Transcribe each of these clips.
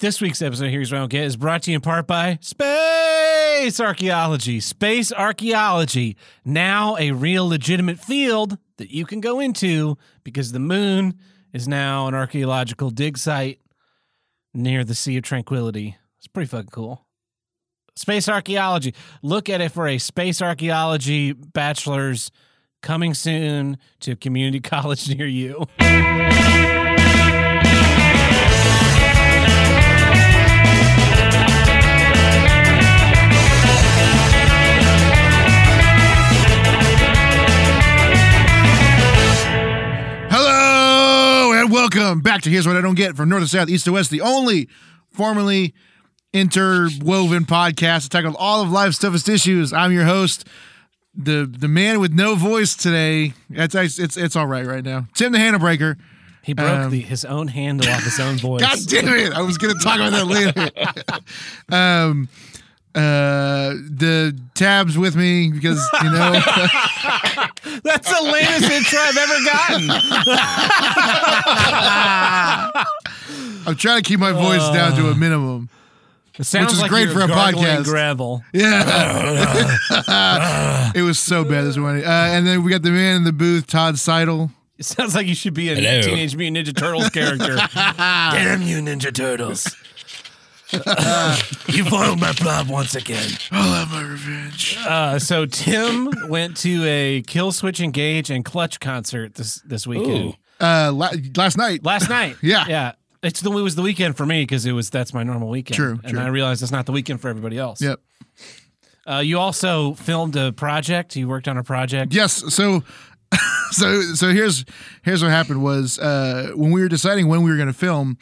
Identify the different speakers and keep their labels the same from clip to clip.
Speaker 1: This week's episode of Here's What I Don't Get is brought to you in part by Space Archaeology. Space Archaeology, now a real legitimate field that you can go into because the moon is now an archaeological dig site near the Sea of Tranquility. It's pretty fucking cool. Space Archaeology. Look at it for a Space Archaeology bachelor's coming soon to a community college near you.
Speaker 2: Hello and welcome back to Here's What I Don't Get from North to South, East to West, the only formerly interwoven podcast that tackled all of life's toughest issues. I'm your host, the the man with no voice today. It's it's it's, it's all right right now. Tim the Hannah Breaker. Um,
Speaker 1: He broke the, his own handle off his own voice.
Speaker 2: God damn it! I was gonna talk about that later. um, uh, the tabs with me because you know.
Speaker 1: That's the lamest intro I've ever gotten.
Speaker 2: I'm trying to keep my voice down to a minimum.
Speaker 1: Uh, It sounds
Speaker 2: is
Speaker 1: like
Speaker 2: great
Speaker 1: you're
Speaker 2: for a
Speaker 1: gargling
Speaker 2: podcast.
Speaker 1: Gravel.
Speaker 2: Yeah. it was so bad this morning. Uh, and then we got the man in the booth, Todd Seidel.
Speaker 1: It sounds like you should be a
Speaker 3: Hello.
Speaker 1: Teenage Mutant Ninja Turtles character. damn you, Ninja Turtles! you foiled my plot once again.
Speaker 2: I'll have my revenge.
Speaker 1: Uh, so Tim went to a Kill Switch Engage and Clutch concert this this weekend.
Speaker 3: Ooh.
Speaker 2: Uh, la- last night.
Speaker 1: last night.
Speaker 2: Yeah.
Speaker 1: yeah. It's the it was the weekend for me because it was that's my normal weekend.
Speaker 2: True,
Speaker 1: and
Speaker 2: true.
Speaker 1: I realized it's not the weekend for everybody else.
Speaker 2: Yep.
Speaker 1: Uh, you also filmed a project. You worked on a project.
Speaker 2: Yes. So, so, so here's here's what happened was uh, when we were deciding when we were going to film,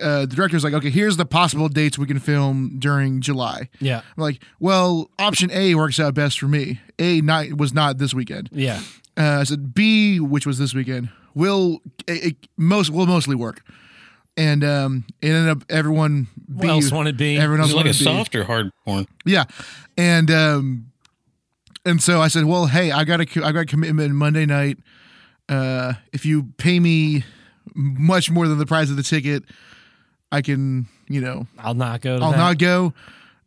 Speaker 2: uh, the director was like, "Okay, here's the possible dates we can film during July."
Speaker 1: Yeah,
Speaker 2: I'm like, "Well, option A works out best for me. A night was not this weekend.
Speaker 1: yeah,
Speaker 2: Uh, I said B, which was this weekend, will it, it most will mostly work, and um, it ended up everyone B,
Speaker 1: What else wanted B?
Speaker 2: everyone else
Speaker 3: Is it like
Speaker 2: wanted
Speaker 3: a
Speaker 2: B.
Speaker 3: soft or hard porn?
Speaker 2: yeah, and um, and so I said, well, hey, I got a co- I got a commitment Monday night. Uh, if you pay me much more than the price of the ticket, I can you know
Speaker 1: I'll not go. To
Speaker 2: I'll
Speaker 1: that.
Speaker 2: not go.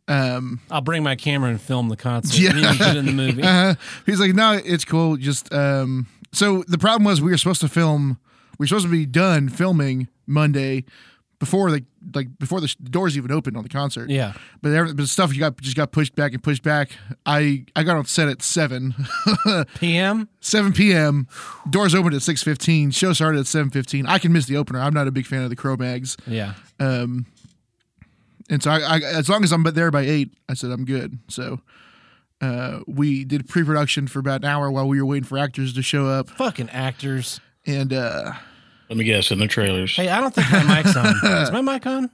Speaker 2: Um,
Speaker 1: I'll bring my camera and film the concert.
Speaker 2: Yeah.
Speaker 1: Yeah, you can put it in the movie.
Speaker 2: Uh-huh. He's like, no, it's cool. Just um. So the problem was we were supposed to film. We were supposed to be done filming Monday before the like before the doors even opened on the concert.
Speaker 1: Yeah,
Speaker 2: But every, but stuff you got just got pushed back and pushed back. I I got on set at seven.
Speaker 1: PM.
Speaker 2: 7 p.m. Doors opened at 6:15. Show started at 7:15. I can miss the opener. I'm not a big fan of the crow bags,
Speaker 1: Yeah,
Speaker 2: and so I, I as long as I'm there by eight, I said I'm good. So uh, we did pre-production for about an hour while we were waiting for actors to show up.
Speaker 1: fucking actors.
Speaker 2: and uh
Speaker 3: Let me guess. In the trailers.
Speaker 1: Hey, I don't think my mic's on. Is my mic on?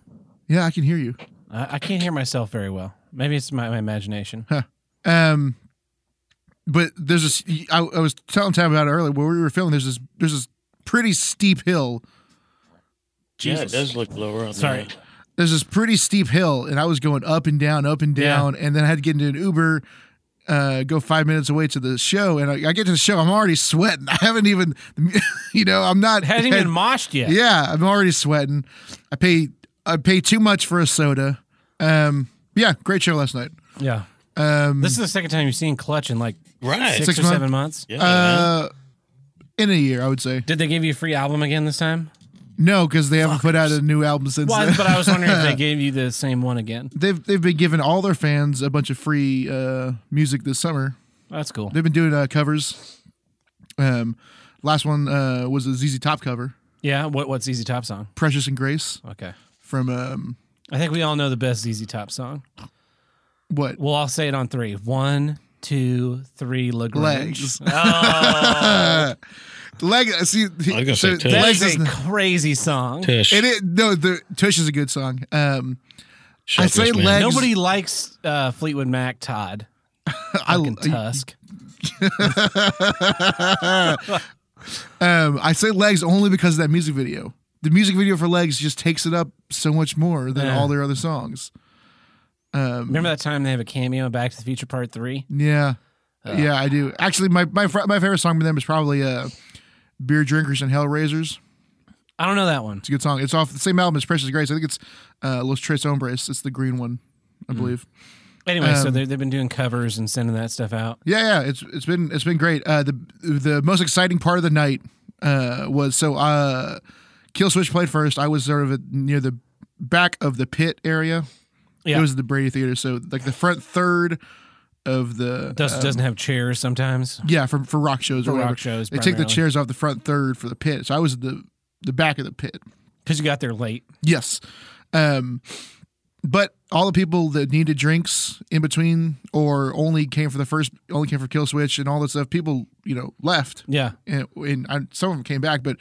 Speaker 2: yeah i can hear you
Speaker 1: I, I can't hear myself very well. Maybe it's my, my imagination.
Speaker 2: um but there's this i, I was telling Tab about it earlier where we were filming there's this there's this pretty steep hill
Speaker 3: Yeah, it does look lower. On
Speaker 1: Sorry.
Speaker 3: The,
Speaker 2: there's this pretty steep hill and i was going up and down up and
Speaker 1: Yeah.
Speaker 2: down and then i had to get into an uber uh, go five minutes away to the show, and I, I get to the show. I'm already sweating. I haven't even, you know, I'm not.
Speaker 1: It hasn't even moshed yet.
Speaker 2: Yeah, I'm already sweating. I pay, I pay too much for a soda. Um, yeah, great show last night.
Speaker 1: Yeah.
Speaker 2: Um,
Speaker 1: This is the second time you've seen Clutch in like
Speaker 3: right.
Speaker 1: six,
Speaker 2: Six
Speaker 1: or
Speaker 2: months.
Speaker 1: seven months.
Speaker 3: yeah, man.
Speaker 2: uh, in a year, I would say.
Speaker 1: Did they give you a free album again this time?
Speaker 2: No, because they haven't put out a new album since.
Speaker 1: Well,
Speaker 2: then.
Speaker 1: but I was wondering if they gave you the same one again.
Speaker 2: they've they've been giving all their fans a bunch of free uh, music this summer.
Speaker 1: That's cool.
Speaker 2: They've been doing uh, covers. Um, last one uh, was a ZZ Top cover,
Speaker 1: Yeah. What What's Easy Top song?
Speaker 2: "Precious and Grace"
Speaker 1: Okay.
Speaker 2: from um,
Speaker 1: I think we all know the best Easy Top song.
Speaker 2: what?
Speaker 1: We'll all say it on three. One, two, three. Lagrange.
Speaker 2: Legs.
Speaker 1: Oh,
Speaker 2: Leg. uh, See,
Speaker 3: I was gonna say Tush.
Speaker 1: that
Speaker 2: Legs
Speaker 1: is
Speaker 2: is
Speaker 1: a
Speaker 2: n-
Speaker 1: crazy song.
Speaker 3: Tish.
Speaker 2: it, is- no, the Tush is a good song. Um,
Speaker 3: Shut
Speaker 2: I
Speaker 3: this
Speaker 2: say
Speaker 3: man.
Speaker 2: leg-
Speaker 1: Nobody likes uh, Fleetwood Mac. Todd.
Speaker 2: I,
Speaker 1: Fucking Tusk.
Speaker 2: um, I say legs only because of that music video. The music video for Legs just takes it up so much more than
Speaker 1: Yeah.
Speaker 2: all their other songs. Um,
Speaker 1: Remember that time they have a cameo in Back to the Future Part Three?
Speaker 2: Yeah, yeah, I do. uh, Actually, my my fr- my favorite song by them is probably uh, "Beer Drinkers and Hellraisers."
Speaker 1: I don't know that one.
Speaker 2: It's a good song. It's off the same album as Precious Grace. I think it's uh, Los Tres Hombres. It's the green one, I
Speaker 1: Hmm.
Speaker 2: believe.
Speaker 1: Anyway, so
Speaker 2: Um,
Speaker 1: they they've been doing covers and sending that stuff out.
Speaker 2: Yeah, yeah. It's it's been it's been great. Uh, the the most exciting part of the night uh, was so uh, Kill Switch played first. I was sort of at- near the back of the pit area.
Speaker 1: Yeah.
Speaker 2: It was the Brady Theater, so like the front third of the
Speaker 1: Does
Speaker 2: uh,
Speaker 1: doesn't have chairs sometimes.
Speaker 2: yeah for for rock shows
Speaker 1: For
Speaker 2: or
Speaker 1: rock
Speaker 2: whatever.
Speaker 1: shows,
Speaker 2: They take the
Speaker 1: primarily.
Speaker 2: chairs off the front third for the pit. So I was at the the back of the pit.
Speaker 1: Because you got there late.
Speaker 2: Yes. Um, but all the people that needed drinks in between or only came for the first, only came for Kill Switch and all that stuff, people, you know, left.
Speaker 1: Yeah.
Speaker 2: And, and I, some of them came back, but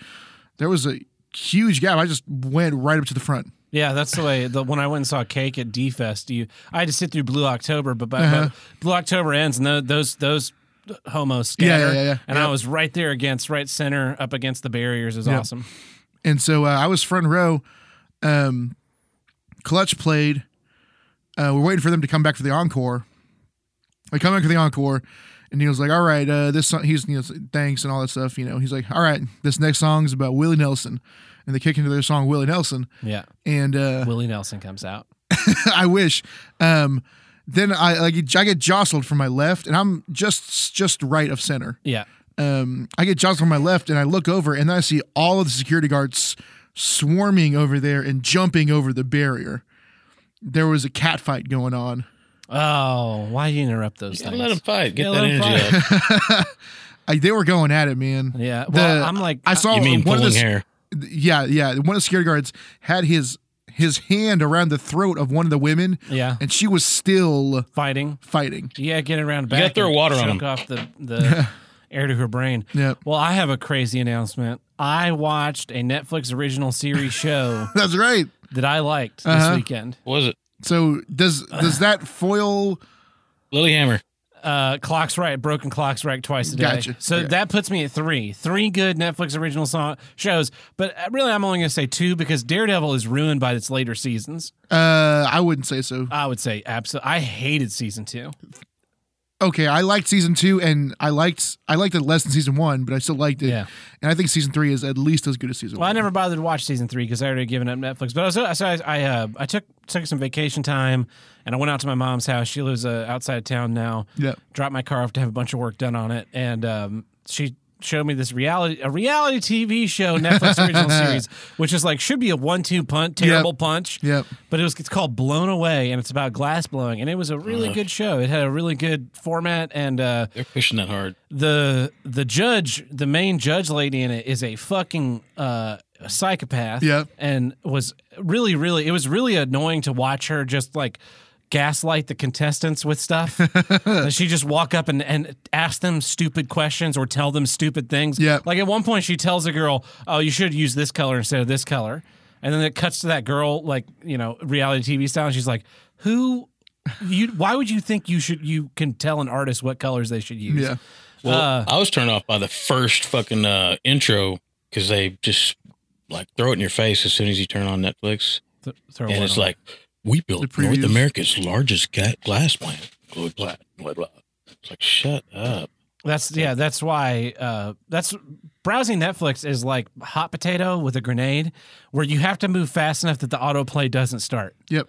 Speaker 2: there was a huge gap. I just went right up to the front.
Speaker 1: Yeah, that's the way. The, when I went and saw Cake at D Fest, you I had to sit through Blue October, but by,
Speaker 2: Uh-huh.
Speaker 1: by Blue October ends, and tho- those those homos
Speaker 2: Yeah, yeah,
Speaker 1: scatter,
Speaker 2: yeah, yeah.
Speaker 1: and I
Speaker 2: Yep.
Speaker 1: was right there against right center up against the barriers. It was
Speaker 2: Yep.
Speaker 1: awesome.
Speaker 2: And so uh, I was front row. Um, Clutch played. Uh, we're waiting for them to come back for the encore. They come back for the encore, and Neil's like, "All right, uh, this song." He's Neil's like, thanks and all that stuff. You know, he's like, "All right, this next song's about Willie Nelson," and they kick into their song Willie Nelson,
Speaker 1: Yeah,
Speaker 2: and uh,
Speaker 1: Willie Nelson comes out.
Speaker 2: I wish. Um, then I like I get jostled from my left, and I'm just just right of center
Speaker 1: Yeah,
Speaker 2: um, I get jostled on my left and I look over and I see all of the security guards swarming over there and jumping over the barrier. There was a cat fight going on.
Speaker 1: Oh, why do you interrupt those
Speaker 3: Yeah,
Speaker 1: things?
Speaker 3: let him fight. Get
Speaker 1: Yeah,
Speaker 3: that
Speaker 1: let 'em
Speaker 3: energy
Speaker 1: fight.
Speaker 3: out.
Speaker 2: I, they were going at it, man.
Speaker 1: Yeah. Well,
Speaker 2: The-
Speaker 1: I'm like,
Speaker 2: I saw
Speaker 3: You mean
Speaker 2: one
Speaker 3: pulling
Speaker 2: of the
Speaker 3: hair?
Speaker 2: yeah, yeah. One of the security guards had his his hand around the throat of one of the women,
Speaker 1: yeah,
Speaker 2: and she was still
Speaker 1: fighting.
Speaker 2: fighting.
Speaker 1: Yeah, get around
Speaker 3: gotta
Speaker 1: back.
Speaker 3: throw
Speaker 1: and
Speaker 3: water on
Speaker 1: choke
Speaker 3: him.
Speaker 1: off the the air to her brain.
Speaker 2: Yeah,
Speaker 1: Well, I have a crazy announcement. I watched a Netflix original series show
Speaker 2: that's right.
Speaker 1: that I liked this
Speaker 2: Uh-huh.
Speaker 1: weekend.
Speaker 3: What was it?
Speaker 2: So does does that foil?
Speaker 3: Lilyhammer.
Speaker 1: Uh, clocks right, broken clocks right twice a day.
Speaker 2: Gotcha.
Speaker 1: So
Speaker 2: Yeah.
Speaker 1: that puts me at three, three good Netflix original song shows. But uh, really, I'm only going to say two because Daredevil is ruined by its later seasons.
Speaker 2: Uh, I wouldn't say so.
Speaker 1: I would say absolutely. I hated season two.
Speaker 2: okay, I liked season two, and I liked I liked it less than season one, but I still liked it.
Speaker 1: Yeah.
Speaker 2: And I think season three is at least as good as season
Speaker 1: Well, I
Speaker 2: one.
Speaker 1: never bothered to watch season three because I already given up Netflix. But I was, so I, I, uh, I took took some vacation time and I went out to my mom's house. She lives uh, outside of town now.
Speaker 2: Yeah.
Speaker 1: Dropped my car off to have a bunch of work done on it, and um, she showed me this reality a reality TV show Netflix original series, which is like should be a one two punch, terrible punch.
Speaker 2: Yep.
Speaker 1: But it was it's called Blown Away, and it's about glass blowing, and it was a really good show. It had a really good format, and uh,
Speaker 3: They're pushing that hard.
Speaker 1: the the judge, the main judge lady in it, is a fucking uh, psychopath.
Speaker 2: Yeah.
Speaker 1: and was really, really, it was really annoying to watch her just like gaslight the contestants with stuff. And she just walk up and, and ask them stupid questions or tell them stupid things.
Speaker 2: Yeah.
Speaker 1: like at one point she tells a girl, "Oh, you should use this color instead of this color," and then it cuts to that girl like you know reality TV style. And she's like, "Who?" You, why would you think you should you can tell an artist what colors they should use?
Speaker 2: Yeah.
Speaker 3: Well,
Speaker 1: Uh.
Speaker 3: I was turned off by the first fucking uh, intro because they just like throw it in your face as soon as you turn on Netflix,
Speaker 1: Th- throw
Speaker 3: and
Speaker 1: one
Speaker 3: it's
Speaker 1: on.
Speaker 3: like we
Speaker 2: The
Speaker 3: built
Speaker 2: previews.
Speaker 3: North America's largest ga- glass plant, Globe Plat, blah blah.
Speaker 2: Mm-hmm.
Speaker 3: It's like shut up.
Speaker 1: that's yeah, that's why uh, that's browsing Netflix is like hot potato with a grenade, where you have to move fast enough that the autoplay doesn't start.
Speaker 2: Yep.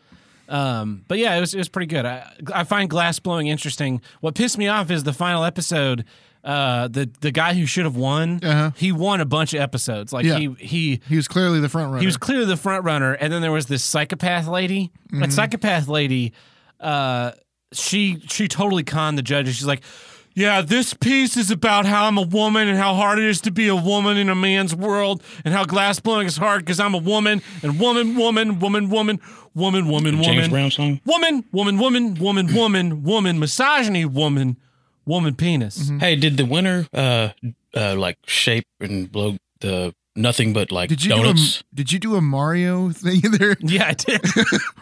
Speaker 1: Um, but yeah, it was it was pretty good. I I find glass blowing interesting. What pissed me off is the final episode. Uh, the the guy who should have won,
Speaker 2: Uh-huh.
Speaker 1: he won a bunch of episodes. Like
Speaker 2: Yeah.
Speaker 1: he he
Speaker 2: He was clearly the front runner.
Speaker 1: He was clearly the front runner, and then there was this psychopath lady.
Speaker 3: Mm-hmm.
Speaker 1: That psychopath lady, uh, she she totally conned the judges. She's like, "Yeah, this piece is about how I'm a woman and how hard it is to be a woman in a man's world, and how glass blowing is hard because I'm a woman and woman, woman, woman, woman, woman, woman,
Speaker 3: James
Speaker 1: woman,
Speaker 3: Brown song.
Speaker 1: woman, woman, woman, woman, woman, woman, misogyny, woman, woman, penis."
Speaker 3: Hey, did the winner uh, uh like shape and blow the nothing but like
Speaker 2: did you
Speaker 3: donuts?
Speaker 2: do a Did you do a Mario thing there?
Speaker 1: Yeah, I did.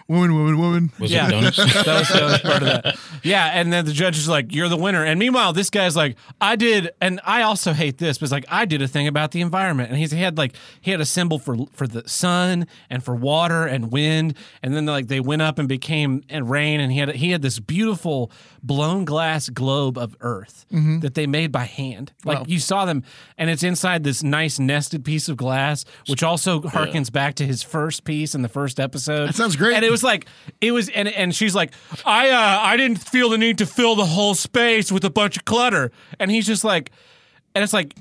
Speaker 2: woman, woman, woman.
Speaker 3: was
Speaker 1: Yeah.
Speaker 3: it donuts?
Speaker 1: That was, that was part of that. Yeah, and then the judge is like, "You're the winner." And meanwhile, this guy's like, "I did," and I also hate this, but it's like I did a thing about the environment, and he's, he had like he had a symbol for for the sun and for water and wind, and then like they went up and became and rain, and he had he had this beautiful blown glass globe of Earth that they made by hand, like
Speaker 2: Wow.
Speaker 1: you saw them, and it's inside this nice nested piece piece of glass, which also harkens back to his first piece in the first episode.
Speaker 2: That sounds great.
Speaker 1: And it was like it was, and and she's like, I uh, I didn't feel the need to fill the whole space with a bunch of clutter, and he's just like, and it's like.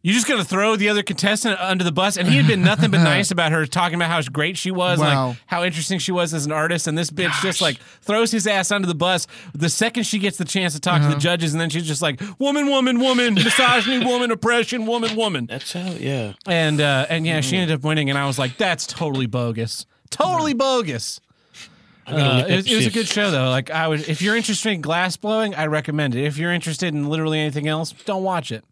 Speaker 1: You're just gonna throw the other contestant under the bus, and he had been nothing but nice about her, talking about how great she was, and,
Speaker 2: Wow.
Speaker 1: like how interesting she was as an artist. And this bitch just like throws his ass under the bus the second she gets the chance to talk to
Speaker 2: Uh-huh.
Speaker 1: the judges, and then she's just like, "Woman, woman, woman, misogyny, woman, oppression, woman, woman."
Speaker 3: That's how, yeah.
Speaker 1: And uh, and yeah,
Speaker 2: Mm-hmm.
Speaker 1: she ended up winning, and I was like, "That's totally bogus, totally bogus." Uh, it, was- it was a good show though. Like I would, if you're interested in glass blowing, I recommend it. If you're interested in literally anything else, don't watch it.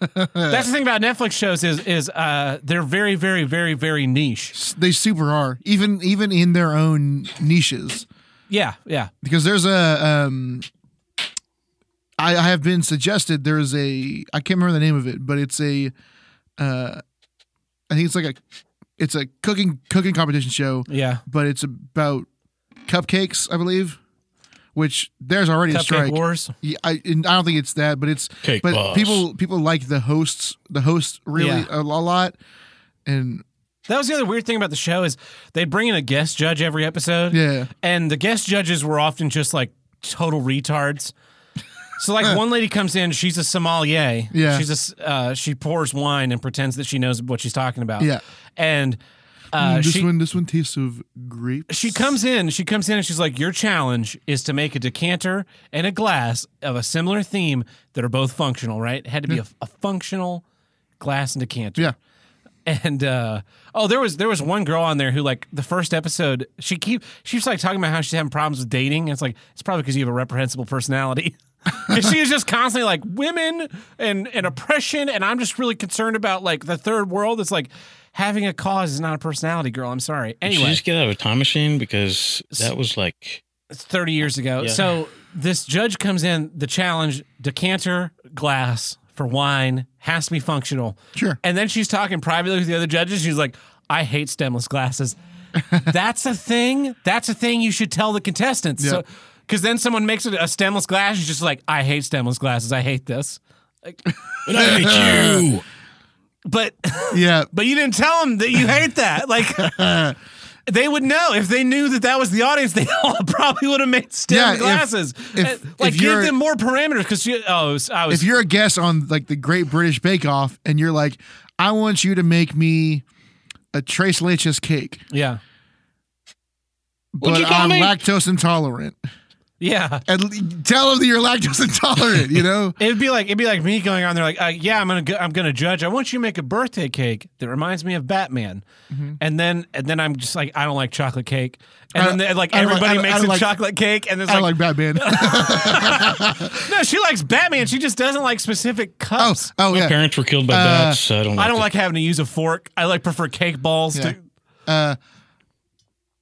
Speaker 1: That's the thing about Netflix shows is is uh, they're very very very very niche.
Speaker 2: They super are, even even in their own niches.
Speaker 1: Yeah, yeah.
Speaker 2: because there's a um I, I have been suggested there's a I can't remember the name of it, but it's a uh I think it's like a it's a cooking cooking competition show,
Speaker 1: Yeah.
Speaker 2: but it's about cupcakes, I believe. Which there's already a
Speaker 1: Cupcake
Speaker 2: strike.
Speaker 1: Wars.
Speaker 2: Yeah, I, and I don't think it's that, but it's
Speaker 3: Cake
Speaker 2: but
Speaker 3: boss.
Speaker 2: people people like the hosts the host really uh,
Speaker 1: Yeah.
Speaker 2: a, a lot, and
Speaker 1: That was the other weird thing about the show is they bring in a guest judge every episode.
Speaker 2: Yeah.
Speaker 1: And the guest judges were often just like total retards. So like one lady comes in, she's a sommelier.
Speaker 2: Yeah.
Speaker 1: She's a s- uh, she pours wine and pretends that she knows what she's talking about.
Speaker 2: Yeah. Mm,
Speaker 1: And uh,
Speaker 2: this
Speaker 1: she
Speaker 2: one this one tastes of grapes.
Speaker 1: she comes in, she comes in and she's like, Your challenge is to make a decanter and a glass of a similar theme that are both functional, right? It had to be a, a functional glass and decanter.
Speaker 2: Yeah.
Speaker 1: And uh, oh, there was there was one girl on there who like the first episode she keep she's like talking about how she's having problems with dating. And it's like it's probably because you have a reprehensible personality. 'Cause she was just constantly like women and and oppression, and I'm just really concerned about like the third world. It's like having a cause is not a personality, girl. I'm sorry.
Speaker 3: Did
Speaker 1: Anyway,
Speaker 3: you just get out of a time machine? Because that was like,
Speaker 1: it's 30 years ago.
Speaker 3: Yeah.
Speaker 1: So this judge comes in, the challenge decanter glass for wine has to be functional.
Speaker 2: Sure.
Speaker 1: And then she's talking privately with the other judges. She's like, I hate stemless glasses. That's a thing. That's a thing you should tell the contestants.
Speaker 2: Yeah.
Speaker 1: So, Cause then someone makes it a stemless glass. She's just like, I hate stemless glasses. I hate this.
Speaker 3: "And I hate you.
Speaker 1: But
Speaker 2: yeah,
Speaker 1: But you didn't tell them that you hate that. Like they would know if they knew that that was the audience. They all probably would have made STEM
Speaker 2: Yeah, if-
Speaker 1: glasses.
Speaker 2: if-
Speaker 1: Uh, like
Speaker 2: if
Speaker 1: give
Speaker 2: you're-
Speaker 1: them more parameters because you. Oh, it was- I was.
Speaker 2: if you're a guest on like the Great British Bake Off and you're like, I want you to make me a Trace Leches cake,
Speaker 1: yeah,
Speaker 2: but
Speaker 3: you call
Speaker 2: I'm
Speaker 3: me?
Speaker 2: lactose intolerant.
Speaker 1: yeah.
Speaker 2: And l- tell them that you're lactose intolerant, you know?
Speaker 1: It'd be like it'd be like me going on there like, uh, yeah, I'm gonna go, I'm gonna judge. I want you to make a birthday cake that reminds me of Batman,
Speaker 2: Mm-hmm.
Speaker 1: and then and then I'm just like, I don't like chocolate cake, and
Speaker 2: I
Speaker 1: then
Speaker 2: don't-
Speaker 1: they- like
Speaker 2: I don't like- I
Speaker 1: everybody
Speaker 2: don't- I
Speaker 1: makes
Speaker 2: don't
Speaker 1: a
Speaker 2: like-
Speaker 1: chocolate cake, and it's
Speaker 2: I
Speaker 1: like,
Speaker 2: don't like Batman.
Speaker 1: no, she likes Batman. She just doesn't like specific
Speaker 2: oh,
Speaker 1: cups.
Speaker 2: oh
Speaker 3: My
Speaker 2: yeah.
Speaker 3: parents were killed by bats. So I don't. Like
Speaker 1: I don't
Speaker 3: that.
Speaker 1: like having to use a fork. I like prefer cake balls.
Speaker 2: Yeah.
Speaker 1: To,
Speaker 2: Uh,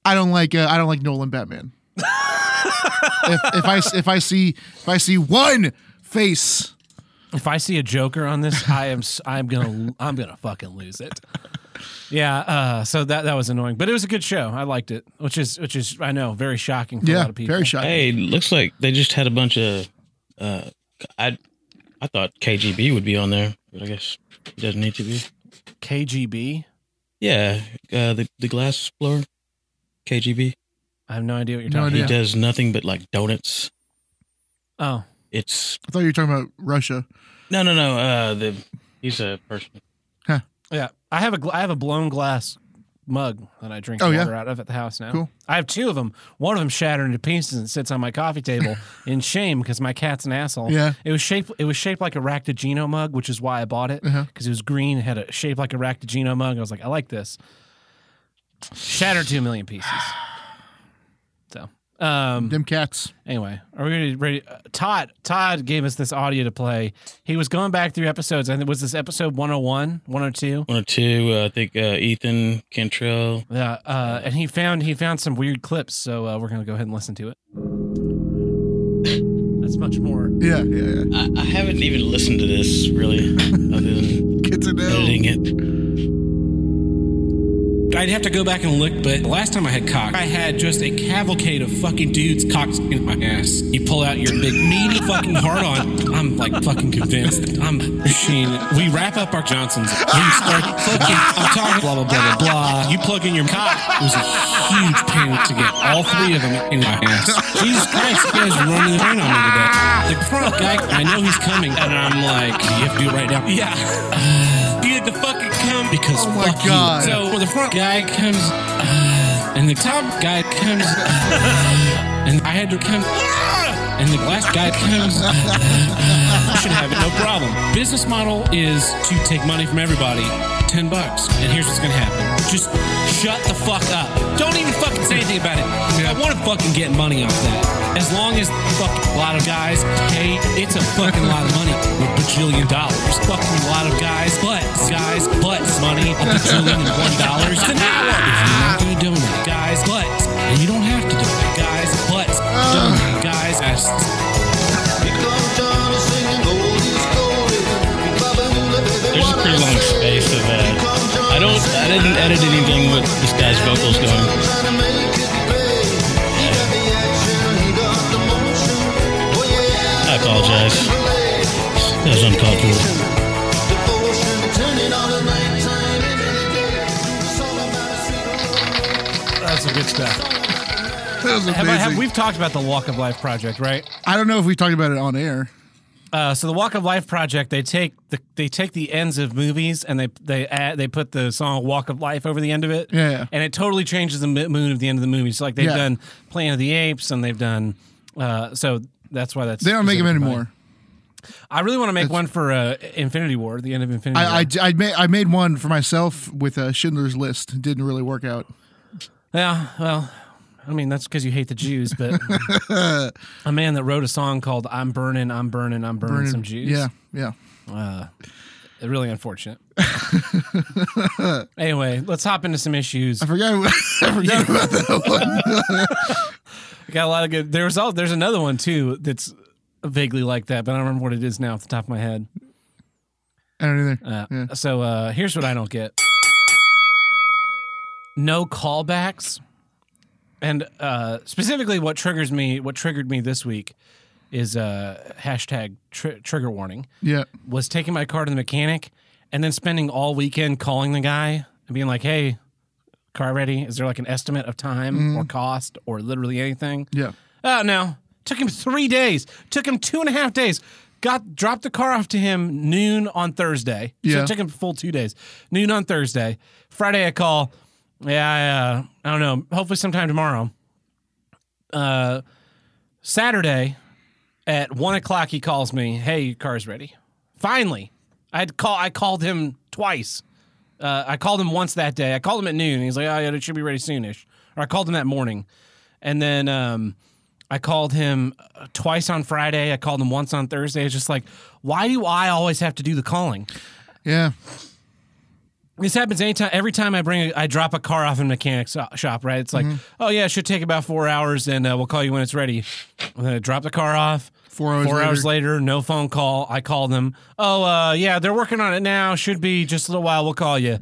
Speaker 2: I don't like uh, I don't like Nolan Batman. if, if I s- if I see if I see one face,
Speaker 1: if I see a Joker on this, I am s- I'm gonna I'm gonna fucking lose it. Yeah. Uh, so that that was annoying, but it was a good show. I liked it, which is which is I know very shocking for a
Speaker 2: yeah,
Speaker 1: lot of people.
Speaker 2: very shocking.
Speaker 3: Hey, looks like they just had a bunch of. Uh, I, I thought KGB would be on there, but I guess it doesn't need to be.
Speaker 1: KGB.
Speaker 3: Yeah, uh, the the glass blower, KGB.
Speaker 1: I have no idea what you're
Speaker 2: No
Speaker 1: talking
Speaker 2: idea.
Speaker 3: He does nothing but like donuts.
Speaker 1: about. Oh,
Speaker 3: It's
Speaker 2: I thought you were talking about Russia.
Speaker 3: no, no, no. Uh, the he's a person.
Speaker 1: yeah. I have a gl- I have a blown glass mug that I drink
Speaker 2: Oh, yeah?
Speaker 1: water out of at the house now.
Speaker 2: Cool.
Speaker 1: I have two of them. One of them shattered into pieces and sits on my coffee table in shame because my cat's an asshole.
Speaker 2: Yeah.
Speaker 1: It was shaped. It was shaped like a Ractagino mug, which is why I bought it because
Speaker 2: Uh-huh.
Speaker 1: it was green, had a shape like a Ractagino mug. I was like, I like this. Shattered to a million pieces. So, um,
Speaker 2: Them cats.
Speaker 1: anyway, are we ready? ready? uh, Todd Todd gave us this audio to play. He was going back through episodes, and it was this episode 101, 102.
Speaker 3: One or two. Uh, I think uh, Ethan Cantrell.
Speaker 1: Yeah, uh, and he found he found some weird clips, so uh, we're gonna go ahead and listen to it. That's much more.
Speaker 2: Yeah, yeah, yeah.
Speaker 3: I, I haven't even listened to this really, other than
Speaker 2: Kids are
Speaker 3: editing it.
Speaker 4: I'd have to go back and look, but last time I had cock, I had just a cavalcade of fucking dudes cocks in my ass. You pull out your big meaty fucking hard on. I'm like fucking convinced. I'm machine. We wrap up our Johnsons. We start fucking. I'm talking blah blah blah blah blah. You plug in your cock. It was a huge pain to get all three of them in my ass. Jesus Christ, you guys are running the train on me today. The front guy, I know he's coming, and I'm like, you have to do it right now. Yeah. you had to fucking come because
Speaker 2: Oh my
Speaker 4: fuck you.
Speaker 2: God.
Speaker 4: So well, the front guy comes, uh, and the top guy comes, uh, and I had to come, uh, and the last guy comes. uh, uh, should have it, no problem. Business model is to take money from everybody, ten bucks, and here's what's gonna happen: just shut the fuck up. Don't even fucking say anything about it. I want to fucking get money off that. As long as fuck a lot of guys pay, it's a fucking lot of money, a bajillion dollars. Fucking a lot of guys, but guys, but money, a bajillion and one dollars an hour. If you're not gonna donate, guys, but and you don't have to donate, guys, but
Speaker 2: Uh.
Speaker 4: donate, guys, ask.
Speaker 3: There's a pretty long space of uh, I don't I didn't edit anything with this guy's vocals going. I apologize. That was uncalled for.
Speaker 1: That's some good stuff.
Speaker 2: That was amazing.
Speaker 1: Have I, have, we've talked about the Walk of Life project, right?
Speaker 2: I don't know if we talked about it on air.
Speaker 1: Uh, so the Walk of Life project, they take the they take the ends of movies and they they add, they put the song Walk of Life over the end of it.
Speaker 2: Yeah, yeah.
Speaker 1: and it totally changes the mo- mood of the end of the movie. So like they've
Speaker 2: Yeah.
Speaker 1: done Planet of the Apes and they've done uh, so that's why that's
Speaker 2: They don't make them
Speaker 1: specific about
Speaker 2: anymore.
Speaker 1: it. I really want to make one for uh, Infinity War, the end of Infinity War.
Speaker 2: I, I, I, made, I made one for myself with uh, Schindler's List. It didn't really work out.
Speaker 1: Yeah, well, I mean that's because you hate the Jews, but a man that wrote a song called "I'm Burning, I'm Burning, I'm Burning, Some Jews."
Speaker 2: Yeah, yeah.
Speaker 1: Uh, really unfortunate. anyway, let's hop into some issues.
Speaker 2: I forgot, I forgot about that one.
Speaker 1: We got a lot of good. There's all there's another one too that's vaguely like that, but I don't remember what it is now off the top of my head.
Speaker 2: I don't either.
Speaker 1: Uh,
Speaker 2: Yeah.
Speaker 1: So uh, here's what I don't get: no callbacks, and uh, specifically, what triggers me, what triggered me this week, is uh, hashtag tri- trigger warning.
Speaker 2: Yeah.
Speaker 1: Was taking my car to the mechanic, and then spending all weekend calling the guy and being like, "Hey, car ready? Is there like an estimate of time or cost or literally anything?"
Speaker 2: Mm-hmm. Yeah.
Speaker 1: Oh no! Took him three days. Took him two and a half days. Got dropped the car off to him noon on Thursday. So
Speaker 2: Yeah.
Speaker 1: it took him full two days. Noon on Thursday. Friday I call. Yeah, I, uh, I don't know. Hopefully sometime tomorrow. Uh, Saturday at one o'clock he calls me. Hey, your car's ready. Finally, I'd call. I called him twice. Uh, I called him once that day. I called him at noon. He's like, "Oh yeah, it should be ready soonish." Or I called him that morning, and then um, I called him uh, twice on Friday. I called him once on Thursday. It's just like, why do I always have to do the calling?
Speaker 2: Yeah.
Speaker 1: This happens anytime. Every time I bring, a, I drop a car off in a mechanic so- shop. Right? It's like,
Speaker 2: Mm-hmm.
Speaker 1: oh yeah, it should take about four hours, and uh, we'll call you when it's ready. And then I drop the car off.
Speaker 2: Four hours
Speaker 1: Four
Speaker 2: later.
Speaker 1: hours later, no phone call. I call them. Oh uh, yeah, they're working on it now. Should be just a little while. We'll call you.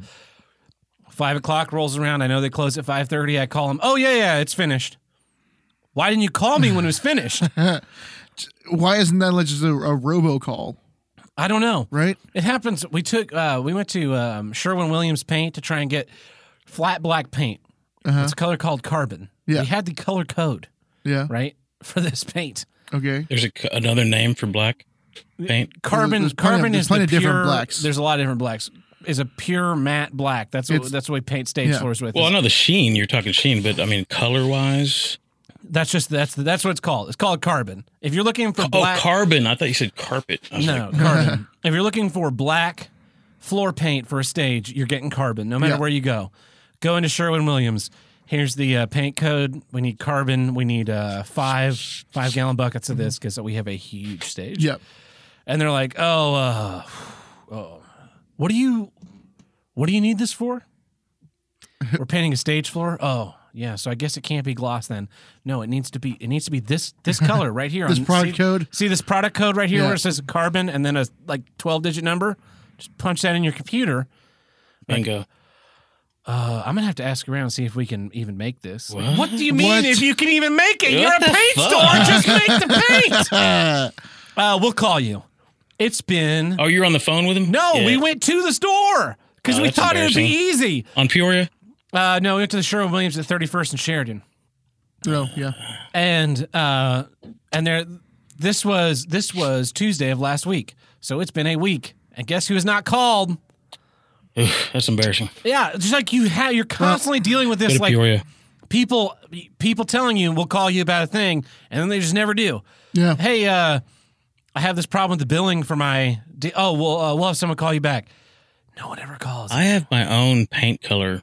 Speaker 1: Five o'clock rolls around. I know they close at five thirty. I call them. Oh yeah, yeah, it's finished. Why didn't you call me when it was finished?
Speaker 2: Why isn't that like just a, a robocall,
Speaker 1: I don't know.
Speaker 2: right?
Speaker 1: It happens. We took uh, we went to um, Sherwin Williams paint to try and get flat black paint. It's a color called carbon.
Speaker 2: Uh-huh. Yeah.
Speaker 1: We had the color code
Speaker 2: Yeah.
Speaker 1: right for this paint.
Speaker 2: Okay.
Speaker 3: There's a, another name for black paint.
Speaker 1: Carbon
Speaker 2: there's plenty of-
Speaker 1: carbon
Speaker 2: there's
Speaker 1: is
Speaker 2: plenty
Speaker 1: the
Speaker 2: of different
Speaker 1: pure-
Speaker 2: blacks.
Speaker 1: There's a lot of different blacks. Is a pure matte black. That's what
Speaker 2: It's-
Speaker 1: that's what we paint stage
Speaker 2: yeah.
Speaker 1: floors with.
Speaker 3: Well, I know the sheen. You're talking sheen, but I mean color wise.
Speaker 1: that's just that's that's what it's called. It's called carbon. If you're looking for
Speaker 3: Oh,
Speaker 1: black,
Speaker 3: carbon. I thought you said carpet. I was
Speaker 1: no carbon. if you're looking for black floor paint for a stage, you're getting carbon. No matter
Speaker 2: Yeah.
Speaker 1: where you go, go into Sherwin Williams. Here's the uh, paint code. We need carbon. We need uh, five five gallon buckets of this because we have a huge stage.
Speaker 2: Yep.
Speaker 1: And they're like, "Oh, uh, oh, what do you, what do you need this for? We're painting a stage floor. Oh, yeah. So I guess it can't be gloss then. No, it needs to be. It needs to be this this color right here.
Speaker 2: This
Speaker 1: on,
Speaker 2: product
Speaker 1: see-
Speaker 2: code?
Speaker 1: See this product code right here
Speaker 2: Yeah.
Speaker 1: where it says carbon and then a like twelve digit number. Just punch that in your computer.
Speaker 3: like, Bingo.
Speaker 1: uh, I'm gonna have to ask around and see if we can even make this. Like,
Speaker 3: What?
Speaker 1: What, do you mean
Speaker 2: What?
Speaker 1: if you can even make it? You're
Speaker 3: What
Speaker 1: a
Speaker 3: the
Speaker 1: paint
Speaker 3: fuck?
Speaker 1: store. Just make the paint. Uh, we'll call you. It's been
Speaker 3: Oh, you were on the phone with him?
Speaker 1: no.
Speaker 3: Yeah.
Speaker 1: We went to the store because
Speaker 3: Oh,
Speaker 1: we
Speaker 3: that's
Speaker 1: thought it would be easy.
Speaker 3: on Peoria.
Speaker 1: Uh, no, we went to the Sherwin Williams at 31st and Sheridan,
Speaker 2: No, yeah.
Speaker 1: and uh, and there. This was this was Tuesday of last week, so it's been a week. And guess who is not called?
Speaker 3: Oof, that's embarrassing.
Speaker 1: Yeah, just like you have, you're constantly dealing with
Speaker 3: Go
Speaker 1: this.
Speaker 3: to
Speaker 1: Like
Speaker 3: Peoria.
Speaker 1: people people telling you we'll call you about a thing and then they just never do
Speaker 2: Yeah.
Speaker 1: hey uh i have this problem with the billing for my d- oh well uh, we'll have someone call you back no one ever calls
Speaker 3: I have my own paint color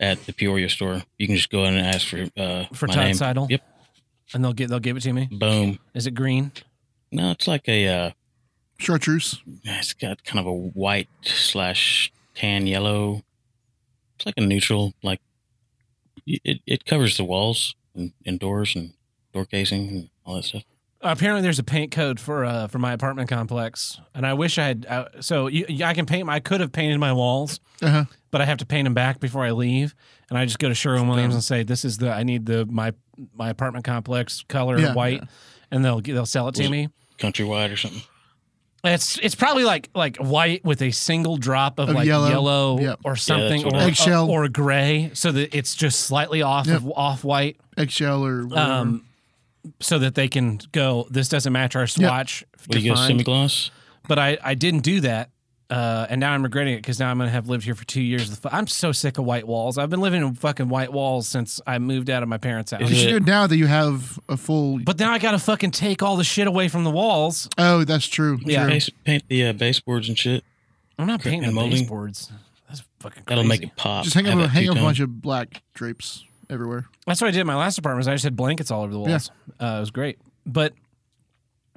Speaker 3: at the Peoria store. You can just go in and ask for uh,
Speaker 1: For
Speaker 3: my
Speaker 1: Todd
Speaker 3: name.
Speaker 1: Seidel?
Speaker 3: Yep.
Speaker 1: and they'll get they'll give it to me
Speaker 3: Boom.
Speaker 1: is it green
Speaker 3: No, it's like a. Uh,
Speaker 2: Chartreuse.
Speaker 3: it's got kind of a white slash tan yellow. It's like a neutral. Like it. It covers the walls and, and doors and door casing and all that stuff.
Speaker 1: apparently there's a paint code for uh for my apartment complex and i wish i had uh, so you, you- i can paint my- i could have painted my walls
Speaker 2: Uh huh.
Speaker 1: but I have to paint them back before I leave. And I just go to Sherwin Williams and say, "This is the I need the my my apartment complex color
Speaker 2: Yeah,
Speaker 1: white," and they'll they'll sell it to
Speaker 3: Was-
Speaker 1: me.
Speaker 3: Countrywide or something.
Speaker 1: It's it's probably like like white with a single drop of,
Speaker 2: Of
Speaker 1: like
Speaker 2: yellow.
Speaker 1: yellow,
Speaker 2: Yep.
Speaker 1: or something
Speaker 3: what
Speaker 1: or
Speaker 3: I-
Speaker 2: Eggshell.
Speaker 1: or gray, so that it's just slightly off of off white.
Speaker 2: Eggshell or whatever.
Speaker 1: Um, so that they can go. This doesn't match our swatch.
Speaker 3: What do you
Speaker 1: to
Speaker 3: go
Speaker 1: find."
Speaker 3: semi gloss?
Speaker 1: But I I didn't do that. Uh, and now I'm regretting it because now I'm gonna have lived here for two years. The fu- I'm so sick of white walls. I've been living in fucking white walls since I moved out of my parents' house.
Speaker 2: you should
Speaker 3: it-
Speaker 2: do it now that you have a full.
Speaker 1: But now I gotta fucking take all the shit away from the walls.
Speaker 2: oh, that's true.
Speaker 1: Yeah.
Speaker 2: True.
Speaker 3: Base, paint the uh, baseboards and shit.
Speaker 1: I'm not painting the
Speaker 3: And molding.
Speaker 1: baseboards. That's fucking crazy.
Speaker 3: That'll make it pop.
Speaker 2: Just hang up,
Speaker 3: Have
Speaker 2: a-
Speaker 3: that
Speaker 2: hang up a
Speaker 3: two-tone.
Speaker 2: bunch of black drapes everywhere.
Speaker 1: That's what I did in my last apartment. Is I just had blankets all over the walls. Uh, it was great. But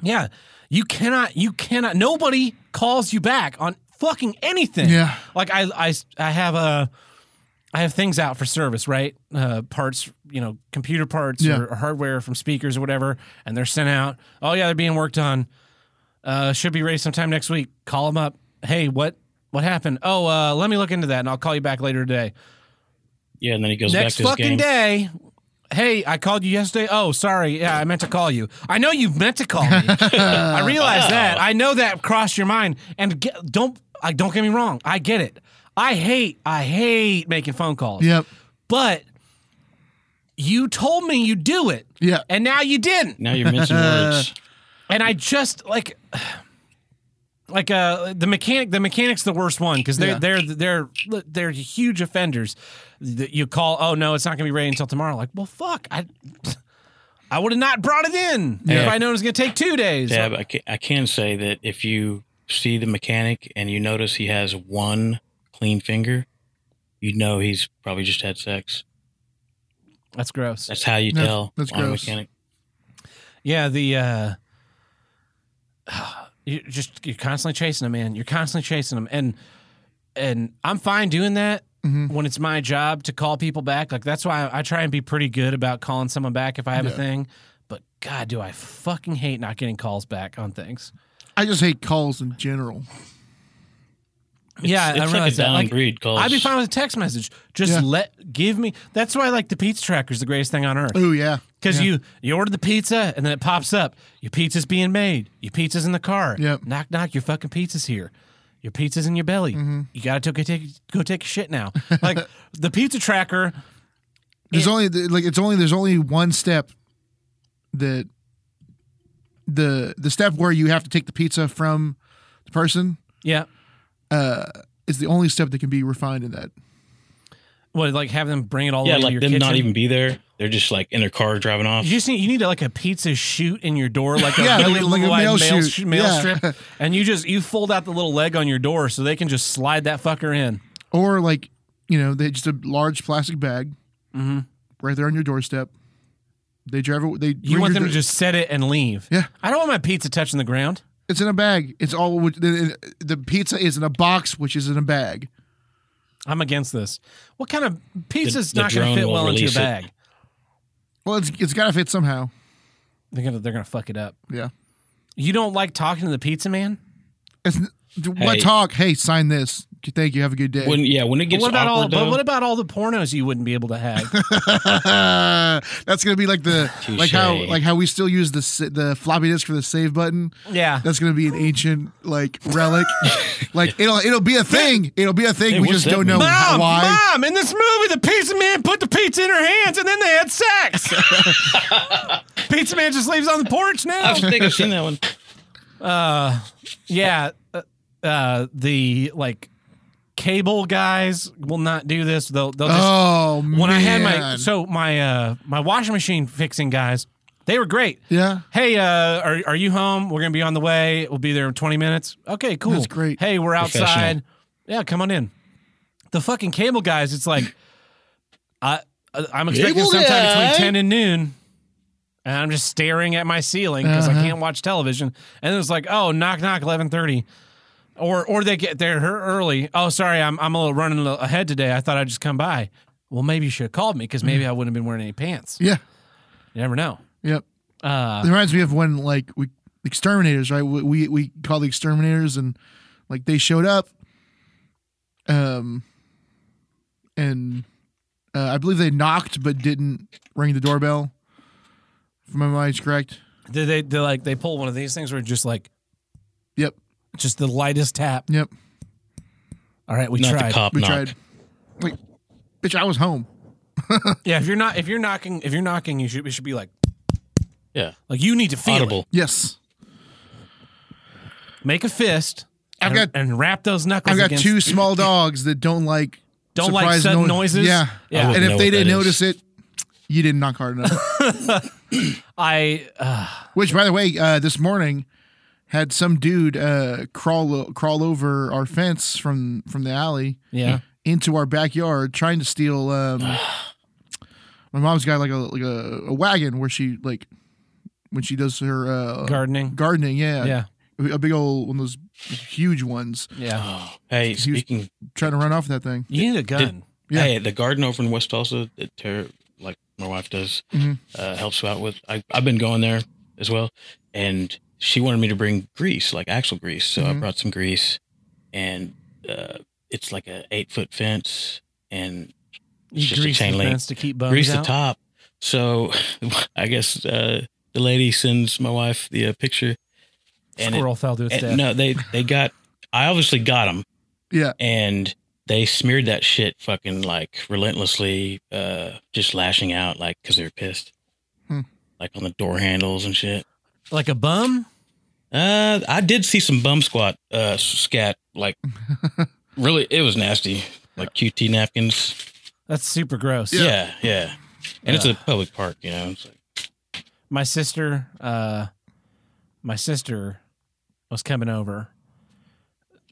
Speaker 1: yeah, you cannot, you cannot. Nobody calls you back on fucking anything.
Speaker 2: Yeah.
Speaker 1: Like I, I, I have a, I have things out for service, right? Uh, parts, you know, computer parts
Speaker 2: Yeah.
Speaker 1: or, or hardware from speakers or whatever, and they're sent out. Oh yeah, they're being worked on. Uh, should be ready sometime next week. Call them up. Hey, what what happened? Oh, uh, let me look into that, and I'll call you back later today
Speaker 3: Yeah, and then he goes back
Speaker 1: next
Speaker 3: to his
Speaker 1: fucking
Speaker 3: game.
Speaker 1: day. Hey, I called you yesterday. Oh, sorry. Yeah, I meant to call you. I know you meant to call me. I realize that. I know that crossed your mind. And get, don't I don't get me wrong. I get it. I hate I hate making phone calls.
Speaker 2: Yep.
Speaker 1: But you told me you do it.
Speaker 2: Yeah.
Speaker 1: And now you didn't
Speaker 3: Now you're missing words.
Speaker 1: and I just like like uh the mechanic the mechanic's the worst one because they're
Speaker 2: Yeah.
Speaker 1: they're they're they're huge offenders that you call oh no it's not gonna be ready until tomorrow like well fuck I I would have not brought it in if
Speaker 3: Yeah.
Speaker 1: I known it was gonna take two days
Speaker 3: Dab, I can, I can say that if you see the mechanic and you notice he has one clean finger, you know he's probably just had sex.
Speaker 1: that's gross
Speaker 3: That's how you
Speaker 2: That's-
Speaker 3: tell
Speaker 2: that's
Speaker 3: on a
Speaker 2: gross.
Speaker 3: mechanic.
Speaker 1: yeah the uh you just you're constantly chasing them man you're constantly chasing them and and I'm fine doing that
Speaker 2: hmm
Speaker 1: when it's my job to call people back. Like that's why I, I try and be pretty good about calling someone back if I have
Speaker 2: Yeah.
Speaker 1: a thing. But God, do I fucking hate not getting calls back on things?
Speaker 2: I just hate calls in general.
Speaker 1: yeah,
Speaker 3: it's
Speaker 1: I
Speaker 3: like
Speaker 1: realize
Speaker 3: a
Speaker 1: that.
Speaker 3: down
Speaker 1: Like,
Speaker 3: breed calls.
Speaker 1: I'd be fine with a text message. Just
Speaker 2: Yeah.
Speaker 1: let give me. That's why like the pizza tracker is the greatest thing on earth.
Speaker 2: Oh yeah.
Speaker 1: Because
Speaker 2: Yeah.
Speaker 1: you you order the pizza and then it pops up. Your pizza's being made. Your pizza's in the car.
Speaker 2: Yep.
Speaker 1: Knock knock. Your fucking pizza's here. Your pizza's in your belly.
Speaker 2: Mm-hmm.
Speaker 1: You gotta take, take go take a shit now. Like the pizza tracker.
Speaker 2: there's
Speaker 1: it-
Speaker 2: only like it's only there's only one step that the the step where you have to take the pizza from the person uh,
Speaker 1: Yeah.
Speaker 2: is the only step that can be refined in that.
Speaker 1: What, like have them bring it all
Speaker 3: yeah,
Speaker 1: over to
Speaker 3: like
Speaker 1: your
Speaker 3: them
Speaker 1: kitchen?
Speaker 3: not even be there. They're just like in their car driving off.
Speaker 1: You just need you need like a pizza shoot in your door, like a
Speaker 2: Yeah,
Speaker 1: really
Speaker 2: like a
Speaker 1: wide
Speaker 2: mail
Speaker 1: mail,
Speaker 2: chute.
Speaker 1: sh- mail
Speaker 2: Yeah.
Speaker 1: strip, and you just you fold out the little leg on your door so they can just slide that fucker in.
Speaker 2: Or like, you know, they just a large plastic bag
Speaker 1: Mhm.
Speaker 2: right there on your doorstep. They drive it. They
Speaker 1: You
Speaker 2: bring
Speaker 1: want
Speaker 2: your
Speaker 1: them to
Speaker 2: do-
Speaker 1: just set it and leave.
Speaker 2: Yeah.
Speaker 1: I don't want my pizza touching the ground.
Speaker 2: It's in a bag. It's all which- the, the pizza is in a box, which is in a bag.
Speaker 1: I'm against this. What kind of pizza's
Speaker 3: The- the
Speaker 1: not going
Speaker 3: drone
Speaker 1: to fit
Speaker 3: will
Speaker 1: well into a
Speaker 3: release it.
Speaker 1: bag?
Speaker 2: Well, it's it's got to fit somehow.
Speaker 1: They're gonna they're gonna fuck it up.
Speaker 2: Yeah.
Speaker 1: You don't like talking to the pizza man?
Speaker 2: It's n- What
Speaker 3: Hey.
Speaker 2: talk? Hey, sign this. Thank you. Have a good day.
Speaker 3: When yeah, when it
Speaker 1: But
Speaker 3: gets
Speaker 1: what about all?
Speaker 3: awkward
Speaker 1: But
Speaker 3: though,
Speaker 1: what about all the pornos you wouldn't be able to have?
Speaker 2: That's gonna be like the like how
Speaker 3: Touche.
Speaker 2: like how we still use the s- the floppy disk for the save button.
Speaker 1: yeah.
Speaker 2: That's gonna be an ancient like relic. like it'll it'll be a thing. It'll be a thing.
Speaker 3: Hey,
Speaker 2: we
Speaker 3: what's
Speaker 2: just
Speaker 3: that
Speaker 2: don't know
Speaker 3: mean?
Speaker 1: Mom,
Speaker 2: why.
Speaker 1: mom, in this movie, the pizza man put the pizza in her hands and then they had sex. pizza man just leaves on the porch now.
Speaker 3: I think I've seen that one.
Speaker 1: Uh, yeah, uh, uh, the like cable guys will not do this. They'll they'll just
Speaker 2: oh man.
Speaker 1: when I had my so my uh my washing machine fixing guys, they were great.
Speaker 2: yeah.
Speaker 1: Hey, uh, are are you home? We're gonna be on the way. We'll be there in twenty minutes. Okay, cool.
Speaker 2: That's great.
Speaker 1: Hey, we're
Speaker 3: Professional.
Speaker 1: outside. Yeah, come on in. The fucking cable guys. It's like, I I'm expecting
Speaker 3: Cable
Speaker 1: sometime
Speaker 3: guy?
Speaker 1: between ten and noon, and I'm just staring at my ceiling because
Speaker 2: Uh-huh.
Speaker 1: I can't watch television. And it's like, oh, knock knock, eleven thirty. Or, or they get there early. Oh, sorry, I'm, I'm a little running a little ahead today. I thought I'd just come by. Well, maybe you should have called me because maybe I wouldn't have been wearing any pants.
Speaker 2: Mm-hmm. Yeah.
Speaker 1: You never know.
Speaker 2: Yep.
Speaker 1: Uh,
Speaker 2: It reminds me of when like we exterminators, right? We we, we call the exterminators and like they showed up. Um and uh, I believe they knocked but didn't ring the doorbell. If my mind's correct.
Speaker 1: Did they they like they pull one of these things where it's just like
Speaker 2: Yep.
Speaker 1: just the lightest tap?
Speaker 2: Yep.
Speaker 1: All right, we
Speaker 3: Not
Speaker 1: tried.
Speaker 3: the cop
Speaker 2: We
Speaker 3: knock.
Speaker 2: tried. Wait. Bitch, I was home.
Speaker 1: Yeah, if you're not if you're knocking if you're knocking, you should it should be like
Speaker 3: Yeah,
Speaker 1: like you need to feel it.
Speaker 3: audible.
Speaker 2: Yes.
Speaker 1: Make a fist.
Speaker 2: I've
Speaker 1: and,
Speaker 2: got-
Speaker 1: and wrap those knuckles.
Speaker 2: I've got
Speaker 1: against-
Speaker 2: two small dogs that don't like
Speaker 1: Don't like
Speaker 2: surprise
Speaker 1: sudden
Speaker 2: noi-
Speaker 1: noises?
Speaker 2: Yeah,
Speaker 1: Yeah. I
Speaker 2: And
Speaker 3: wouldn't
Speaker 2: if
Speaker 3: know
Speaker 2: they
Speaker 3: what
Speaker 2: didn't
Speaker 3: that
Speaker 2: notice
Speaker 3: is.
Speaker 2: it, you didn't knock hard enough.
Speaker 1: I uh,
Speaker 2: Which, by the way, uh, this morning had some dude uh, crawl o- crawl over our fence from from the alley
Speaker 1: yeah.
Speaker 2: into our backyard, trying to steal. Um, my mom's got like a like a, a wagon where she like when she does her uh,
Speaker 1: Gardening.
Speaker 2: gardening. Yeah,
Speaker 1: Yeah.
Speaker 2: a big old one of those huge ones
Speaker 1: Yeah.
Speaker 3: Oh, hey,
Speaker 2: He was-
Speaker 3: speaking.
Speaker 2: trying to run off that thing.
Speaker 1: You need a gun.
Speaker 2: Yeah.
Speaker 3: Hey, the garden over in West Tulsa that Tara, like my wife does,
Speaker 1: Mm-hmm.
Speaker 2: Mhm.
Speaker 3: uh, helps you out with. I, I've been going there as well, and she wanted me to bring grease, like axle grease. So I
Speaker 1: Mm-hmm.
Speaker 2: Mhm.
Speaker 3: brought some grease, and uh, it's like a eight foot fence, and
Speaker 1: You
Speaker 3: It's just a
Speaker 1: grease
Speaker 3: chain
Speaker 1: the
Speaker 3: link.
Speaker 1: fence to keep bums
Speaker 3: grease the
Speaker 1: out.
Speaker 3: top. So I guess uh, the lady sends my wife the uh, picture, and, it-
Speaker 1: Squirrel fell to its
Speaker 3: and-
Speaker 1: death.
Speaker 3: no, they they got. I obviously got them,
Speaker 2: Yeah,
Speaker 3: and they smeared that shit fucking like relentlessly, uh, just lashing out like because they were pissed,
Speaker 2: Hmm.
Speaker 3: like on the door handles and shit.
Speaker 1: Like a bum.
Speaker 3: Uh, I did see some bum squat uh, scat like really it was nasty like QT napkins.
Speaker 1: That's super gross.
Speaker 3: Yeah, yeah, and it's
Speaker 1: Yeah.
Speaker 3: a public park, you know. It's like,
Speaker 1: my sister uh my sister was coming over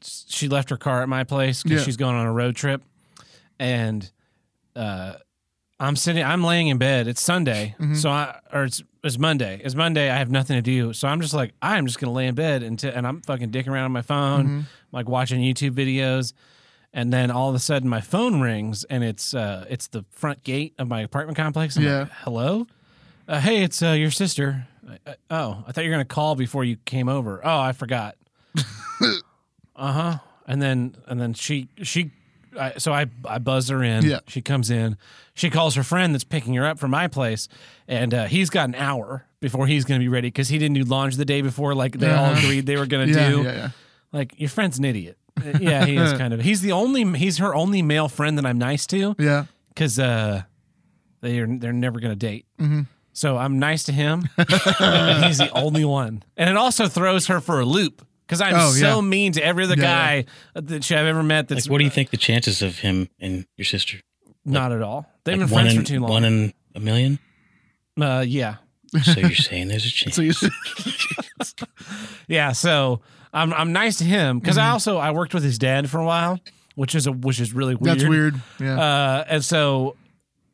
Speaker 1: S- she left her car at my place because
Speaker 2: Yeah.
Speaker 1: she's going on a road trip and uh i'm sitting i'm laying in bed it's sunday
Speaker 2: Mhm.
Speaker 1: so i or it's it's monday it's monday i have nothing to do so i'm just like i'm just gonna lay in bed and, and i'm fucking dicking around on my phone
Speaker 2: Mhm.
Speaker 1: like watching youtube videos and then all of a sudden my phone rings and it's uh it's the front gate of my apartment complex I'm
Speaker 2: Yeah.
Speaker 1: like, hello uh, hey, it's uh, your sister. I, I, oh, I thought you were gonna call before you came over. Oh, I forgot. uh huh. And then and then she she, I, so I I buzz her in.
Speaker 2: Yeah.
Speaker 1: She comes in. She calls her friend that's picking her up from my place, and uh, he's got an hour before he's gonna be ready because he didn't do laundry the day before. Like they all
Speaker 2: Uh-huh.
Speaker 1: agreed they were gonna
Speaker 2: yeah,
Speaker 1: do.
Speaker 2: yeah, yeah.
Speaker 1: Like your friend's an idiot. Uh, yeah, he is kind of. He's the only. He's her only male friend that I'm nice to
Speaker 2: yeah.
Speaker 1: because uh, they're they're never gonna date.
Speaker 2: Mhm.
Speaker 1: So I'm nice to him. And he's the only one, and it also throws her for a loop because I'm
Speaker 2: Oh,
Speaker 1: so
Speaker 2: yeah.
Speaker 1: mean to every other
Speaker 2: Yeah,
Speaker 1: guy that she- I've ever met. That's
Speaker 3: like, what do you think the chances of him and your sister?
Speaker 1: Not at all. They've
Speaker 3: Like,
Speaker 1: been friends
Speaker 3: one in,
Speaker 1: for too
Speaker 3: One
Speaker 1: long.
Speaker 3: in a million.
Speaker 1: uh, yeah,
Speaker 3: So you're saying there's a chance?
Speaker 2: So you,
Speaker 1: yeah. So I'm I'm nice to him because I also I worked with his dad for a while, which is a which is really weird.
Speaker 2: that's weird. Yeah.
Speaker 1: Uh, and so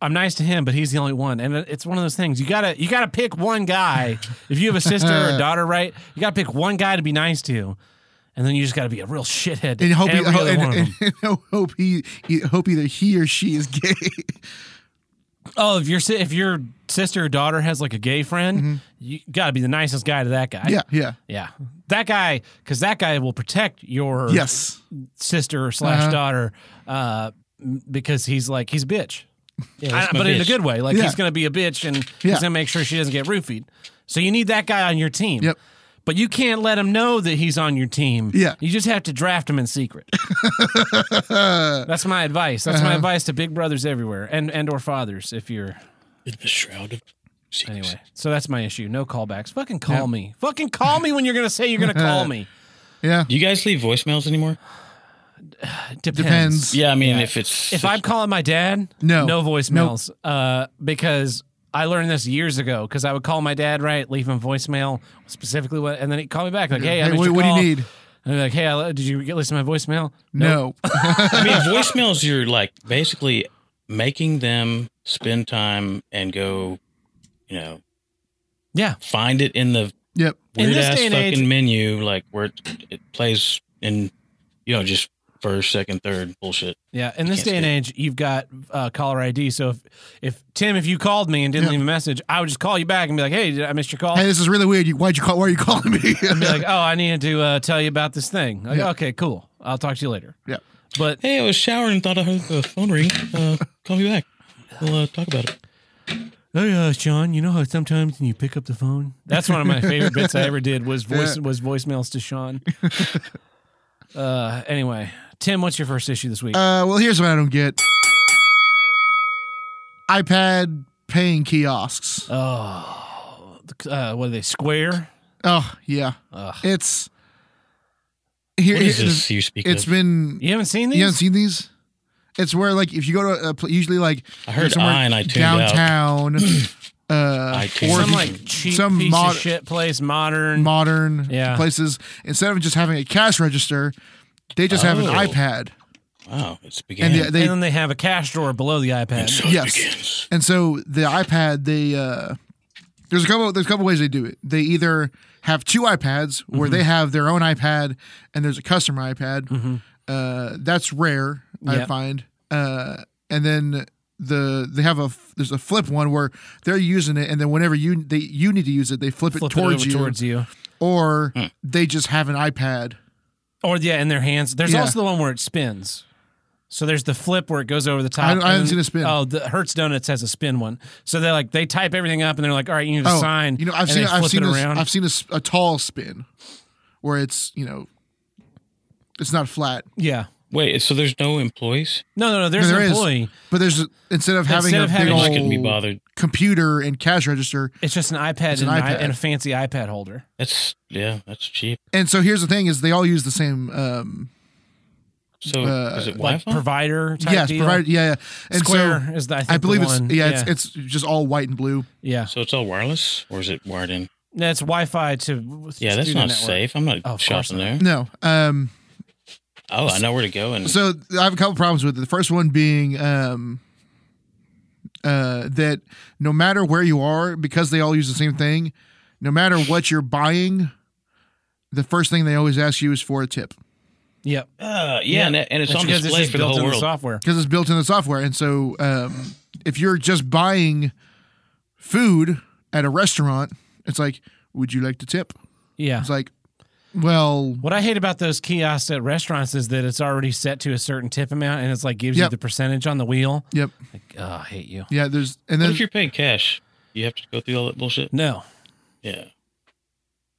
Speaker 1: I'm nice to him, but he's the only one. And it's one of those things you gotta you gotta pick one guy. if you have a sister or a daughter, right? You gotta pick one guy to be nice to, and then you just gotta be a real shithead. to
Speaker 2: and hope he,
Speaker 1: every
Speaker 2: ho-
Speaker 1: other
Speaker 2: and,
Speaker 1: one of them.
Speaker 2: and- and hope he, he- hope either he or she is gay.
Speaker 1: Oh, if your si- if your sister or daughter has like a gay friend, you gotta be the nicest guy to that guy.
Speaker 2: Yeah, yeah.
Speaker 1: Mm-hmm. yeah, that guy because that guy will protect your
Speaker 2: Yes.
Speaker 1: sister slash
Speaker 2: Uh-huh.
Speaker 1: daughter uh, m- because he's like he's a bitch,
Speaker 3: that's
Speaker 1: I-
Speaker 3: my
Speaker 1: but in a
Speaker 3: bitch.
Speaker 1: good way. Like
Speaker 2: Yeah.
Speaker 1: he's gonna be a bitch and
Speaker 2: Yeah.
Speaker 1: he's gonna make sure she doesn't get roofied. So you need that guy on your team.
Speaker 2: Yep.
Speaker 1: But you can't let him know that he's on your team.
Speaker 2: Yeah.
Speaker 1: You just have to draft him in secret. That's my advice. That's
Speaker 2: Uh-huh.
Speaker 1: my advice to big brothers everywhere and and or fathers if you're
Speaker 3: In the shroud of secrecy.
Speaker 1: Anyway, so that's my issue. No callbacks. Fucking call me. Fucking call me when you're gonna say you're gonna call me.
Speaker 2: Yeah.
Speaker 3: Do you guys leave voicemails anymore?
Speaker 1: Depends.
Speaker 2: Depends.
Speaker 3: Yeah, I mean, if it's
Speaker 1: If I'm calling my dad,
Speaker 2: No.
Speaker 1: no voicemails. Uh, because I learned this years ago. Because I would call my dad, right, leave him voicemail specifically, what, and then he'd call me back like, "Hey, I
Speaker 2: Hey,
Speaker 1: missed
Speaker 2: what,
Speaker 1: your
Speaker 2: what do
Speaker 1: call.
Speaker 2: you need?
Speaker 1: And I'd be like, "Hey, I, le- did you get listen to my voicemail?
Speaker 2: No.
Speaker 3: I mean, voicemails, you're like basically making them spend time and go, you know,
Speaker 1: Yeah.
Speaker 3: find it in the
Speaker 2: Yep.
Speaker 1: In
Speaker 3: weird
Speaker 1: this
Speaker 3: ass
Speaker 1: day
Speaker 3: fucking
Speaker 1: and age-
Speaker 3: menu, like where it, it plays in, you know, just first, second, third bullshit.
Speaker 1: Yeah, in this
Speaker 3: Can't
Speaker 1: day and age, you've got uh, caller ID. So if, if Tim, if you called me and didn't
Speaker 2: Yeah.
Speaker 1: leave a message, I would just call you back and be like, "Hey, did I miss your call?"
Speaker 2: Hey, this is really weird. You, why'd you call? Why are you calling me?
Speaker 1: be like, "Oh, I needed to uh, tell you about this thing." Like,
Speaker 2: Yeah.
Speaker 1: okay, cool. I'll talk to you later.
Speaker 2: Yeah.
Speaker 1: But
Speaker 3: Hey, I was showering and thought I heard the phone ring. Uh, call me back. We'll uh, talk about it.
Speaker 1: hey, uh, Sean, you know how sometimes when you pick up the phone, that's one of my favorite bits I ever did was voice was voicemails to Sean. uh, anyway, Tim, what's your first issue this week?
Speaker 2: Uh, well, here's what I don't get: iPad paying kiosks.
Speaker 1: oh, uh, what are they? Square.
Speaker 2: Oh yeah,
Speaker 1: Ugh.
Speaker 2: it's here.
Speaker 3: What is
Speaker 2: here-
Speaker 3: this you speak
Speaker 2: It's
Speaker 3: of?
Speaker 2: been
Speaker 1: You haven't seen these?
Speaker 2: you haven't seen these. It's where like if you go to a, pl- usually like
Speaker 3: I heard
Speaker 2: somewhere
Speaker 3: I and I tuned out.
Speaker 2: downtown, uh,
Speaker 3: I tuned
Speaker 2: or
Speaker 1: some
Speaker 2: if you-
Speaker 1: like cheap
Speaker 2: some
Speaker 1: piece
Speaker 2: mod-
Speaker 1: of shit place, modern.
Speaker 2: modern
Speaker 1: Yeah.
Speaker 2: places. Instead of just having a cash register, they just have an
Speaker 3: Oh.
Speaker 2: iPad,
Speaker 3: Wow, it's
Speaker 2: and
Speaker 3: beginning.
Speaker 2: yeah, they
Speaker 1: and then they have a cash drawer below the iPad.
Speaker 3: so
Speaker 2: yes.
Speaker 3: it begins.
Speaker 2: And so the iPad, they uh, there's a couple there's a couple ways they do it. They either have two iPads where they have their own iPad and there's a customer iPad. Uh, that's rare, I
Speaker 1: Yep.
Speaker 2: find. Uh, and then the they have a f- there's a flip one where they're using it, and then whenever you they you need to use it, they flip,
Speaker 1: Flip
Speaker 2: it
Speaker 1: it
Speaker 2: towards
Speaker 1: over
Speaker 2: you,
Speaker 1: towards you.
Speaker 2: or they just have an iPad.
Speaker 1: Or yeah, in their hands. There's
Speaker 2: Yeah.
Speaker 1: also the one where it spins. So there's the flip where it goes over the top.
Speaker 2: I don't- I
Speaker 1: and
Speaker 2: haven't
Speaker 1: then-
Speaker 2: seen a spin.
Speaker 1: Oh, the Hertz Donuts has a spin one. So they're like they type everything up and they're like, all right, you need to
Speaker 2: Oh,
Speaker 1: sign.
Speaker 2: You know, I've
Speaker 1: and
Speaker 2: seen
Speaker 1: they
Speaker 2: I've
Speaker 1: flip
Speaker 2: seen
Speaker 1: it
Speaker 2: a,
Speaker 1: around.
Speaker 2: I've seen a s a a tall spin where it's you know it's not flat.
Speaker 1: yeah.
Speaker 3: Wait, so there's no employees?
Speaker 1: No, no, no. There's
Speaker 2: No, there
Speaker 1: an
Speaker 2: is.
Speaker 1: employee.
Speaker 2: But there's instead of having
Speaker 1: Instead
Speaker 2: a
Speaker 1: of
Speaker 2: big
Speaker 1: having,
Speaker 2: old
Speaker 1: like,
Speaker 3: I couldn't be bothered.
Speaker 2: computer and cash register,
Speaker 1: It's just an iPad, and,
Speaker 2: an
Speaker 1: an i-
Speaker 2: iPad.
Speaker 1: and a fancy iPad holder.
Speaker 3: That's yeah, that's cheap.
Speaker 2: and so here's the thing: is they all use the same. Um,
Speaker 3: So
Speaker 2: Uh,
Speaker 3: is it
Speaker 1: Like
Speaker 3: Wi-Fi?
Speaker 1: provider type
Speaker 2: yes,
Speaker 1: deal.
Speaker 2: provide. Yeah, yeah. And
Speaker 1: Square
Speaker 2: so
Speaker 1: is the I, think
Speaker 2: I believe
Speaker 1: the
Speaker 2: it's
Speaker 1: one.
Speaker 2: yeah, It's, it's just all white and blue.
Speaker 1: yeah.
Speaker 3: so it's all wireless, or is it wired in?
Speaker 1: No, it's Wi-Fi to
Speaker 3: Yeah, that's
Speaker 1: student
Speaker 3: not
Speaker 1: network.
Speaker 3: safe. I'm not
Speaker 1: Oh, of course
Speaker 3: shopping there.
Speaker 2: No. Um.
Speaker 3: Oh, I know where to go. And
Speaker 2: So I have a couple problems with it. The first one being um. Uh, that no matter where you are, because they all use the same thing, no matter what you're buying, the first thing they always ask you is for a tip
Speaker 1: Yep.
Speaker 3: uh, yeah,
Speaker 1: Yeah.
Speaker 3: and, and it's
Speaker 1: That's
Speaker 3: on
Speaker 1: because
Speaker 3: display
Speaker 1: just
Speaker 3: for the
Speaker 1: built
Speaker 3: whole
Speaker 1: in
Speaker 3: world.
Speaker 1: software.
Speaker 2: because it's built in the software. And so, um, if you're just buying food at a restaurant, it's like, would you like to tip?
Speaker 1: Yeah.
Speaker 2: It's like, well,
Speaker 1: What I hate about those kiosks at restaurants is that it's already set to a certain tip amount, and it's like gives
Speaker 2: Yep.
Speaker 1: you the percentage on the wheel.
Speaker 2: yep,
Speaker 1: Like, oh, I hate you.
Speaker 2: yeah. There's and
Speaker 3: What
Speaker 2: then
Speaker 3: if you're paying cash? You have to go through all that bullshit.
Speaker 1: No,
Speaker 3: Yeah.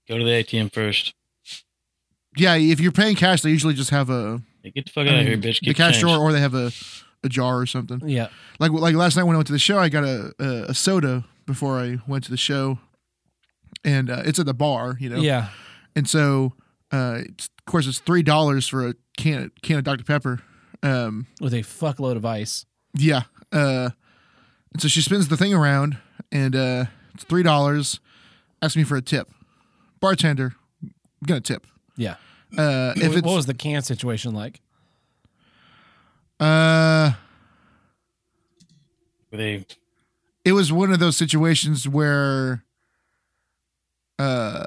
Speaker 3: Go to the ATM first.
Speaker 2: yeah, if you're paying cash, they usually just have a
Speaker 3: Hey, get the fuck
Speaker 2: I
Speaker 3: out of
Speaker 2: mean,
Speaker 3: here, bitch.
Speaker 2: the
Speaker 3: Get
Speaker 2: cash
Speaker 3: change.
Speaker 2: drawer, or they have a a jar or something.
Speaker 1: yeah,
Speaker 2: Like like last night when I went to the show, I got a a, a soda before I went to the show, and uh, it's at the bar, you know.
Speaker 1: yeah.
Speaker 2: And so, uh, it's, of course, it's three dollars for a can can of Dr Pepper. Um,
Speaker 1: With a fuckload of ice.
Speaker 2: Yeah. Uh, and so she spins the thing around, and uh, it's three dollars. Asks me for a tip. Bartender, I'm gonna tip.
Speaker 1: Yeah.
Speaker 2: Uh, if
Speaker 1: what, what
Speaker 2: it's
Speaker 1: was the can situation like?
Speaker 2: uh,
Speaker 3: Were they
Speaker 2: it was one of those situations where, uh,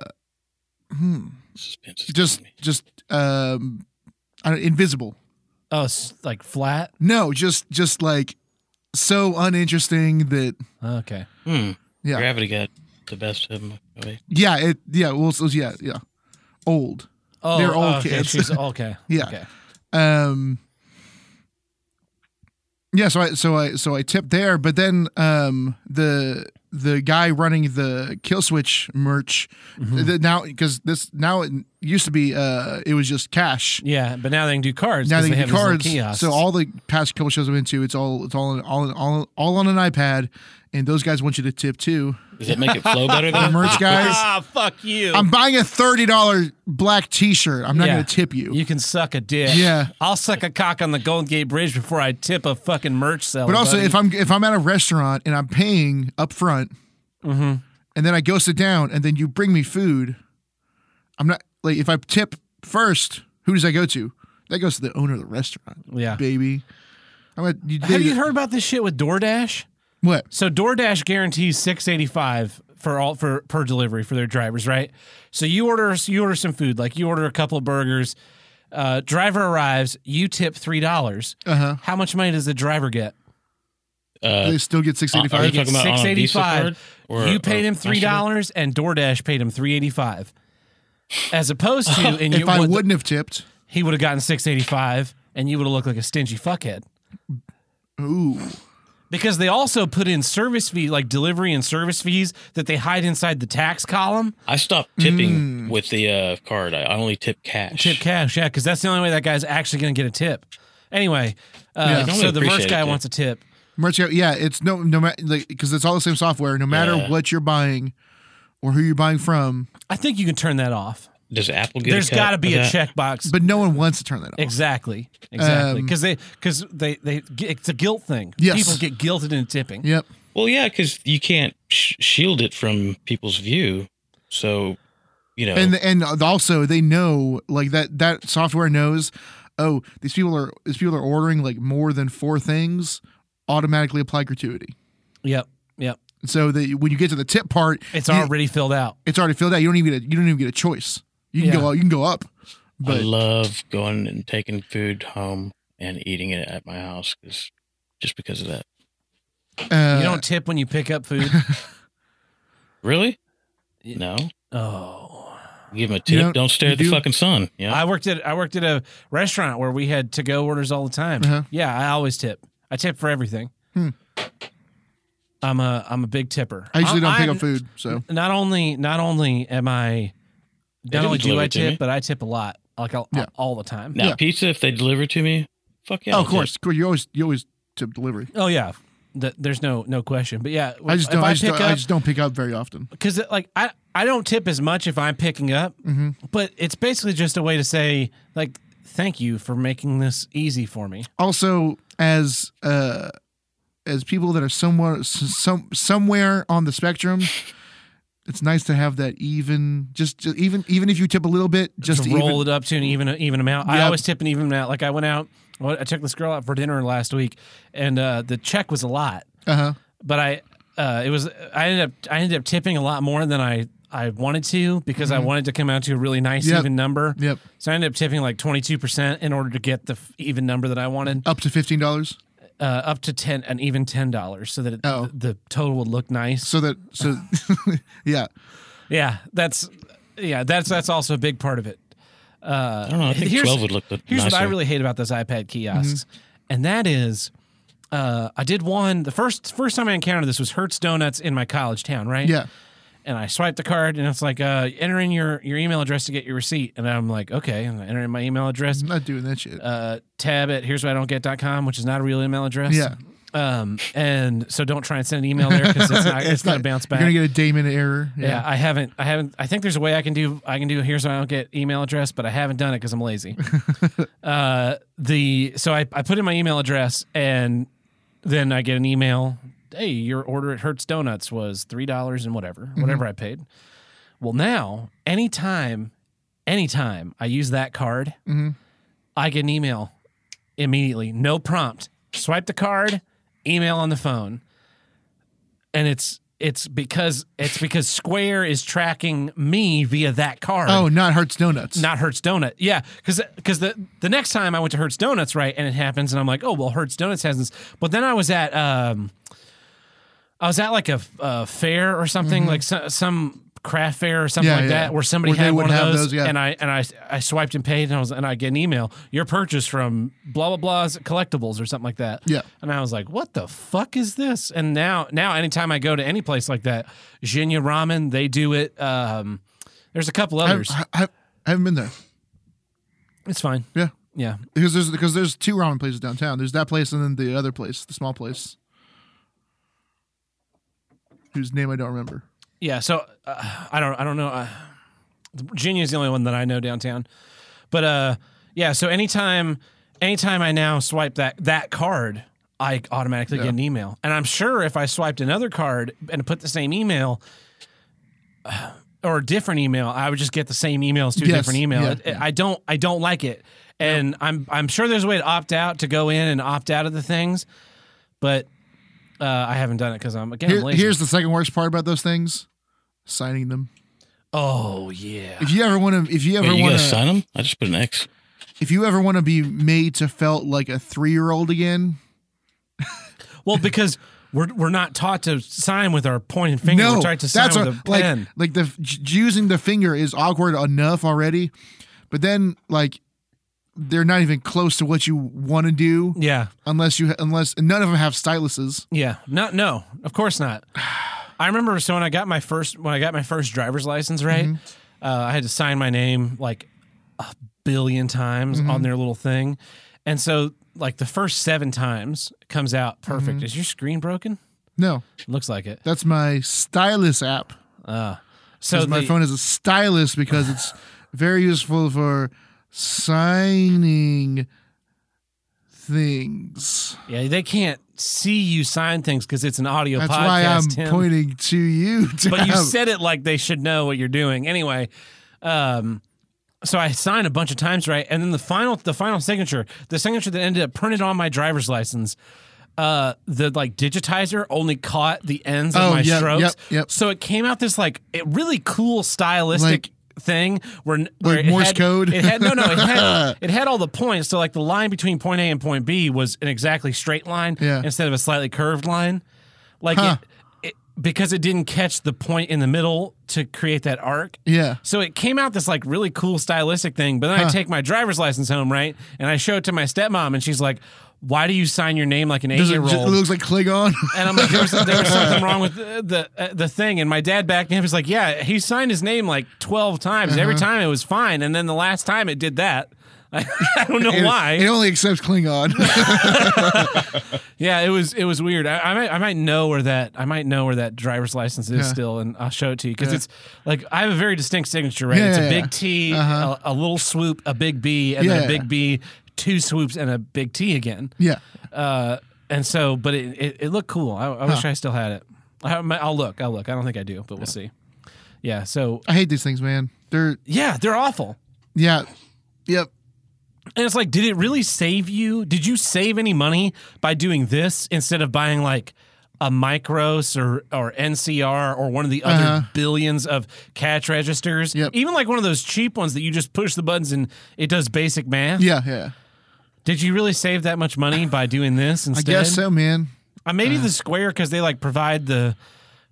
Speaker 2: hmm,
Speaker 3: suspense? is
Speaker 2: just
Speaker 3: killing me.
Speaker 2: just um, I don't, invisible.
Speaker 1: Oh, s- like flat.
Speaker 2: No, just just like so uninteresting that
Speaker 1: Okay.
Speaker 3: Hmm.
Speaker 2: yeah,
Speaker 3: Gravity got the best of him. I mean,
Speaker 2: yeah, it yeah, well, so, yeah, yeah, old.
Speaker 1: Oh,
Speaker 2: They're old
Speaker 1: okay.
Speaker 2: kids.
Speaker 1: She's okay.
Speaker 2: Yeah.
Speaker 1: Okay.
Speaker 2: Um, yeah, so I so I so I tipped there, but then um, the the guy running the kill switch merch
Speaker 1: Mm-hmm.
Speaker 2: the, now because this now it used to be uh, it was just cash.
Speaker 1: Yeah, but now they can do cards.
Speaker 2: Now
Speaker 1: 'cause
Speaker 2: they,
Speaker 1: have
Speaker 2: get
Speaker 1: these little
Speaker 2: cards.
Speaker 1: kiosks.
Speaker 2: So all the past couple shows I've been to, it's all it's all all all all on an iPad, and those guys want you to tip too.
Speaker 3: does that make it flow better
Speaker 2: The
Speaker 3: though?
Speaker 2: merch guys,
Speaker 1: ah, fuck you.
Speaker 2: I'm buying a thirty dollar black T-shirt. I'm not
Speaker 1: Yeah.
Speaker 2: going to tip you.
Speaker 1: you can suck a dick.
Speaker 2: Yeah.
Speaker 1: I'll suck a cock on the Golden Gate Bridge before I tip a fucking merch seller.
Speaker 2: But also,
Speaker 1: buddy.
Speaker 2: if I'm if I'm at a restaurant and I'm paying up front,
Speaker 1: Mm-hmm.
Speaker 2: and then I go sit down, and then you bring me food, I'm not like if I tip first, who does I go to? That goes to the owner of the restaurant,
Speaker 1: yeah.
Speaker 2: baby. I'm gonna, you,
Speaker 1: Have you heard about this shit with DoorDash?
Speaker 2: what?
Speaker 1: So DoorDash guarantees six eighty five for all for per delivery for their drivers, right? So you order you order some food, like you order a couple of burgers. Uh, driver arrives, you tip three dollars.
Speaker 2: Uh-huh.
Speaker 1: How much money does the driver get?
Speaker 2: Do
Speaker 3: Uh,
Speaker 2: they still get six eighty
Speaker 3: Are
Speaker 1: He
Speaker 2: five?
Speaker 3: you talking
Speaker 1: gets
Speaker 3: about on a Visa card or-
Speaker 1: you paid
Speaker 3: or
Speaker 1: him three dollars, and DoorDash paid him three eighty five. As opposed to, and you
Speaker 2: If I
Speaker 1: would-
Speaker 2: wouldn't have tipped,
Speaker 1: he would have gotten six eighty five, and you would have looked like a stingy fuckhead.
Speaker 2: ooh,
Speaker 1: because they also put in service fee like delivery and service fees that they hide inside the tax column
Speaker 3: I stopped
Speaker 2: Hmm. Mm.
Speaker 3: tipping with the uh, card. I I only tip cash.
Speaker 1: tip cash yeah because that's the only way that guy's actually going to get a tip anyway uh,
Speaker 2: Yeah.
Speaker 3: Normally
Speaker 1: so the merch
Speaker 3: appreciate
Speaker 1: guy
Speaker 3: it, yeah.
Speaker 1: wants a tip
Speaker 2: merch. Yeah, it's no no matter like because it's all the same software. No matter
Speaker 3: Yeah.
Speaker 2: what you're buying or who you're buying from,
Speaker 1: i think you can turn that off
Speaker 3: Does Apple get?
Speaker 1: there's
Speaker 3: got to
Speaker 1: be a checkbox
Speaker 2: but no one wants to turn that off.
Speaker 1: exactly exactly
Speaker 2: Um,
Speaker 1: because they because they they it's a guilt thing
Speaker 2: Yes.
Speaker 1: people get guilted into tipping
Speaker 2: Yep.
Speaker 3: Well, yeah, because you can't sh- shield it from people's view. So, you know,
Speaker 2: and and also they know like that that software knows oh these people are these people are ordering like more than four things automatically apply gratuity
Speaker 1: yep yep
Speaker 2: so that when you get to the tip part
Speaker 1: it's
Speaker 2: you-
Speaker 1: already filled out
Speaker 2: it's already filled out you don't even get a, you don't even get a choice you can
Speaker 1: Yeah.
Speaker 2: go out you can go up
Speaker 3: I
Speaker 2: but
Speaker 3: love going and taking food home and eating it at my house because just because of that.
Speaker 2: uh,
Speaker 1: you don't tip when you pick up food
Speaker 3: Really?
Speaker 1: Yeah.
Speaker 3: No.
Speaker 1: oh
Speaker 3: Give them a
Speaker 2: You
Speaker 3: tip.
Speaker 2: don't-
Speaker 3: Don't stare
Speaker 2: you
Speaker 3: at the
Speaker 2: do-
Speaker 3: fucking sun. Yeah.
Speaker 1: I worked at I worked at a restaurant where we had to go orders all the time.
Speaker 2: Uh-huh.
Speaker 1: Yeah, I always tip. I tip for everything.
Speaker 2: Hmm.
Speaker 1: I'm a I'm a big tipper.
Speaker 2: i usually don't
Speaker 1: I'm-
Speaker 2: pick
Speaker 1: I'm-
Speaker 2: up food so
Speaker 1: Not only not only am I not
Speaker 3: didn't
Speaker 1: only do
Speaker 3: deliver
Speaker 1: I
Speaker 3: it to
Speaker 1: tip,
Speaker 3: me.
Speaker 1: but I tip a lot, like all,
Speaker 2: Yeah.
Speaker 1: all the time.
Speaker 3: now
Speaker 2: yeah.
Speaker 3: pizza, if they deliver to me, fuck yeah.
Speaker 2: oh,
Speaker 3: I'll
Speaker 2: of
Speaker 3: tip.
Speaker 2: course you always you always tip delivery
Speaker 1: Oh yeah, Th- there's no no question. But yeah,
Speaker 2: i just
Speaker 1: if
Speaker 2: don't I,
Speaker 1: I
Speaker 2: just
Speaker 1: pick
Speaker 2: don't, I
Speaker 1: up
Speaker 2: just don't pick up very often
Speaker 1: because like I I don't tip as much if I'm picking up,
Speaker 2: hmm
Speaker 1: but it's basically just a way to say like thank you for making this easy for me.
Speaker 2: also as uh as people that are somewhere s- some somewhere on the spectrum it's nice to have that even just, just even even if you tip a little bit just
Speaker 1: to
Speaker 2: to
Speaker 1: roll
Speaker 2: even,
Speaker 1: it up to an even even amount. I
Speaker 2: Yep.
Speaker 1: always tip an even amount. Like I went out, what- I took this girl out for dinner last week, and uh, the check was a lot,
Speaker 2: uh-huh
Speaker 1: but I uh, it was I ended up I ended up tipping a lot more than I I wanted to because I wanted to come out to a really nice
Speaker 2: Mm-hmm. Yep.
Speaker 1: even number.
Speaker 2: yep
Speaker 1: So I ended up tipping like twenty two percent in order to get the f- even number that I wanted,
Speaker 2: up to $15
Speaker 1: uh, up to ten an even ten dollars, so that it,
Speaker 2: Oh.
Speaker 1: the, the total would look nice.
Speaker 2: so that so yeah
Speaker 1: yeah, that's yeah that's that's also a big part of it.
Speaker 3: I don't know. I think
Speaker 1: Here's-
Speaker 3: 12 would look nicer.
Speaker 1: Here's what I really hate about those iPad kiosks,
Speaker 2: Mm-hmm.
Speaker 1: and that is, uh, I did one the first first time I encountered this was Hertz Donuts in my college town, right?
Speaker 2: yeah
Speaker 1: And I swiped the card, and it's like, uh, enter in your your email address to get your receipt, and I'm like, okay, and I enter in my email address.
Speaker 2: i'm not doing that shit
Speaker 1: Uh, tab at here's what I don't get.com, which is not a real email address.
Speaker 2: Yeah.
Speaker 1: Um, and so don't try and send an email there because it's not it's, gonna bounce back.
Speaker 2: you're gonna get a day minute error
Speaker 1: yeah. I haven't. I haven't. I think there's a way I can do. I can do. Here's how I don't get email address, but I haven't done it because I'm lazy. uh, the so I, I put in my email address and then I get an email. Hey, your order at Hertz Donuts was three dollars and whatever, whatever I paid. Well, now anytime, anytime I use that card,
Speaker 2: Mhm.
Speaker 1: I get an email immediately, no prompt. Swipe the card, email on the phone, and it's it's because it's because Square is tracking me via that card.
Speaker 2: Oh, not Hertz Donuts.
Speaker 1: Not Hertz Donut. Yeah, because the the next time I went to Hertz Donuts, right, and it happens, and I'm like, oh well, Hertz Donuts has this. But then I was at um, I was at like a, a fair or something, like so, some craft fair or something
Speaker 2: Mm-hmm. Yeah,
Speaker 1: like
Speaker 2: yeah.
Speaker 1: that, where somebody
Speaker 2: Where they
Speaker 1: had one of
Speaker 2: wouldn't have
Speaker 1: those,
Speaker 2: those, yeah.
Speaker 1: and I and I I swiped and paid, and I was and I get an email, your purchase from blah blah blah's collectibles or something like that.
Speaker 2: Yeah.
Speaker 1: And I was like, what the fuck is this? And now, now anytime I go to any place like that, Jinya Ramen, they do it. Um, there's a couple
Speaker 2: I,
Speaker 1: others.
Speaker 2: I, I, I haven't been there.
Speaker 1: it's fine.
Speaker 2: Yeah.
Speaker 1: Yeah.
Speaker 2: Because there's because there's two ramen places downtown. There's that place and then the other place, the small place, whose name I don't remember.
Speaker 1: Yeah, so uh, I don't I don't know. Uh, Virginia's the only one that I know downtown. But uh yeah, so anytime anytime I now swipe that that card, I automatically get an email. And I'm sure if I swiped another card and put the same email uh, or a different email, I would just get the same emails, two
Speaker 2: Yes,
Speaker 1: different email.
Speaker 2: yeah.
Speaker 1: It- it- I don't I don't like it. And I'm I'm sure there's a way to opt out to go in and opt out of the things, but uh, I haven't done it because I'm again
Speaker 2: Here-
Speaker 1: lazy.
Speaker 2: here's the second worst part about those things: signing them.
Speaker 1: oh yeah.
Speaker 2: If you ever want to, if you ever
Speaker 3: Wait, you
Speaker 2: want
Speaker 3: guys
Speaker 2: to,
Speaker 3: sign them? I just put an X.
Speaker 2: if you ever want to be made to felt like a three year old again,
Speaker 1: Well, because we're we're not taught to sign with our pointing finger.
Speaker 2: no,
Speaker 1: we're taught to sign
Speaker 2: that's
Speaker 1: with
Speaker 2: a-
Speaker 1: a pen.
Speaker 2: like like the j- using the finger is awkward enough already, but then like they're not even close to what you want to do
Speaker 1: yeah,
Speaker 2: unless you unless and none of them have styluses.
Speaker 1: yeah. Not no, of course not. I remember so when I got my first when I got my first driver's license, right?
Speaker 2: Mm-hmm.
Speaker 1: Uh, I had to sign my name like a billion times
Speaker 2: Mm-hmm.
Speaker 1: on their little thing, and so like the first seven times it comes out perfect. Is your screen broken?
Speaker 2: No,
Speaker 1: Looks like it.
Speaker 2: Mm-hmm. that's my stylus app.
Speaker 1: Uh, So
Speaker 2: my
Speaker 1: the-
Speaker 2: phone is a stylus because it's very useful for signing things.
Speaker 1: yeah, they can't see you sign things because it's an audio
Speaker 2: That's
Speaker 1: podcast.
Speaker 2: why I'm
Speaker 1: Tim.
Speaker 2: pointing to you.
Speaker 1: but you
Speaker 2: Tab.
Speaker 1: said it like they should know what you're doing anyway um so I signed a bunch of times right and then the final the final signature the signature that ended up printed on my driver's license uh the like digitizer only caught the ends of
Speaker 2: Oh,
Speaker 1: my
Speaker 2: yep,
Speaker 1: strokes
Speaker 2: yep, yep.
Speaker 1: so it came out this like it really cool stylistic thing where, where
Speaker 2: Like
Speaker 1: it
Speaker 2: Morse
Speaker 1: had-
Speaker 2: code?
Speaker 1: it had no no it had, it had all the points so like the line between point a and point b was an exactly straight line
Speaker 2: Yeah.
Speaker 1: instead of a slightly curved line like
Speaker 2: Huh.
Speaker 1: it, it because it didn't catch the point in the middle to create that arc.
Speaker 2: yeah.
Speaker 1: So it came out this like really cool stylistic thing, but then I take my driver's license home, right? And I show it to my stepmom, and she's like, "Why do you sign your name like an
Speaker 2: Does it,
Speaker 1: eight-year-old?"
Speaker 2: just, it looks like Klingon.
Speaker 1: and I'm like, there was, there was something wrong with the the, uh, the thing. And my dad backed me up. He's like, yeah, he signed his name like 12 times. Every
Speaker 2: Uh-huh.
Speaker 1: time it was fine, and then the last time it did that. I, I don't know
Speaker 2: It-
Speaker 1: why.
Speaker 2: It, only accepts Klingon.
Speaker 1: Yeah, it was it was weird. I, I might I might know where that I might know where that driver's license is
Speaker 2: Yeah.
Speaker 1: still, and I'll show it to you because
Speaker 2: Yeah.
Speaker 1: it's like I have a very distinct signature. Right,
Speaker 2: Yeah,
Speaker 1: it's
Speaker 2: yeah,
Speaker 1: a big
Speaker 2: yeah. Uh-huh.
Speaker 1: T, a, a little swoop, a big B, and then
Speaker 2: Yeah.
Speaker 1: a big B, two swoops, and a big T again.
Speaker 2: yeah.
Speaker 1: Uh, and so, but it it, it looked cool. I, I wish I still had it. I, might- I'll look. I'll look. I don't think I do, but we'll see. Yeah. So
Speaker 2: I hate these things, man. They're
Speaker 1: yeah, they're awful.
Speaker 2: yeah. Yep.
Speaker 1: And it's like, did it really save you? Did you save any money by doing this instead of buying like a Micros or or NCR or one of the other
Speaker 2: Uh-huh.
Speaker 1: billions of cash registers?
Speaker 2: Yep.
Speaker 1: Even like one of those cheap ones that you just push the buttons and it does basic math.
Speaker 2: Yeah, yeah.
Speaker 1: Did you really save that much money by doing this
Speaker 2: I
Speaker 1: instead?
Speaker 2: guess so, man.
Speaker 1: Uh, maybe the Square because they like provide the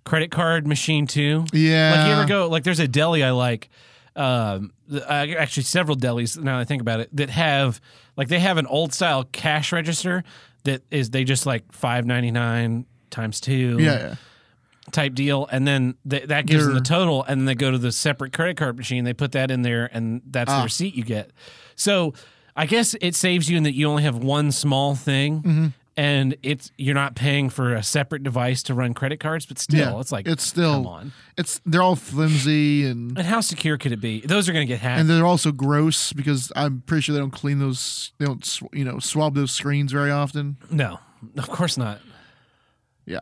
Speaker 1: credit card machine too.
Speaker 2: Yeah.
Speaker 1: Like you ever go like there's a deli I like, um, th- uh, actually several delis now that I think about it that have like they have an old style cash register that is they just like five ninety nine times two
Speaker 2: Yeah, yeah.
Speaker 1: type deal and then th- that gives them the
Speaker 2: They're-
Speaker 1: total and then they go to the separate credit card machine they put that in there and that's
Speaker 2: Ah.
Speaker 1: the receipt you get so i guess it saves you in that you only have one small thing
Speaker 2: Mm-hmm.
Speaker 1: and it's you're not paying for a separate device to run credit cards but still
Speaker 2: Yeah.
Speaker 1: it's like
Speaker 2: It's still-
Speaker 1: come on
Speaker 2: It's they're all flimsy and
Speaker 1: and how secure could it be those are going to get hacked
Speaker 2: and they're also gross because I'm pretty sure they don't clean those. They don't sw- you know swab those screens very often.
Speaker 1: no of course not
Speaker 2: Yeah.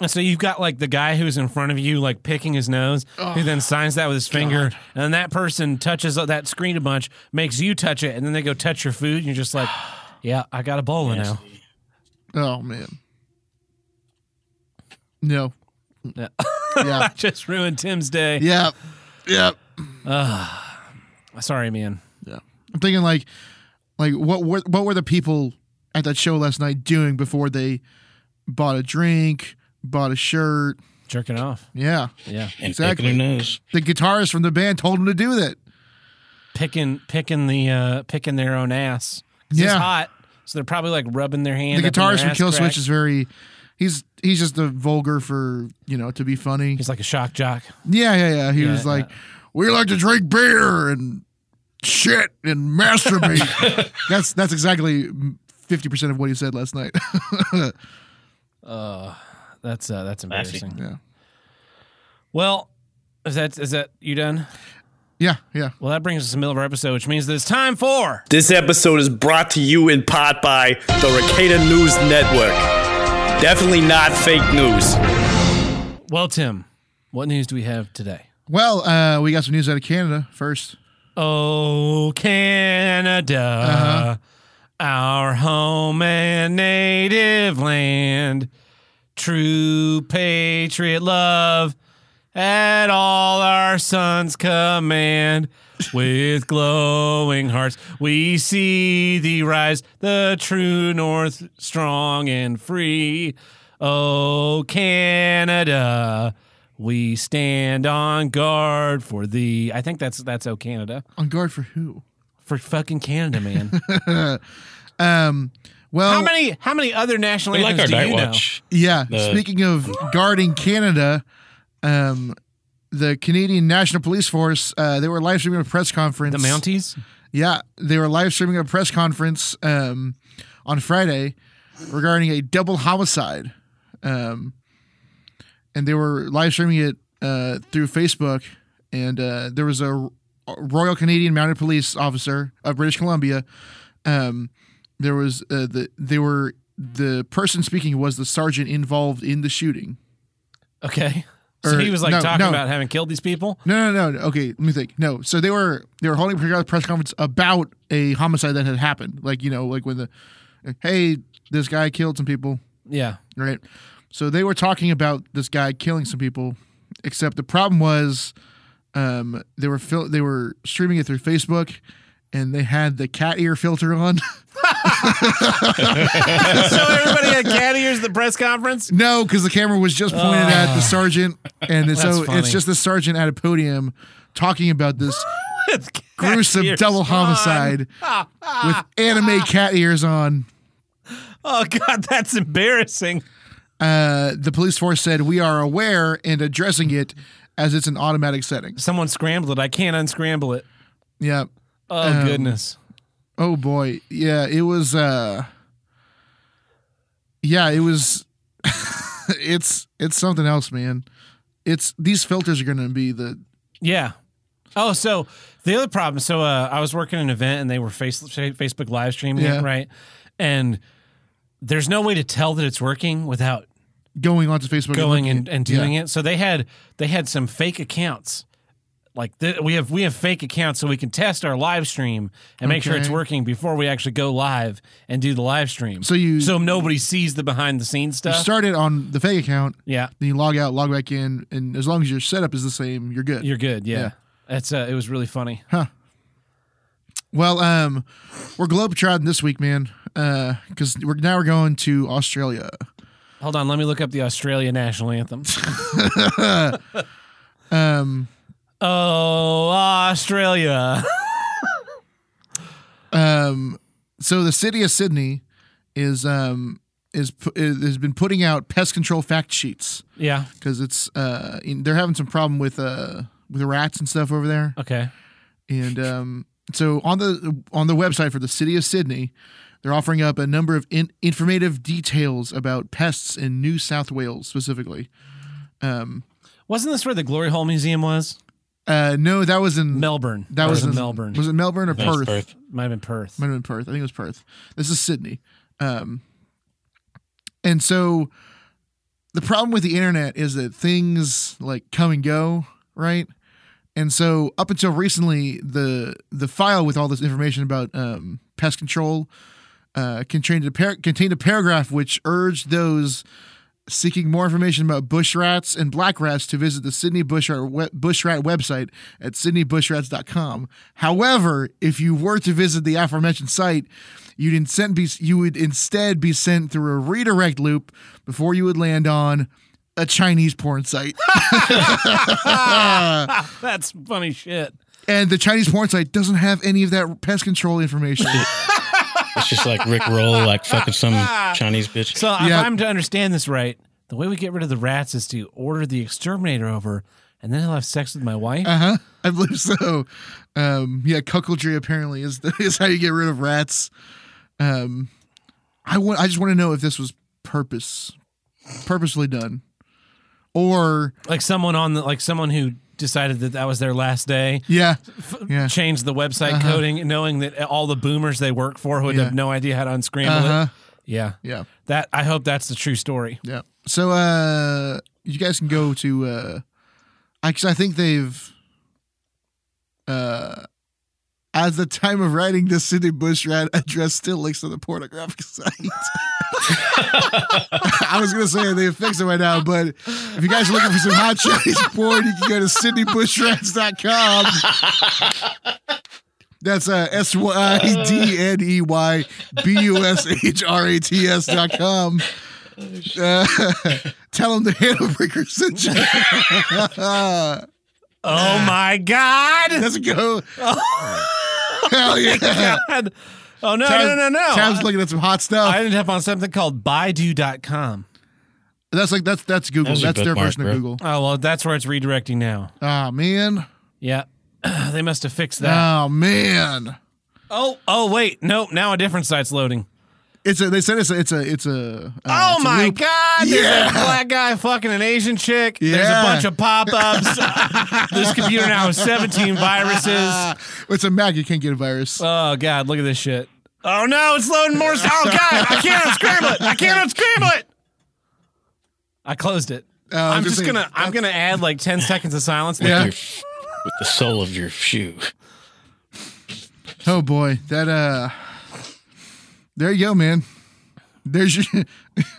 Speaker 1: And so you've got like the guy who's in front of you, like picking his nose,
Speaker 2: Oh,
Speaker 1: who then signs that with his finger, and then that person touches that screen a bunch, makes you touch it, and then they go touch your food, and you're just like, "Yeah, I got Ebola now."
Speaker 2: Oh man. Oh, No.
Speaker 1: Yeah.
Speaker 2: Yeah.
Speaker 1: I just ruined Tim's day.
Speaker 2: Yeah. Yeah.
Speaker 1: Sorry, man.
Speaker 2: I'm thinking like like what were what were the people at that show last night doing before they bought a drink, bought a shirt?
Speaker 1: Jerking off.
Speaker 2: Yeah.
Speaker 1: Yeah.
Speaker 3: and
Speaker 2: Exactly.
Speaker 3: picking her nose.
Speaker 2: The guitarist from the band told him to do that.
Speaker 1: Picking picking the uh picking their own ass. 'Cause It's
Speaker 2: Yeah.
Speaker 1: hot. So they're probably like rubbing their hand.
Speaker 2: The
Speaker 1: up in their
Speaker 2: guitarist from
Speaker 1: ass
Speaker 2: Killswitch
Speaker 1: crack.
Speaker 2: is very he's he's just a vulgar for, you know, to be funny.
Speaker 1: He's like a shock jock.
Speaker 2: Yeah, yeah, yeah. He
Speaker 1: Yeah,
Speaker 2: was like, "We like to drink beer and shit and masturbate." that's that's exactly fifty percent of what he said last night.
Speaker 1: That's uh that's
Speaker 3: Classy.
Speaker 1: embarrassing.
Speaker 2: Yeah.
Speaker 1: Well, is that is that you done?
Speaker 2: yeah, yeah.
Speaker 1: Well, that brings us to the middle of our episode, which means that it's time for
Speaker 5: This episode is brought to you in part by the Ricada News Network. Definitely not fake news.
Speaker 1: Well, Tim, what news do we have today?
Speaker 2: Well, uh, we got some news out of Canada first.
Speaker 1: Oh, Canada, our home and native land, true patriot love at all our sons command. With glowing hearts, we see thee rise, the true north, strong and free. Oh, Canada, we stand on guard for thee. I think that's that's Oh Canada
Speaker 2: On guard for who?
Speaker 1: for fucking Canada, man.
Speaker 2: Um. Well,
Speaker 1: how many how many other national
Speaker 3: We like our
Speaker 1: anthems do
Speaker 3: night
Speaker 1: you know?
Speaker 3: watch.
Speaker 2: yeah.
Speaker 3: The-
Speaker 2: Speaking of guarding Canada, um, the Canadian National Police Force uh, they were live streaming a press conference.
Speaker 1: The Mounties.
Speaker 2: Yeah, they were live streaming a press conference um, on Friday regarding a double homicide, um, and they were live streaming it uh, through Facebook. And uh, there was a Royal Canadian Mounted Police officer of British Columbia. Um, there was uh, the they were the person speaking was the sergeant involved in the shooting.
Speaker 1: Okay. So
Speaker 2: Or-
Speaker 1: he was like
Speaker 2: Er, no,
Speaker 1: talking
Speaker 2: no.
Speaker 1: about having killed these people.
Speaker 2: No, no, no. no. Okay, let me think. No, so they were they were holding a press conference about a homicide that had happened. Like you know, like when the hey, this guy killed some people,
Speaker 1: Yeah.
Speaker 2: right? So they were talking about this guy killing some people. Except the problem was, um, they were fil- they were streaming it through Facebook, and they had the cat ear filter on.
Speaker 1: so everybody at cat ears the press conference.
Speaker 2: no, because the camera was just pointed at the sergeant, and so
Speaker 1: funny.
Speaker 2: it's just the sergeant at a podium talking about this.
Speaker 1: With cat
Speaker 2: gruesome
Speaker 1: ears
Speaker 2: double
Speaker 1: on.
Speaker 2: homicide with anime cat ears on.
Speaker 1: Oh God, that's embarrassing.
Speaker 2: Uh, the police force said we are aware and addressing it as it's an automatic setting.
Speaker 1: Someone scrambled it. I can't unscramble it.
Speaker 2: Yeah. Um,
Speaker 1: Oh goodness.
Speaker 2: Oh boy. Yeah. It was. Uh, yeah. It was. it's it's something else, man. It's these filters are going to be the
Speaker 1: Yeah. Oh, so the other problem. So uh, I was working an event and they were face, Facebook live streaming
Speaker 2: Yeah.
Speaker 1: it, right? And there's no way to tell that it's working without
Speaker 2: going onto Facebook.
Speaker 1: going
Speaker 2: looking
Speaker 1: and,
Speaker 2: at-
Speaker 1: and doing
Speaker 2: yeah.
Speaker 1: it. So they had they had some fake accounts. Like th- we have we have fake accounts so we can test our live stream and make sure it's
Speaker 2: Okay.
Speaker 1: working before we actually go live and do the live stream.
Speaker 2: So you-
Speaker 1: so nobody sees the behind the scenes
Speaker 2: You
Speaker 1: stuff.
Speaker 2: start it on the fake account,
Speaker 1: yeah,
Speaker 2: then you log out, log back in, and as long as your setup is the same, you're good.
Speaker 1: you're good. Yeah,
Speaker 2: Yeah.
Speaker 1: that's uh, it was really funny.
Speaker 2: Well, um, we're globetrotting this week, man, because we're now we're going to Australia.
Speaker 1: Hold on, let me look up the Australia national anthem.
Speaker 2: Um,
Speaker 1: Oh, Australia.
Speaker 2: um, so the city of Sydney is um is pu- is- has been putting out pest control fact sheets
Speaker 1: Yeah.
Speaker 2: because it's uh in, they're having some problem with uh with rats and stuff over there,
Speaker 1: Okay.
Speaker 2: and um so on the on the website for the city of Sydney. They're offering up a number of in- informative details about pests in New South Wales specifically. Um,
Speaker 1: Wasn't this where the Glory Hole Museum was?
Speaker 2: Uh, no, that was in
Speaker 1: Melbourne.
Speaker 2: That was,
Speaker 1: in
Speaker 2: in
Speaker 1: Melbourne.
Speaker 2: Was it Melbourne or
Speaker 3: That's
Speaker 2: Perth?
Speaker 3: Perth.
Speaker 1: Might have been Perth.
Speaker 2: Might have been Perth. I think it was Perth. This is Sydney. Um, and so the problem with the internet is that things like come and go, right? And so up until recently, the the file with all this information about um, pest control uh, contained a par- contained a paragraph which urged those seeking more information about bush rats and black rats to visit the Sydney bush rat, we- bush rat website at sydneybushrats.com. However, if you were to visit the aforementioned site, you'd instead be, you would instead be sent through a redirect loop before you would land on a Chinese porn site.
Speaker 1: That's funny shit.
Speaker 2: and the Chinese porn site doesn't have any of that pest control information.
Speaker 3: It's just like Rick Roll, like fucking some Chinese bitch.
Speaker 1: So if
Speaker 2: Yeah.
Speaker 1: I'm to understand this right, the way we get rid of the rats is to order the exterminator over, and then he'll have sex with my wife.
Speaker 2: Uh huh. I believe so. Um, yeah, cuckoldry apparently is the, is how you get rid of rats. Um, I want. I just want to know if this was purpose, purposely done, or
Speaker 1: like someone on the like someone who decided that that was their last day.
Speaker 2: yeah, yeah, Uh-huh.
Speaker 1: Changed the website coding, knowing that all the boomers they work for would
Speaker 2: Yeah.
Speaker 1: have no idea how to unscramble
Speaker 2: Uh-huh.
Speaker 1: it. Yeah,
Speaker 2: yeah,
Speaker 1: that I hope that's the true story.
Speaker 2: yeah. So uh, you guys can go to. Uh, I, 'cause I think they've. Uh, at the time of writing this, Sydney Bush rat address still links to the pornographic site. I was gonna say they fixed it right now, but if you guys are looking for some hot Chinese porn, you can go to sydneybushrats.com. That's uh, S Y D N E Y B U S H R A T S dot com.
Speaker 1: Oh,
Speaker 2: Uh, tell them the handle breaker sent you.
Speaker 1: Oh my god! Oh,
Speaker 2: Let's go. Hell yeah.
Speaker 1: God. Oh no, no, no, no!
Speaker 2: Tab's looking at some hot stuff.
Speaker 1: I ended up on something called Baidu.com.
Speaker 2: that's like that's that's Google.
Speaker 3: That's
Speaker 2: That's,
Speaker 3: your
Speaker 2: their
Speaker 3: bookmark,
Speaker 2: version of
Speaker 3: bro.
Speaker 2: Google.
Speaker 1: Oh well, that's where it's redirecting now.
Speaker 2: Ah man.
Speaker 1: Yeah, they must have fixed that.
Speaker 2: Oh man.
Speaker 1: Oh, oh wait, nope. Now a different site's loading.
Speaker 2: It's a. They said it's a. It's a. It's a. uh,
Speaker 1: Oh
Speaker 2: it's a
Speaker 1: my
Speaker 2: loop.
Speaker 1: God! There's
Speaker 2: Yeah.
Speaker 1: a black guy fucking an Asian chick. There's a
Speaker 2: Yeah.
Speaker 1: bunch of pop-ups. this computer now has 17 viruses.
Speaker 2: It's a Mac. You can't get a virus.
Speaker 1: Oh God! Look at this shit. Oh no! It's loading more. s- Oh God! I can't unscramble it. I can't unscramble it. I closed it.
Speaker 2: Uh, I was
Speaker 1: I'm
Speaker 2: gonna
Speaker 1: just
Speaker 2: say,
Speaker 1: gonna. I'm gonna add like 10 seconds of silence.
Speaker 2: Yeah.
Speaker 3: Your- with the sole of your shoe.
Speaker 2: Oh boy. That. Uh. There you go, man. There's your.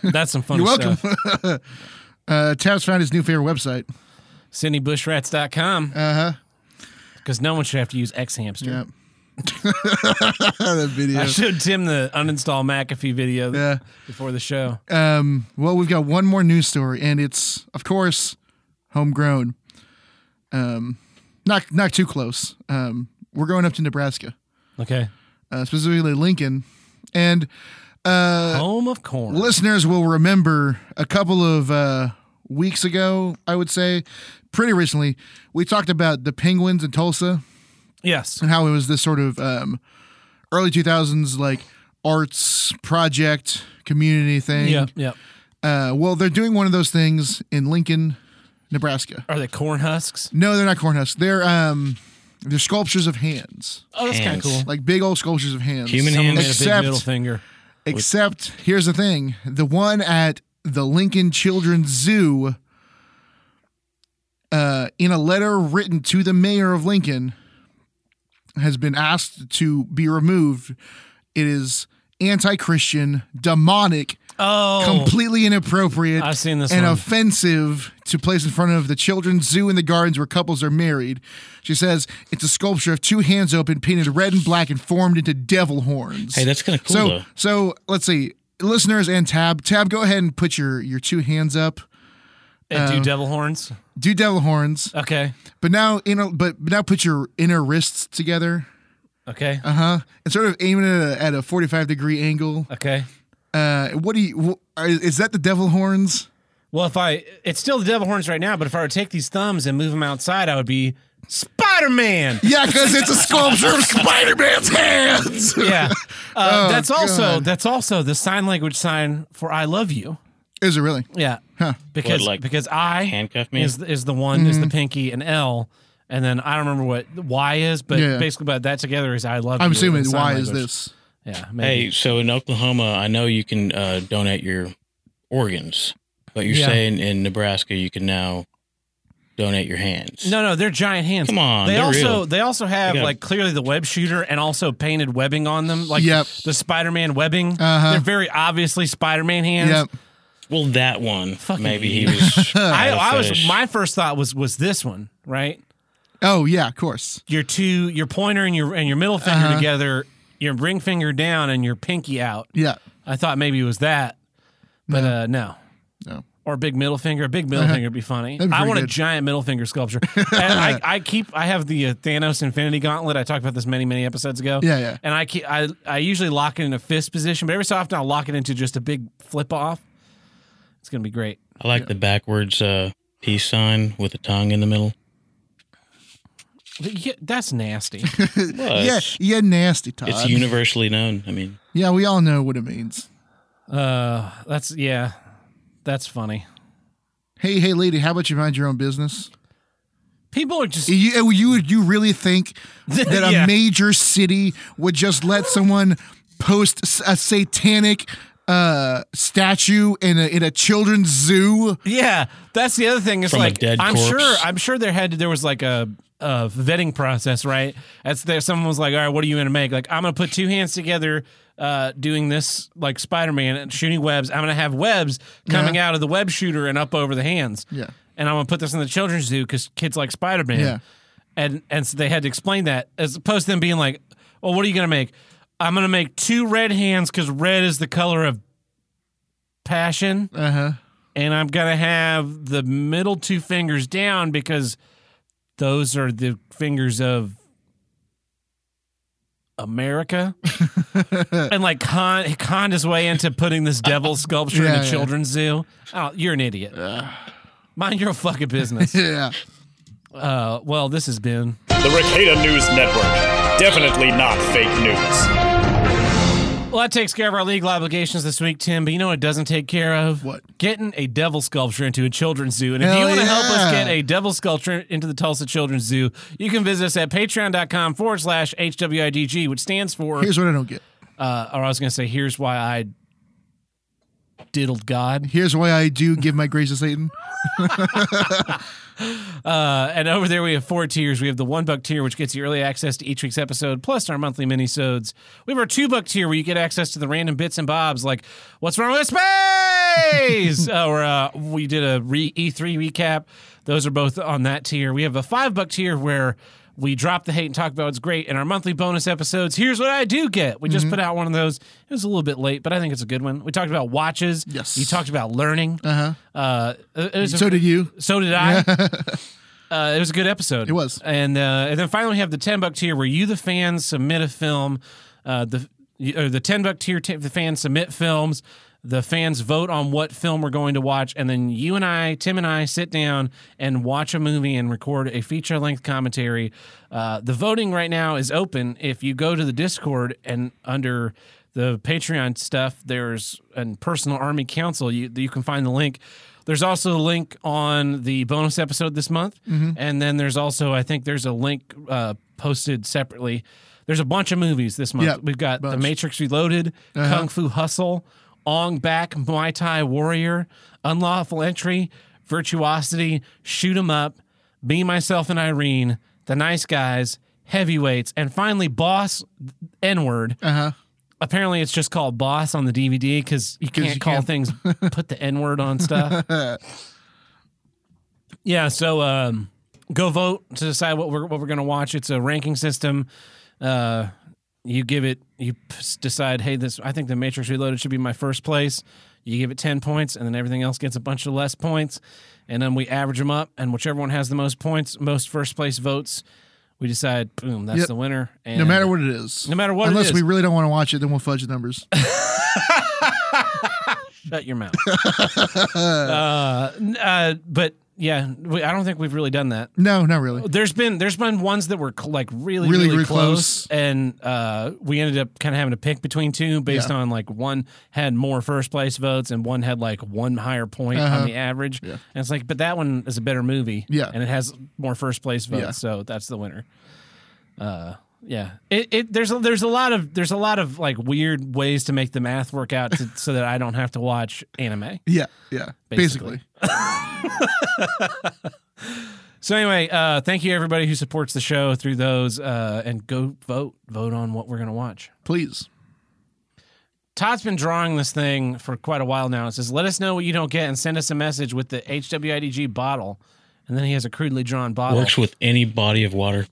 Speaker 1: That's some fun
Speaker 2: You're welcome.
Speaker 1: stuff.
Speaker 2: uh, Tab's found his new favorite website.
Speaker 1: CindyBushRats.com. Uh huh.
Speaker 2: Uh-huh.
Speaker 1: Because no one should have to use X Hamster.
Speaker 2: Yeah. that video.
Speaker 1: I showed Tim the uninstall McAfee video
Speaker 2: Yeah.
Speaker 1: before the show.
Speaker 2: Um, well, we've got one more news story, and it's of course homegrown. Um, not not too close. Um, we're going up to Nebraska,
Speaker 1: Okay.
Speaker 2: uh, specifically Lincoln, and uh,
Speaker 1: Home of corn.
Speaker 2: listeners will remember a couple of uh, weeks ago, I would say, pretty recently, we talked about the Penguins in Tulsa
Speaker 1: yes.
Speaker 2: and how it was this sort of um, early two thousands like arts project community thing.
Speaker 1: Yeah. Yeah.
Speaker 2: Uh, well, they're doing one of those things in Lincoln, Nebraska.
Speaker 1: Are they corn husks?
Speaker 2: No, they're not corn husks. They're um, they're sculptures of hands,
Speaker 1: Oh, that's kind of
Speaker 3: Hands.
Speaker 1: cool.
Speaker 2: like big old sculptures of hands.
Speaker 3: Human
Speaker 1: Someone
Speaker 3: hands.
Speaker 1: made a big
Speaker 2: Except-
Speaker 1: middle finger.
Speaker 2: Except here's the thing: the one at the Lincoln Children's Zoo. Uh, in a letter written to the mayor of Lincoln, has been asked to be removed. It is anti-Christian, demonic,
Speaker 1: Oh,
Speaker 2: completely inappropriate
Speaker 1: I've seen this
Speaker 2: and
Speaker 1: one.
Speaker 2: offensive to place in front of the children's zoo in the gardens where couples are married. She says it's a sculpture of two hands open, painted red and black, and formed into devil horns.
Speaker 3: Hey, that's kind of cool
Speaker 2: so.
Speaker 3: though.
Speaker 2: So let's see, listeners and Tab, Tab, go ahead and put your your two hands up. Um,
Speaker 1: they do devil horns.
Speaker 2: Do devil horns,
Speaker 1: Okay.
Speaker 2: but now inner, but but now put your inner wrists together.
Speaker 1: Okay.
Speaker 2: Uh huh. And sort of aiming at a, at a forty five degree angle.
Speaker 1: Okay.
Speaker 2: Uh, what do you? wh- are- Is that the devil horns?
Speaker 1: Well, if I, it's still the devil horns right now, but if I were to take these thumbs and move them outside, I would be Spider Man.
Speaker 2: Yeah, because it's a sculpture of Spider Man's hands. Oh,
Speaker 1: Yeah. Uh, that's also
Speaker 2: God.
Speaker 1: that's also the sign language sign for I love you.
Speaker 2: Is it really?
Speaker 1: Yeah. Because
Speaker 3: What, like,
Speaker 1: because I
Speaker 3: handcuff me?
Speaker 1: is is the one
Speaker 2: Mm-hmm.
Speaker 1: is the pinky and L, and then I don't remember what Y is, but
Speaker 2: Yeah.
Speaker 1: basically but that together is I love.
Speaker 2: I'm
Speaker 1: you
Speaker 2: assuming
Speaker 1: in sign
Speaker 2: why is
Speaker 1: language.
Speaker 2: this?
Speaker 1: Yeah.
Speaker 3: Hey,
Speaker 1: Maybe.
Speaker 3: so in Oklahoma, I know you can uh, donate your organs, but you're
Speaker 1: Yeah.
Speaker 3: saying in Nebraska you can now donate your hands.
Speaker 1: No, no, they're giant hands.
Speaker 3: Come on,
Speaker 1: They
Speaker 3: they're
Speaker 1: also
Speaker 3: real.
Speaker 1: they also have
Speaker 3: They got-
Speaker 1: like clearly the web shooter and also painted webbing on them, like
Speaker 2: Yep.
Speaker 1: the Spider Man webbing.
Speaker 2: Uh-huh.
Speaker 1: They're very obviously Spider Man hands.
Speaker 2: Yep.
Speaker 3: Well, that one.
Speaker 1: Fucking
Speaker 3: maybe he
Speaker 1: idiot.
Speaker 3: was.
Speaker 1: I,
Speaker 3: out of
Speaker 1: I was
Speaker 3: finish.
Speaker 1: my first thought was was this one right?
Speaker 2: Oh yeah, of course. Uh-huh.
Speaker 1: Your two your pointer and your and your middle finger together, your ring finger down and your pinky out.
Speaker 2: Yeah.
Speaker 1: I thought maybe it was that, but uh, no.
Speaker 2: No. Uh-huh.
Speaker 1: Or a big middle finger. A big middle finger would be funny.
Speaker 2: That'd be
Speaker 1: I
Speaker 2: pretty
Speaker 1: want a
Speaker 2: good.
Speaker 1: giant middle finger sculpture. And I, I keep. I have the uh, Thanos Infinity Gauntlet. I talked about this many, many episodes ago.
Speaker 2: Yeah, yeah.
Speaker 1: And I keep. I I usually lock it in a fist position, but every so often I'll lock it into just a big flip off. It's gonna be great.
Speaker 3: I like the backwards uh, peace sign with the tongue in the middle.
Speaker 1: Yeah, That's nasty.
Speaker 3: Well,
Speaker 2: yeah,
Speaker 3: it's,
Speaker 2: yeah, nasty Todd.
Speaker 3: it's universally known. I mean,
Speaker 2: yeah, we all know what it means.
Speaker 1: Uh, that's yeah, that's funny.
Speaker 2: Hey, hey, lady, how about you mind your own business?
Speaker 1: People are just
Speaker 2: You, you, you really think that
Speaker 1: Yeah.
Speaker 2: a major city would just let someone post s- a satanic uh, statue in a, in a children's zoo?
Speaker 1: yeah. That's the other thing. It's
Speaker 3: From a
Speaker 1: like
Speaker 3: dead
Speaker 1: I'm
Speaker 3: corpse.
Speaker 1: sure I'm sure there had to, there was like a, a vetting process, right? That's there. Someone was like, all right, what are you gonna make? Like I'm gonna put two hands together. Uh, doing this like Spider-Man and shooting webs. I'm gonna have webs coming out of the web shooter and up over the hands.
Speaker 2: Yeah.
Speaker 1: and I'm gonna put this in the children's zoo because kids like Spider Man.
Speaker 2: Yeah.
Speaker 1: And and so they had to explain that as opposed to them being like, "Well, what are you gonna make? I'm gonna make two red hands because red is the color of passion,
Speaker 2: Uh huh.
Speaker 1: and I'm gonna have the middle two fingers down because those are the fingers of." America and like con conned his way into putting this devil sculpture in
Speaker 2: Yeah,
Speaker 1: the
Speaker 2: yeah.
Speaker 1: children's zoo. Oh, you're an idiot. Mind your own fucking business.
Speaker 2: Yeah.
Speaker 1: Uh, well, this has been.
Speaker 5: The Ricada News Network. Definitely not fake news.
Speaker 1: Well, that takes care of our legal obligations this week, Tim. But you know what it doesn't take care of?
Speaker 2: What?
Speaker 1: Getting a devil sculpture into a children's zoo. And if
Speaker 2: Hell
Speaker 1: you want to help us
Speaker 2: yeah.
Speaker 1: get a devil sculpture into the Tulsa Children's Zoo, you can visit us at patreon.com forward slash HWIDG, which stands for,
Speaker 2: Here's what I don't get.
Speaker 1: uh, or I was going to say, here's why I diddled God.
Speaker 2: Here's why I do give my grace to Satan.
Speaker 1: Uh, and over there, we have four tiers. We have the one buck tier, which gets you early access to each week's episode, plus our monthly minisodes. We have our two buck tier, where you get access to the random bits and bobs, like "What's wrong with space?" uh, or uh, we did a re- E3 recap. Those are both on that tier. We have a five buck tier where we drop the hate and talk about what's great in our monthly bonus episodes. Here's what I do get. We
Speaker 2: Mm-hmm.
Speaker 1: just put out one of those. It was a little bit late, but I think it's a good one. We talked about watches.
Speaker 2: Yes.
Speaker 1: You talked about learning. Uh-huh. Uh it was a-
Speaker 2: So did you.
Speaker 1: so did I. Uh, it was a good episode.
Speaker 2: It was.
Speaker 1: and uh, and then finally we have the ten buck tier where you, the fans, submit a film. Uh, the or the ten buck tier, t- the fans submit films. The fans vote on what film we're going to watch, and then you and I, Tim and I, sit down and watch a movie and record a feature length commentary. Uh, the voting right now is open. If you go to the Discord and under the Patreon stuff, there's an personal army council. You you can find the link. There's also a link on the bonus episode this month,
Speaker 2: Mm-hmm.
Speaker 1: and then there's also I think there's a link uh, posted separately. There's a bunch of movies this month.
Speaker 2: Yeah,
Speaker 1: We've got The
Speaker 2: bunch. Uh-huh.
Speaker 1: Matrix Reloaded, Kung Fu Hustle, Ong Back Muay Thai Warrior, Unlawful Entry, Virtuosity, Shoot 'Em Up, Be Myself and Irene, The Nice Guys, Heavyweights, and finally Boss N Word
Speaker 2: Uh-huh.
Speaker 1: apparently it's just called boss on the DVD because you can't
Speaker 2: you
Speaker 1: call
Speaker 2: can't-
Speaker 1: things put the N word on stuff. yeah, so um, go vote to decide what we're what we're gonna watch. It's a ranking system. Uh, you give it, you p- decide. Hey, this I think the Matrix Reloaded should be my first place. You give it ten points, and then everything else gets a bunch of less points, and then we average them up. And whichever one has the most points, most first place votes, we decide. Boom, that's
Speaker 2: Yep.
Speaker 1: the winner. And
Speaker 2: No matter what it is.
Speaker 1: No matter what it
Speaker 2: Unless
Speaker 1: is.
Speaker 2: we really don't want to watch it, then we'll fudge the numbers.
Speaker 1: Shut your mouth. uh, n- uh, but yeah, we, I don't think we've really done that.
Speaker 2: no, not really.
Speaker 1: There's been there's been ones that were cl- like really
Speaker 2: Really,
Speaker 1: really,
Speaker 2: really
Speaker 1: close,
Speaker 2: close.
Speaker 1: and uh, we ended up kind of having to pick between two based
Speaker 2: Yeah.
Speaker 1: on like one had more first place votes and one had like one higher point on
Speaker 2: Uh-huh.
Speaker 1: the average. And it's like, but that one is a better movie.
Speaker 2: Yeah.
Speaker 1: and it has more first place votes,
Speaker 2: Yeah.
Speaker 1: so that's the winner. Uh, yeah, it, it there's a, there's a lot of there's a lot of like weird ways to make the math work out to, so that I don't have to watch anime.
Speaker 2: Yeah, yeah.
Speaker 1: Basically.
Speaker 2: Basically.
Speaker 1: So anyway, uh, thank you everybody who supports the show through those, uh, and go vote, vote on what we're gonna watch.
Speaker 2: Please.
Speaker 1: Todd's been drawing this thing for quite a while now. It says, "Let us know what you don't get and send us a message with the HWIDG bottle." And then he has a crudely drawn bottle,
Speaker 3: Works with any body of water.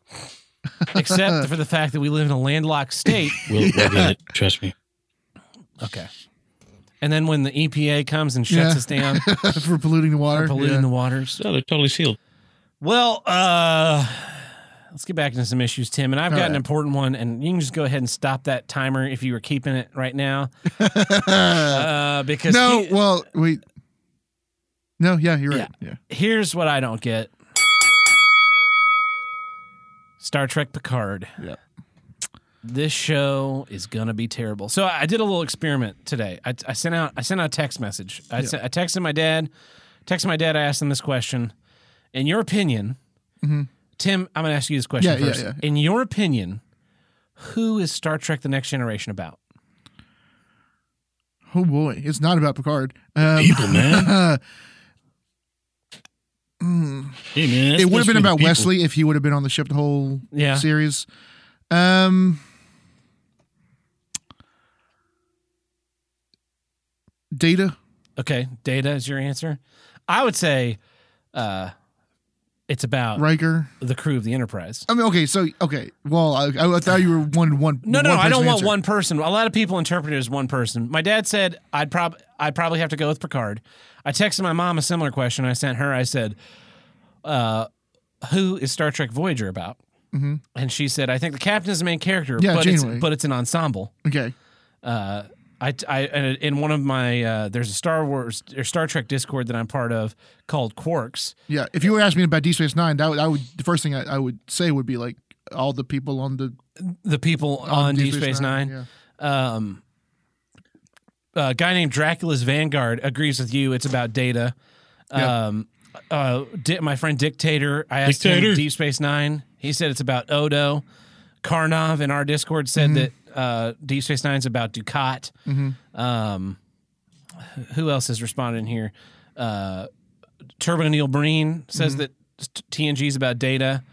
Speaker 1: except for the fact that we live in a landlocked state.
Speaker 3: We'll, we'll get it. Trust me.
Speaker 1: Okay. And then when the EPA comes and shuts
Speaker 2: Yeah.
Speaker 1: us down for
Speaker 2: for polluting the water.
Speaker 1: polluting
Speaker 2: Yeah.
Speaker 1: the waters,
Speaker 3: So they're totally sealed.
Speaker 1: Well, uh let's get back into some issues, Tim. And I've
Speaker 2: All
Speaker 1: got an
Speaker 2: right.
Speaker 1: important one, and you can just go ahead and stop that timer if you were keeping it right now, uh, because
Speaker 2: no,
Speaker 1: he-
Speaker 2: well, wait. No, yeah, you're right. Yeah.
Speaker 1: here's what I don't get: Star Trek Picard.
Speaker 2: Yeah.
Speaker 1: This show is gonna be terrible. So I I did a little experiment today. I, I sent out I sent out a text message. I, sent, I texted my dad. Texted my dad. I asked him this question: In your opinion,
Speaker 2: Hmm.
Speaker 1: Tim, I'm gonna ask you this question
Speaker 2: Yeah, yeah,
Speaker 1: first.
Speaker 2: yeah.
Speaker 1: In your opinion, who is Star Trek: The Next Generation about?
Speaker 2: Oh boy, it's not about Picard. Um,
Speaker 3: People, man. Hey, man, that's
Speaker 2: Hmm. it would have
Speaker 3: supposed to
Speaker 2: been
Speaker 3: be
Speaker 2: about
Speaker 3: people.
Speaker 2: Wesley if he would have been on the ship the whole
Speaker 1: Yeah.
Speaker 2: series. Um, Data.
Speaker 1: Okay, Data is your answer. I would say, uh, it's about
Speaker 2: Riker.
Speaker 1: the crew of the Enterprise.
Speaker 2: I mean, okay, so okay. Well, I, I thought you were wanted one.
Speaker 1: No, no,
Speaker 2: one
Speaker 1: I don't
Speaker 2: person
Speaker 1: want
Speaker 2: answer.
Speaker 1: one person. A lot of people interpret it as one person. My dad said I'd prob I'd probably have to go with Picard. I texted my mom a similar question. I sent her. I said, uh, "Who is Star Trek Voyager about?"
Speaker 2: Mhm.
Speaker 1: And she said, "I think the captain is the main character,
Speaker 2: Yeah,
Speaker 1: but it's,
Speaker 2: Janeway.
Speaker 1: but it's an ensemble."
Speaker 2: Okay,
Speaker 1: uh, I, I and in one of my uh, there's a Star Wars or Star Trek Discord that I'm part of called Quarks.
Speaker 2: yeah. If you were asking me about D Space Nine, that would, I would the first thing I, I would say would be like all the people on the
Speaker 1: The people on, Deep Space Nine.
Speaker 2: Yeah.
Speaker 1: Um, a guy named Dracula's Vanguard agrees with you. It's about data.
Speaker 2: Yeah.
Speaker 1: Um, uh, Di- my friend Dictator, I asked him
Speaker 3: Dictator.
Speaker 1: Deep Space Nine. He said it's about Odo. Karnov in our Discord said that uh, Deep Space Nine's about Ducat. Um, who else has responded in here? Uh, Turbo Neil Breen says
Speaker 2: Mm-hmm.
Speaker 1: that TNG is about data.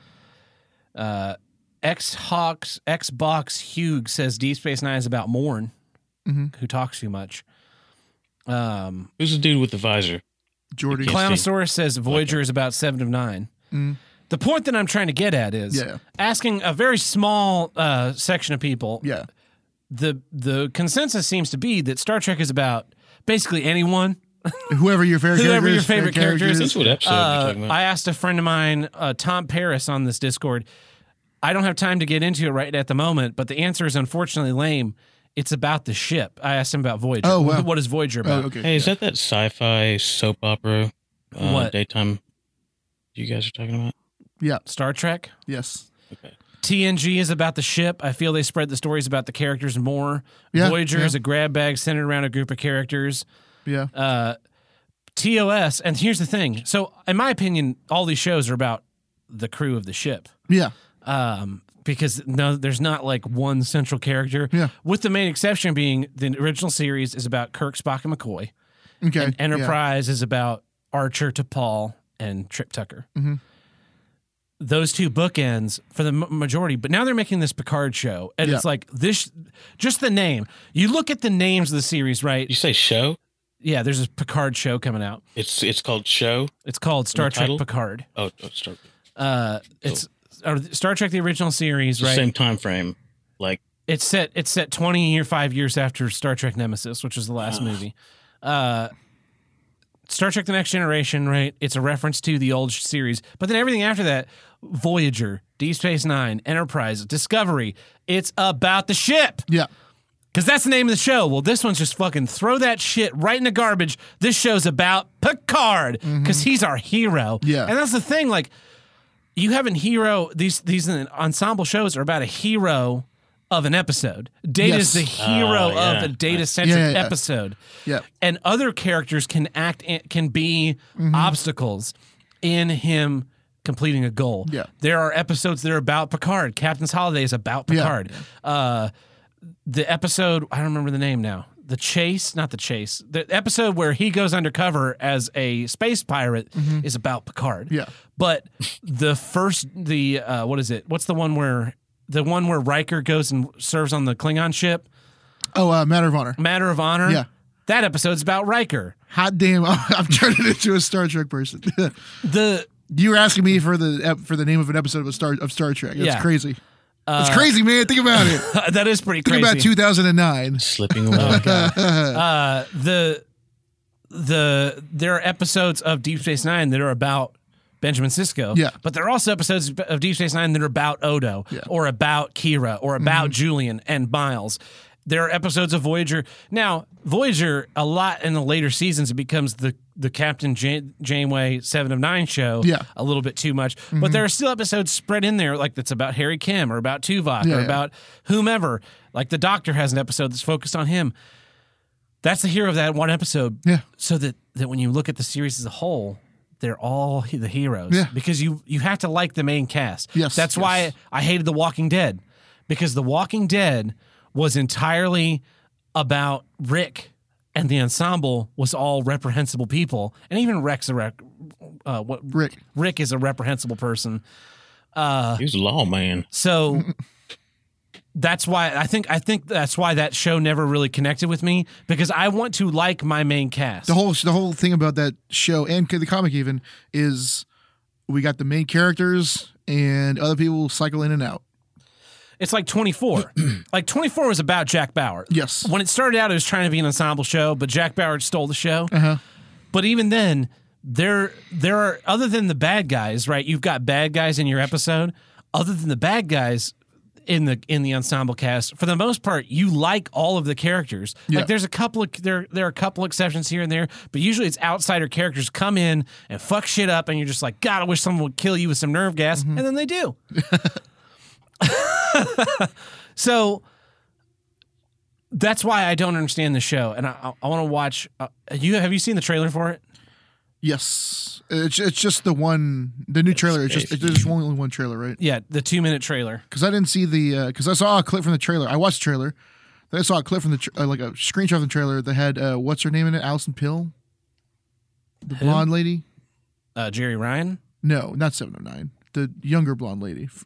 Speaker 1: Uh, X Hawks Xbox Hugh says Deep Space Nine is about Morn,
Speaker 2: Mhm.
Speaker 1: who talks too much. Um,
Speaker 3: Who's the dude with the visor?
Speaker 2: Jordy.
Speaker 3: Yeah.
Speaker 1: Clownosaurus says Voyager is about Seven of Nine.
Speaker 2: Mm.
Speaker 1: The point that I'm trying to get at is
Speaker 2: Yeah.
Speaker 1: asking a very small uh, section of people.
Speaker 2: Yeah,
Speaker 1: The the consensus seems to be that Star Trek is about basically anyone
Speaker 2: whoever your favorite
Speaker 1: Whoever
Speaker 2: character
Speaker 1: your
Speaker 2: is,
Speaker 1: favorite character is.
Speaker 3: That's what episode
Speaker 1: Uh,
Speaker 3: you're talking about.
Speaker 1: I asked a friend of mine, uh, Tom Paris, on this Discord. I don't have time to get into it right at the moment, but the answer is unfortunately lame. It's about the ship. I asked him about Voyager.
Speaker 2: Oh, wow.
Speaker 1: What is Voyager
Speaker 2: Oh,
Speaker 1: about?
Speaker 2: okay.
Speaker 3: hey, is that that sci-fi soap opera? Uh,
Speaker 1: What?
Speaker 3: daytime? You guys are talking about?
Speaker 1: Star Trek.
Speaker 2: Yes.
Speaker 1: TNG is about the ship. I feel they spread the stories about the characters more.
Speaker 2: Yeah,
Speaker 1: Voyager
Speaker 2: yeah.
Speaker 1: is a grab bag centered around a group of characters.
Speaker 2: Yeah.
Speaker 1: Uh, TOS, and here's the thing. So, in my opinion, all these shows are about the crew of the ship.
Speaker 2: Yeah.
Speaker 1: um, because no, there's not like one central character.
Speaker 2: Yeah.
Speaker 1: With the main exception being the original series is about Kirk, Spock, and McCoy.
Speaker 2: Okay.
Speaker 1: And
Speaker 2: yeah.
Speaker 1: Enterprise is about Archer to Paul and Trip Tucker.
Speaker 2: Mhm.
Speaker 1: Those two bookends for the m- majority, but now they're making this Picard show, and it's
Speaker 2: Yeah.
Speaker 1: like this. Just the name. You look at the names of the series, right?
Speaker 3: You say show?
Speaker 1: Yeah, there's a Picard show coming out.
Speaker 3: It's it's called show.
Speaker 1: It's called Star
Speaker 3: the
Speaker 1: Trek
Speaker 3: title?
Speaker 1: Picard.
Speaker 3: Oh, oh, start.
Speaker 1: Uh, it's or Star Trek the original series,
Speaker 3: It's the
Speaker 1: right?
Speaker 3: same time frame. Like
Speaker 1: It's set. It's set twenty year, five years after Star Trek Nemesis, which was the last
Speaker 3: Ugh.
Speaker 1: movie. Uh, Star Trek: The Next Generation, right? It's a reference to the old series, but then everything after that, Voyager, Deep Space Nine, Enterprise, Discovery. It's about the ship
Speaker 2: Yeah.
Speaker 1: because that's the name of the show. Well, this one's just fucking throw that shit right in the garbage. This show's about Picard because he's our hero.
Speaker 2: Mm-hmm. Yeah.
Speaker 1: and that's the thing. Like, you have a hero. These these ensemble shows are about a hero of an episode. Data is
Speaker 2: Yes.
Speaker 1: the hero
Speaker 3: Oh, yeah.
Speaker 1: of a data centric
Speaker 2: Yeah, yeah, yeah.
Speaker 1: episode,
Speaker 2: Yeah.
Speaker 1: and other characters can act can be
Speaker 2: Mm-hmm.
Speaker 1: obstacles in him completing a goal.
Speaker 2: Yeah.
Speaker 1: there are episodes that are about Picard. Captain's Holiday is about
Speaker 2: Yeah.
Speaker 1: Picard. Uh, the episode I don't remember the name now. The chase, not the chase. The episode where he goes undercover as a space pirate is about Picard.
Speaker 2: Mm-hmm. Yeah.
Speaker 1: But the first, the uh, what is it? What's the one where the one where Riker goes and serves on the Klingon ship?
Speaker 2: Oh, uh, Matter of Honor.
Speaker 1: Matter of Honor.
Speaker 2: Yeah.
Speaker 1: That episode's about Riker.
Speaker 2: Hot damn! I'm turning into a Star Trek person.
Speaker 1: The
Speaker 2: you were asking me for the ep- for the name of an episode of Star of Star Trek. That's
Speaker 1: Yeah.
Speaker 2: crazy. It's crazy, man. Think about it.
Speaker 1: that is pretty
Speaker 2: Think
Speaker 1: crazy. Oh,
Speaker 2: about 2009.
Speaker 3: Slipping away.
Speaker 1: uh, the the there are episodes of Deep Space Nine that are about Benjamin Sisko.
Speaker 2: Yeah.
Speaker 1: But there are also episodes of Deep Space Nine that are about Odo or about Kira or about
Speaker 2: Mm-hmm.
Speaker 1: Julian and Miles. There are episodes of Voyager. Now, Voyager, a lot in the later seasons, it becomes the the Captain Jan- Janeway Seven of Nine show
Speaker 2: Yeah. Mm-hmm.
Speaker 1: a little bit too much. But there are still episodes spread in there, like that's about Harry Kim or about Tuvok
Speaker 2: Yeah,
Speaker 1: or
Speaker 2: yeah.
Speaker 1: about whomever. Like the Doctor has an episode that's focused on him. That's the hero of that one episode.
Speaker 2: Yeah.
Speaker 1: So that that when you look at the series as a whole, they're all he- the heroes.
Speaker 2: Yeah.
Speaker 1: Because you you have to like the main cast.
Speaker 2: Yes,
Speaker 1: That's why
Speaker 2: yes.
Speaker 1: I hated The Walking Dead, because The Walking Dead was entirely about Rick. And the ensemble was all reprehensible people, and even Rex a rec- uh, what
Speaker 2: Rick.
Speaker 1: Rick is a reprehensible person.
Speaker 3: he was a lawman.
Speaker 1: Uh, So that's why I think I think that's why that show never really connected with me because I want to like my main cast.
Speaker 2: The whole the whole thing about that show and the comic even is we got the main characters and other people cycle in and out.
Speaker 1: it's like 24. like 24 was about Jack Bauer.
Speaker 2: Yes.
Speaker 1: When it started out it was trying to be an ensemble show, but Jack Bauer stole the show.
Speaker 2: Uh-huh.
Speaker 1: But even then there there are other than the bad guys, right? You've got bad guys in your episode. Other than the bad guys in the in the ensemble cast, for the most part, you like all of the characters.
Speaker 2: Yeah.
Speaker 1: Like there's a couple of there there are a couple exceptions here and there, but usually it's outsider characters come in and fuck shit up, and you're just like, God, I wish someone would kill you with some nerve gas,
Speaker 2: Mm-hmm.
Speaker 1: and then they do. so that's why I don't understand the show, and I I, I want to watch. Uh, you have you seen the trailer for it?
Speaker 2: Yes, it's it's just the one the new trailer. It's just it's just only one trailer, right?
Speaker 1: Yeah, the two minute trailer.
Speaker 2: Because I didn't see the because I saw a clip from the trailer. I watched the trailer. Then I saw a clip from the tr uh, like a screenshot of the trailer that had uh, what's her name in it? Allison Pill, the blonde lady.
Speaker 1: Uh, Jerry Ryan.
Speaker 2: No, not seven oh nine. The younger blonde lady. F-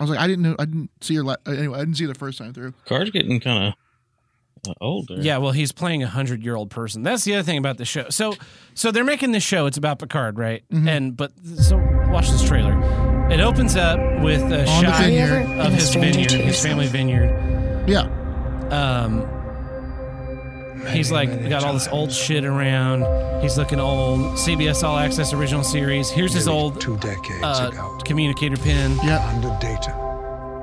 Speaker 2: I was like, I didn't know. I didn't see her. La- uh, anyway, I didn't see her the first time through.
Speaker 3: Car's getting kind of uh, older.
Speaker 1: Yeah, well, he's playing a hundred year old person. That's the other thing about the show. So, so they're making this show. It's about Picard, right?
Speaker 2: Mm-hmm.
Speaker 1: And but so watch this trailer. It opens up with a
Speaker 2: On the
Speaker 1: shot
Speaker 2: vineyard.
Speaker 6: Ever been
Speaker 1: of
Speaker 6: a
Speaker 1: his
Speaker 6: stranger
Speaker 1: vineyard,
Speaker 6: to
Speaker 1: his
Speaker 6: yourself?
Speaker 1: family vineyard.
Speaker 2: Yeah,
Speaker 1: Um, he's like got all this old shit around. He's looking old. CBS All Access original series. Here's his
Speaker 7: Nearly
Speaker 1: old
Speaker 7: two decades
Speaker 1: uh,
Speaker 7: ago.
Speaker 1: communicator pin.
Speaker 2: yeah.
Speaker 7: Under Data,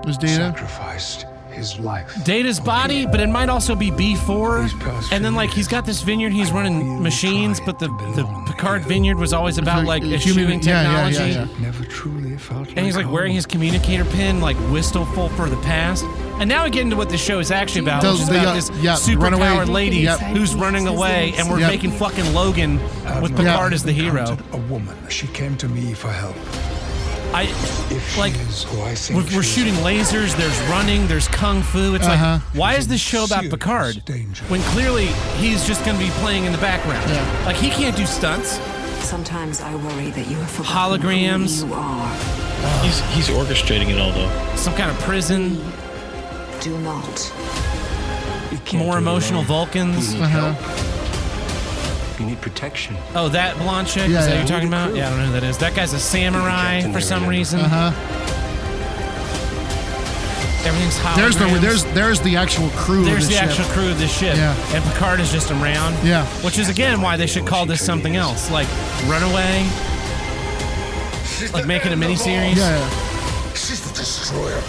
Speaker 2: There's data.
Speaker 7: sacrificed his life.
Speaker 1: Data's body, but it might also be
Speaker 7: These past
Speaker 1: B4. And then,
Speaker 7: few
Speaker 1: like, he's got this vineyard, he's running
Speaker 7: you
Speaker 1: machines,
Speaker 7: tried
Speaker 1: but the,
Speaker 7: to
Speaker 1: the
Speaker 7: belong
Speaker 1: Picard
Speaker 7: here.
Speaker 1: vineyard was always about, like,
Speaker 2: like a
Speaker 1: human
Speaker 2: human- yeah, yeah, yeah,
Speaker 1: technology.
Speaker 2: yeah.
Speaker 7: Never truly felt like
Speaker 1: And he's, like, wearing
Speaker 7: home.
Speaker 1: his communicator pin, like, wistful for the past. And now we get into what the show is actually about,
Speaker 2: Does
Speaker 1: which is
Speaker 2: the,
Speaker 1: about
Speaker 2: uh,
Speaker 1: this
Speaker 2: yeah,
Speaker 1: superpowered
Speaker 2: runaway-
Speaker 1: lady
Speaker 2: Yep.
Speaker 1: who's running away, and we're
Speaker 2: Yep.
Speaker 1: making fucking Logan with
Speaker 7: Admiral
Speaker 1: Picard as the hero.
Speaker 7: encountered A woman. She came to me for help.
Speaker 1: I,
Speaker 7: If she
Speaker 1: like,
Speaker 7: is who I think
Speaker 1: we're, we're
Speaker 7: she is,
Speaker 1: shooting lasers. There's running. There's kung fu. It's
Speaker 2: Uh-huh.
Speaker 1: like, why is this show about
Speaker 7: Serious
Speaker 1: Picard
Speaker 7: danger.
Speaker 1: when clearly he's just going to be playing in the background?
Speaker 2: Yeah.
Speaker 1: Like he can't do stunts.
Speaker 6: Sometimes I worry that you have forgotten
Speaker 1: Holograms.
Speaker 6: who you are.
Speaker 3: He's he's orchestrating it all though.
Speaker 1: Some kind of prison.
Speaker 6: Do not.
Speaker 7: you can't do
Speaker 1: More
Speaker 7: it
Speaker 1: emotional
Speaker 7: alone.
Speaker 1: Vulcans. Uh-huh.
Speaker 7: You need help. You need protection.
Speaker 1: Oh, that blonde chick.
Speaker 2: Yeah,
Speaker 1: is that
Speaker 2: yeah.
Speaker 1: you're talking about? Yeah, I don't know who that is. That guy's a samurai
Speaker 7: Captain
Speaker 1: for some
Speaker 7: America. Uh-huh.
Speaker 1: reason.
Speaker 2: Uh huh.
Speaker 1: Everything's holograms.
Speaker 2: There's the there's there's the actual crew. of
Speaker 1: There's
Speaker 2: the
Speaker 1: the
Speaker 2: ship.
Speaker 1: actual crew of the ship,
Speaker 2: Yeah.
Speaker 1: and Picard is just around.
Speaker 2: Yeah.
Speaker 1: which is again why they should call this something else, like Runaway, like making a miniseries.
Speaker 2: Yeah, yeah.
Speaker 7: She's the destroyer.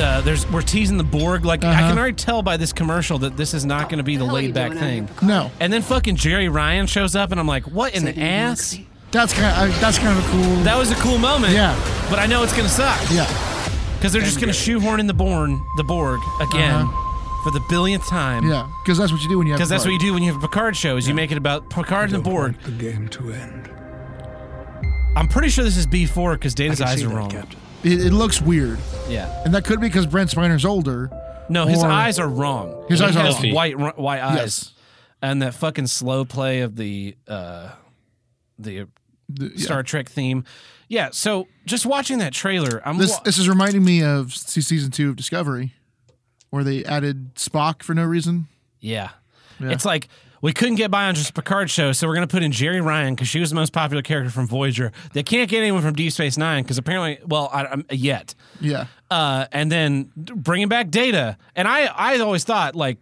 Speaker 1: uh, there's we're teasing the Borg. Like I
Speaker 2: Uh-huh.
Speaker 1: can already tell by this commercial that this is not going to be the
Speaker 6: What hell are you
Speaker 1: laid back
Speaker 6: doing out here,
Speaker 1: thing.
Speaker 6: Picard?
Speaker 2: No,
Speaker 1: And then fucking Jerry Ryan shows up, and I'm like, what in
Speaker 6: Said
Speaker 1: the
Speaker 6: you didn't look
Speaker 1: ass?
Speaker 6: me.
Speaker 2: that's kind of that's kind of cool.
Speaker 1: That was a cool moment.
Speaker 2: Yeah.
Speaker 1: But I know it's gonna suck
Speaker 2: yeah,
Speaker 1: because they're just gonna shoehorn in the Born, the Borg again for the billionth time.
Speaker 2: Uh-huh. yeah. Because that's what you do when you have.
Speaker 1: Because that's what you do when you have a Picard show is you make it about Picard and the Borg.
Speaker 7: Want the game to end.
Speaker 1: I'm pretty sure this is B4 because
Speaker 7: I
Speaker 1: Data's
Speaker 7: can
Speaker 1: eyes
Speaker 7: see
Speaker 1: are
Speaker 7: that,
Speaker 1: wrong.
Speaker 7: Captain.
Speaker 2: It, it looks weird,
Speaker 1: Yeah.
Speaker 2: and that could be because Brent Spiner's older.
Speaker 1: No, his
Speaker 2: Or-
Speaker 1: eyes are wrong.
Speaker 2: His
Speaker 1: He
Speaker 2: eyes are
Speaker 1: has
Speaker 3: wrong.
Speaker 1: white ru- white eyes.
Speaker 2: Yes.
Speaker 1: And that fucking slow play of the uh the uh,
Speaker 2: The- yeah.
Speaker 1: Star Trek theme. Yeah, so just watching that trailer, I'm
Speaker 2: This
Speaker 1: wa-
Speaker 2: this is reminding me of se- season two of Discovery. where they added Spock for no reason.
Speaker 1: Yeah. It's like we couldn't get by on just Picard show, so we're going to put in Jerry Ryan because she was the most popular character from Voyager. They can't get anyone from Deep Space Nine because apparently, well, I, I'm, yet.
Speaker 2: Yeah.
Speaker 1: Uh, and then bringing back Data. And I, I always thought, like,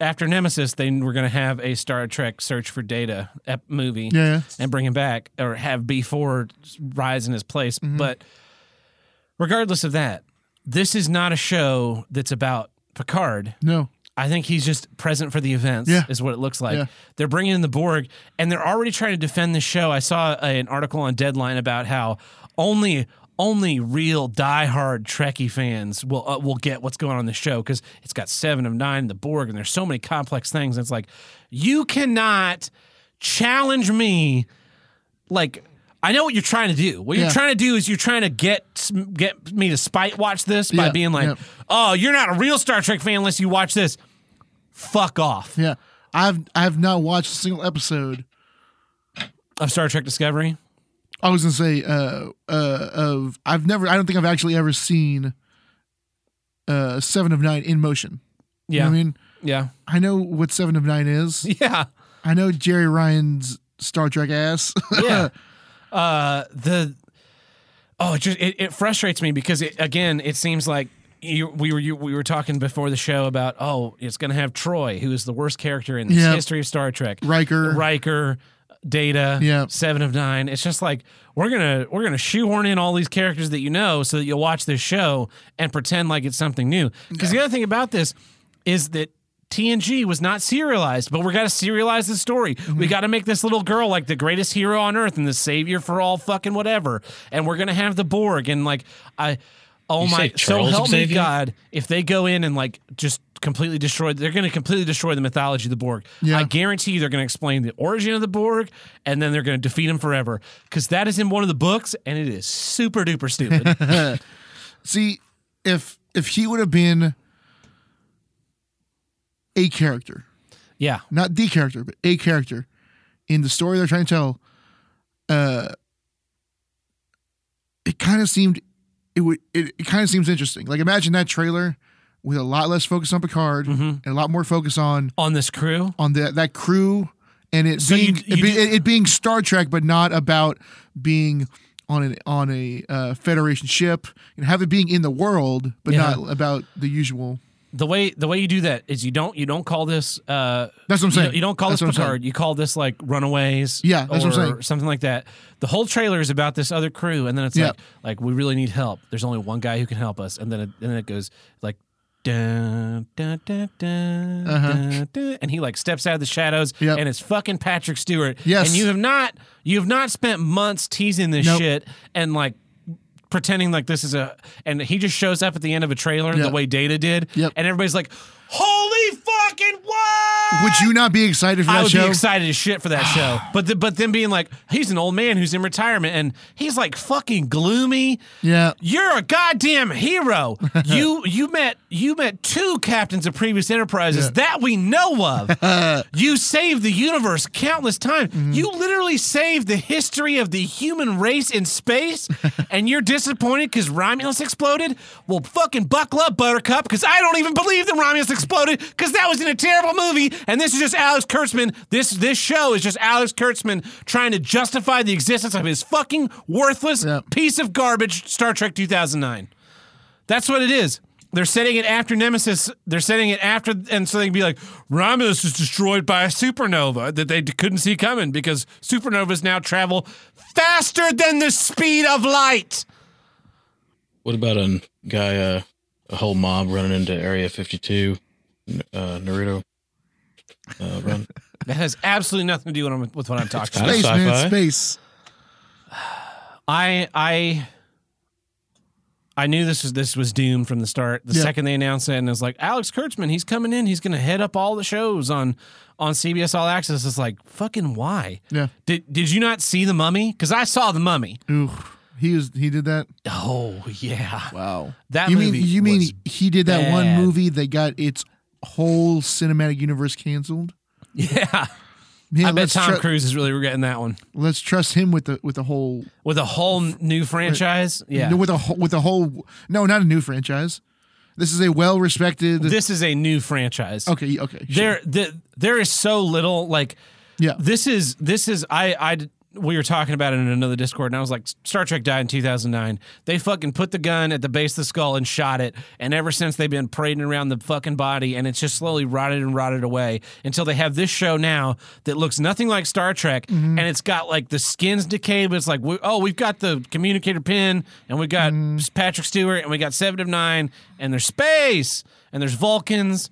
Speaker 1: after Nemesis, they were going to have a Star Trek Search for Data ep- movie
Speaker 2: Yeah.
Speaker 1: and bring him back or have B4 rise in his place.
Speaker 2: Mm-hmm.
Speaker 1: But regardless of that, this is not a show that's about Picard.
Speaker 2: No.
Speaker 1: I think he's just present for the events.
Speaker 2: Yeah.
Speaker 1: is what it looks like.
Speaker 2: Yeah.
Speaker 1: They're bringing in the Borg, and they're already trying to defend the show. I saw a- an article on Deadline about how only only real diehard Trekkie fans will uh, will get what's going on in the show because it's got Seven of Nine, the Borg, and there's so many complex things. And it's like you cannot challenge me, like. I know what you're trying to do. What
Speaker 2: Yeah.
Speaker 1: you're trying to do is you're trying to get get me to spite watch this by
Speaker 2: Yeah,
Speaker 1: being like,
Speaker 2: yeah.
Speaker 1: "Oh, you're not a real Star Trek fan unless you watch this." Fuck off
Speaker 2: Yeah. I've I have not watched a single episode.
Speaker 1: of Star Trek Discovery.
Speaker 2: I was gonna say uh uh of I've never I don't think I've actually ever seen uh Seven of Nine in motion. You know
Speaker 1: Yeah,
Speaker 2: what I mean,
Speaker 1: yeah,
Speaker 2: I know what Seven of Nine is.
Speaker 1: yeah,
Speaker 2: I know Jerry Ryan's Star Trek ass.
Speaker 1: yeah. uh, the oh, it just it, it frustrates me because it, again, it seems like. You, we were you, we were talking before the show about oh it's gonna have Troy who is the worst character in the
Speaker 2: Yeah.
Speaker 1: history of Star Trek
Speaker 2: Riker.
Speaker 1: Riker, Data,
Speaker 2: Yeah.
Speaker 1: Seven of Nine. It's just like we're gonna we're gonna shoehorn in all these characters that you know so that you'll watch this show and pretend like it's something new. Because the other thing about this is that TNG was not serialized, but we got to serialize the story. We got to make this little girl like the greatest hero on earth and the savior for all fucking whatever. And we're gonna have the Borg and like I. Oh
Speaker 3: You
Speaker 1: my!
Speaker 3: say
Speaker 1: So
Speaker 3: Charles
Speaker 1: help me
Speaker 3: Xavier?
Speaker 1: God! If they go in and like just completely destroy, they're going to completely destroy the mythology of the Borg.
Speaker 2: Yeah.
Speaker 1: I guarantee you they're going to explain the origin of the Borg, and then they're going to defeat him forever because that is in one of the books, and it is super duper stupid.
Speaker 2: See, if if he would have been a character,
Speaker 1: yeah,
Speaker 2: not the character, but a character in the story they're trying to tell, uh, it kind of seemed it would it, it kind of seems interesting. Like imagine that trailer with a lot less focus on Picard and a lot more focus on
Speaker 1: Mm-hmm. on this crew,
Speaker 2: on the, that crew and it
Speaker 1: So you-
Speaker 2: being it,
Speaker 1: you
Speaker 2: be,
Speaker 1: do-
Speaker 2: it, it being Star Trek, but not about being on an on a uh, Federation ship and have it being in the world, but
Speaker 1: Yeah.
Speaker 2: not about the usual.
Speaker 1: the way the way you do that is you don't you don't call this. Uh,
Speaker 2: That's what I'm
Speaker 1: you,
Speaker 2: saying.
Speaker 1: don't- you don't call
Speaker 2: That's
Speaker 1: this
Speaker 2: what I'm saying.
Speaker 1: Picard. You call this like Runaways.
Speaker 2: Yeah, that's
Speaker 1: or
Speaker 2: what I'm saying.
Speaker 1: something like that. The whole trailer is about this other crew, and then it's
Speaker 2: Yeah.
Speaker 1: like like we really need help. There's only one guy who can help us, and then it, and then it goes like. Dun, dun, dun, dun, dun, dun, and he like steps out of the shadows,
Speaker 2: Uh-huh. Yep.
Speaker 1: and it's fucking Patrick Stewart.
Speaker 2: Yes.
Speaker 1: and you have not you have not spent months teasing this
Speaker 2: Nope.
Speaker 1: shit and like pretending like this is a and he just shows up at the end of a trailer
Speaker 2: Yeah.
Speaker 1: the way Data did,
Speaker 2: Yep.
Speaker 1: and everybody's like, "Holy fucking what!"
Speaker 2: Would you not be excited for that
Speaker 1: I would
Speaker 2: show?
Speaker 1: be excited as shit for that show. But th- but then being like, he's an old man who's in retirement and he's like fucking gloomy.
Speaker 2: Yeah.
Speaker 1: You're a goddamn hero. you you met you met two captains of previous enterprises that we know of. you saved the universe countless times.
Speaker 2: Mm-hmm.
Speaker 1: You literally saved the history of the human race in space, and you're disappointed because Romulus exploded. Well, fucking buckle up, Buttercup, because I don't even believe that Romulus exploded because that was in a terrible movie, and this is just Alex Kurtzman. This this show is just Alex Kurtzman trying to justify the existence of his fucking worthless
Speaker 2: Yeah.
Speaker 1: piece of garbage Star Trek 2009. That's what it is. They're setting it after Nemesis. They're setting it after, and so they can be like, Romulus is destroyed by a supernova that they d- couldn't see coming because supernovas now travel faster than the speed of light.
Speaker 3: What about a guy, uh, a whole mob running into Area 52, uh, Naruto? Uh, run.
Speaker 1: That has absolutely nothing to do with, what I'm- with what I'm talking about.
Speaker 3: kinda
Speaker 2: Space, man,
Speaker 3: sci-fi.
Speaker 2: space.
Speaker 1: I I I knew this was this was doomed from the start. The
Speaker 2: Yeah.
Speaker 1: second they announced it, and it was like Alex Kurtzman, he's coming in. He's going to head up all the shows on on CBS All Access. It's like fucking why?
Speaker 2: Yeah.
Speaker 1: Did did you not see the Mummy? Because I saw the Mummy.
Speaker 2: Ooh, he was he did that.
Speaker 1: Oh yeah,
Speaker 2: Wow.
Speaker 1: that
Speaker 2: you
Speaker 1: movie.
Speaker 2: mean you mean
Speaker 1: was-
Speaker 2: he did that one
Speaker 1: bad.
Speaker 2: movie that got its whole cinematic universe canceled?
Speaker 1: yeah?
Speaker 2: Man,
Speaker 1: I bet
Speaker 2: let's
Speaker 1: Tom
Speaker 2: tru-
Speaker 1: Cruise is really regretting that one
Speaker 2: let's trust him with the with the whole
Speaker 1: with a whole new franchise. Yeah,
Speaker 2: with a whole- with a whole no, not a new franchise. This is a well respected.
Speaker 1: This is a new franchise.
Speaker 2: okay, okay. sure.
Speaker 1: There, the, there is so little like
Speaker 2: yeah.
Speaker 1: this is this is I I d- we were talking about it in another Discord, and I was like, Star Trek died in 2009. They fucking put the gun at the base of the skull and shot it, and ever since they've been parading around the fucking body, and it's just slowly rotted and rotted away until they have this show now that looks nothing like Star Trek,
Speaker 2: Mm-hmm.
Speaker 1: and it's got like the skins decayed, but it's like, we, oh, we've got the communicator pin, and we got
Speaker 2: Mm-hmm.
Speaker 1: Patrick Stewart, and we got Seven of Nine, and there's space, and there's Vulcans.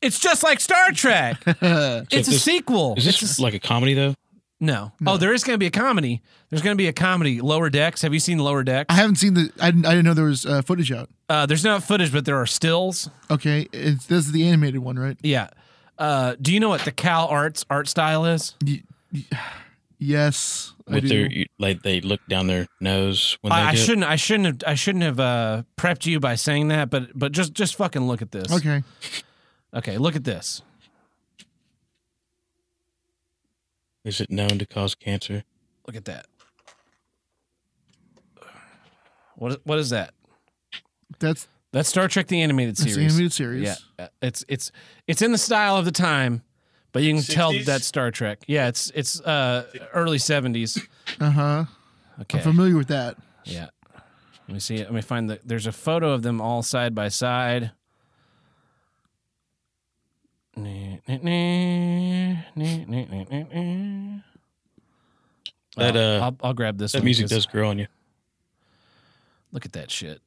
Speaker 1: It's just like Star Trek. it's a
Speaker 3: this-
Speaker 1: sequel.
Speaker 3: Is
Speaker 1: It's a
Speaker 3: this like a comedy though?
Speaker 1: no. Oh, there is going to be a comedy. There's going to be a comedy. Lower Decks. Have you seen Lower Decks?
Speaker 2: I haven't seen the. I didn't, I didn't know there was uh, footage out.
Speaker 1: Uh, there's not footage, but there are stills.
Speaker 2: Okay, it's, this is the animated one, right?
Speaker 1: Yeah. Uh, do you know what the Cal Arts art style is?
Speaker 2: Yes, I
Speaker 3: With
Speaker 2: do.
Speaker 3: their like they look down their nose when they
Speaker 1: I, I
Speaker 3: do it?
Speaker 1: shouldn't. I shouldn't have. I shouldn't have uh, prepped you by saying that. But but just just fucking look at this.
Speaker 2: okay,
Speaker 1: Okay. Look at this.
Speaker 3: Is it known to cause cancer?
Speaker 1: Look at that. What is- what is that?
Speaker 2: that's,
Speaker 1: That's Star Trek the animated
Speaker 2: that's
Speaker 1: series.
Speaker 2: the animated series.
Speaker 1: Yeah, uh, it's it's it's in the style of the time, but you can tell
Speaker 5: 60s?
Speaker 1: that's Star Trek. Yeah, it's it's uh, early seventies.
Speaker 2: Uh huh.
Speaker 1: Okay,
Speaker 2: I'm familiar with that.
Speaker 1: yeah. Let me see. Let me find the. There's a photo of them all side by side. Nah, nah, nah, nah, nah, nah, nah, nah.
Speaker 3: That,
Speaker 1: Well,
Speaker 3: uh,
Speaker 1: I'll, I'll grab this.
Speaker 3: That
Speaker 1: one
Speaker 3: music
Speaker 1: 'cause-
Speaker 3: does grow on you.
Speaker 1: Look at that shit.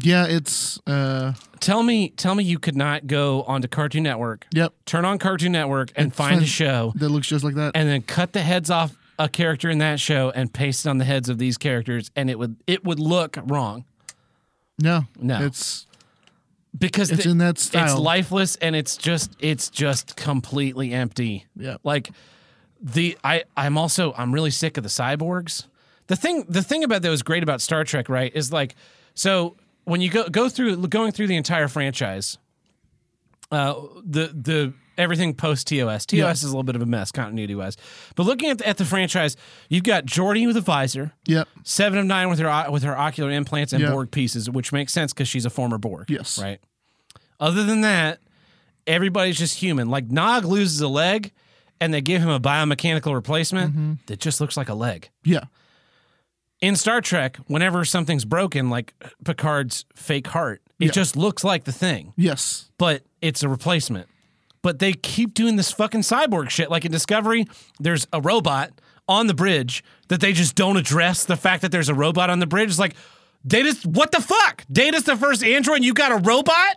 Speaker 2: Yeah, it's uh,
Speaker 1: Tell me, tell me, you could not go onto Cartoon Network,
Speaker 2: yep,
Speaker 1: turn on Cartoon Network, and
Speaker 2: It's
Speaker 1: find a
Speaker 2: fun.
Speaker 1: show
Speaker 2: that looks just like that.
Speaker 1: and then cut the heads off a character in that show and paste it on the heads of these characters and it would it would look wrong
Speaker 2: no,
Speaker 1: No.
Speaker 2: it's
Speaker 1: because
Speaker 2: it's
Speaker 1: the-
Speaker 2: in that style.
Speaker 1: it's lifeless and it's just it's just completely empty
Speaker 2: Yep.
Speaker 1: like the i i'm also i'm really sick of the cyborgs the thing the thing about that was great about star trek right is like so when you go go through going through the entire franchise uh the the everything post tos tos is a little bit of a mess continuity wise but looking at the, at the franchise you've got jordy with a visor
Speaker 2: Yep.
Speaker 1: Seven of nine with her o- with her ocular implants and
Speaker 2: Yeah.
Speaker 1: Borg pieces, which makes sense because she's a former Borg.
Speaker 2: Yes.
Speaker 1: Right. Other than that, everybody's just human. Like Nog loses a leg, and they give him a biomechanical replacement that just looks like a leg.
Speaker 2: Mm-hmm. Yeah.
Speaker 1: In Star Trek, whenever something's broken, like Picard's fake heart, it
Speaker 2: Yeah.
Speaker 1: just looks like the thing,
Speaker 2: Yes.
Speaker 1: but it's a replacement. But they keep doing this fucking cyborg shit. Like in Discovery, there's a robot on the bridge that they just don't address. The fact that there's a robot on the bridge is like, Data's what the fuck? Data's the first android. and You got a robot?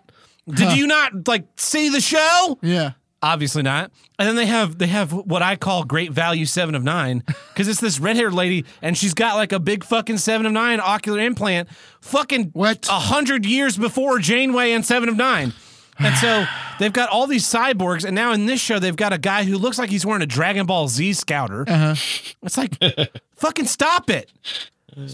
Speaker 1: Did you not like see the show?
Speaker 2: Yeah.
Speaker 1: Obviously not. And then they have they have what I call great value seven of nine because it's this red haired lady and she's got like a big fucking seven of nine ocular implant, fucking
Speaker 2: What?
Speaker 1: a hundred years before Janeway and seven of nine. And so they've got all these cyborgs, and now in this show they've got a guy who looks like he's wearing a Dragon Ball Z scouter.
Speaker 2: Uh-huh.
Speaker 1: It's like fucking stop it,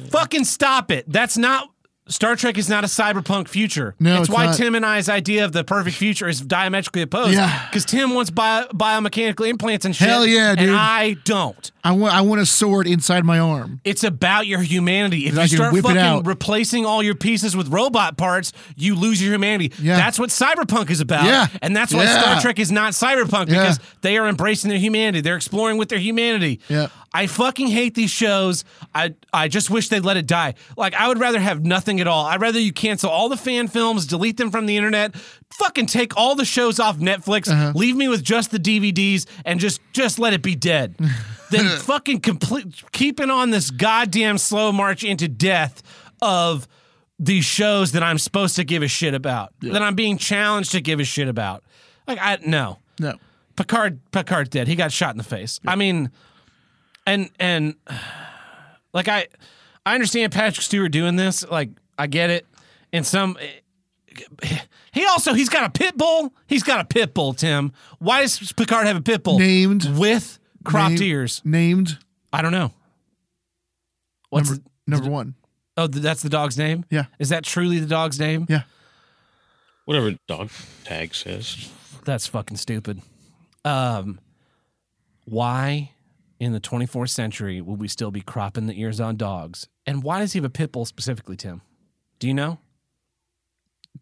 Speaker 1: fucking stop it. That's not. Star Trek is not a cyberpunk future.
Speaker 2: No,
Speaker 1: it's,
Speaker 2: it's
Speaker 1: why
Speaker 2: not.
Speaker 1: Tim and I's idea of the perfect future is diametrically opposed.
Speaker 2: Yeah.
Speaker 1: Because Tim wants bio- biomechanical implants and shit.
Speaker 2: Hell yeah,
Speaker 1: And
Speaker 2: dude.
Speaker 1: I don't.
Speaker 2: I want I want a sword inside my arm.
Speaker 1: It's about your humanity. If
Speaker 2: That I
Speaker 1: you
Speaker 2: can
Speaker 1: start
Speaker 2: whip it
Speaker 1: fucking
Speaker 2: out.
Speaker 1: replacing all your pieces with robot parts, you lose your humanity.
Speaker 2: Yeah.
Speaker 1: That's what cyberpunk is about.
Speaker 2: Yeah.
Speaker 1: And that's why
Speaker 2: Yeah.
Speaker 1: Star Trek is not cyberpunk
Speaker 2: Yeah.
Speaker 1: because they are embracing their humanity. They're exploring with their humanity.
Speaker 2: Yeah.
Speaker 1: I fucking hate these shows. I I just wish they'd let it die. Like I would rather have nothing at all. I'd rather you cancel all the fan films, delete them from the internet, fucking take all the shows off Netflix,
Speaker 2: Uh-huh.
Speaker 1: leave me with just the DVDs, and just just let it be dead. then fucking complete keeping on this goddamn slow march into death of these shows that I'm supposed to give a shit about. That I'm being challenged to give a shit about. Like I no.
Speaker 2: No.
Speaker 1: Picard Picard's dead. He got shot in the face. I mean, and and like I I understand Patrick Stewart doing this. Like I get it. And some he also he's got a pit bull. He's got a pit bull. Tim, why does Picard have a pit bull
Speaker 2: Named
Speaker 1: with cropped
Speaker 2: named-
Speaker 1: ears?
Speaker 2: Named
Speaker 1: I don't know. What's
Speaker 2: number number one.
Speaker 1: oh th- that's the dog's name?
Speaker 2: Yeah.
Speaker 1: Is that truly the dog's name?
Speaker 2: Yeah.
Speaker 3: Whatever dog tag says.
Speaker 1: That's fucking stupid. Um, why in the 24th century will we still be cropping the ears on dogs? And why does he have a pit bull specifically, Tim? Do you know?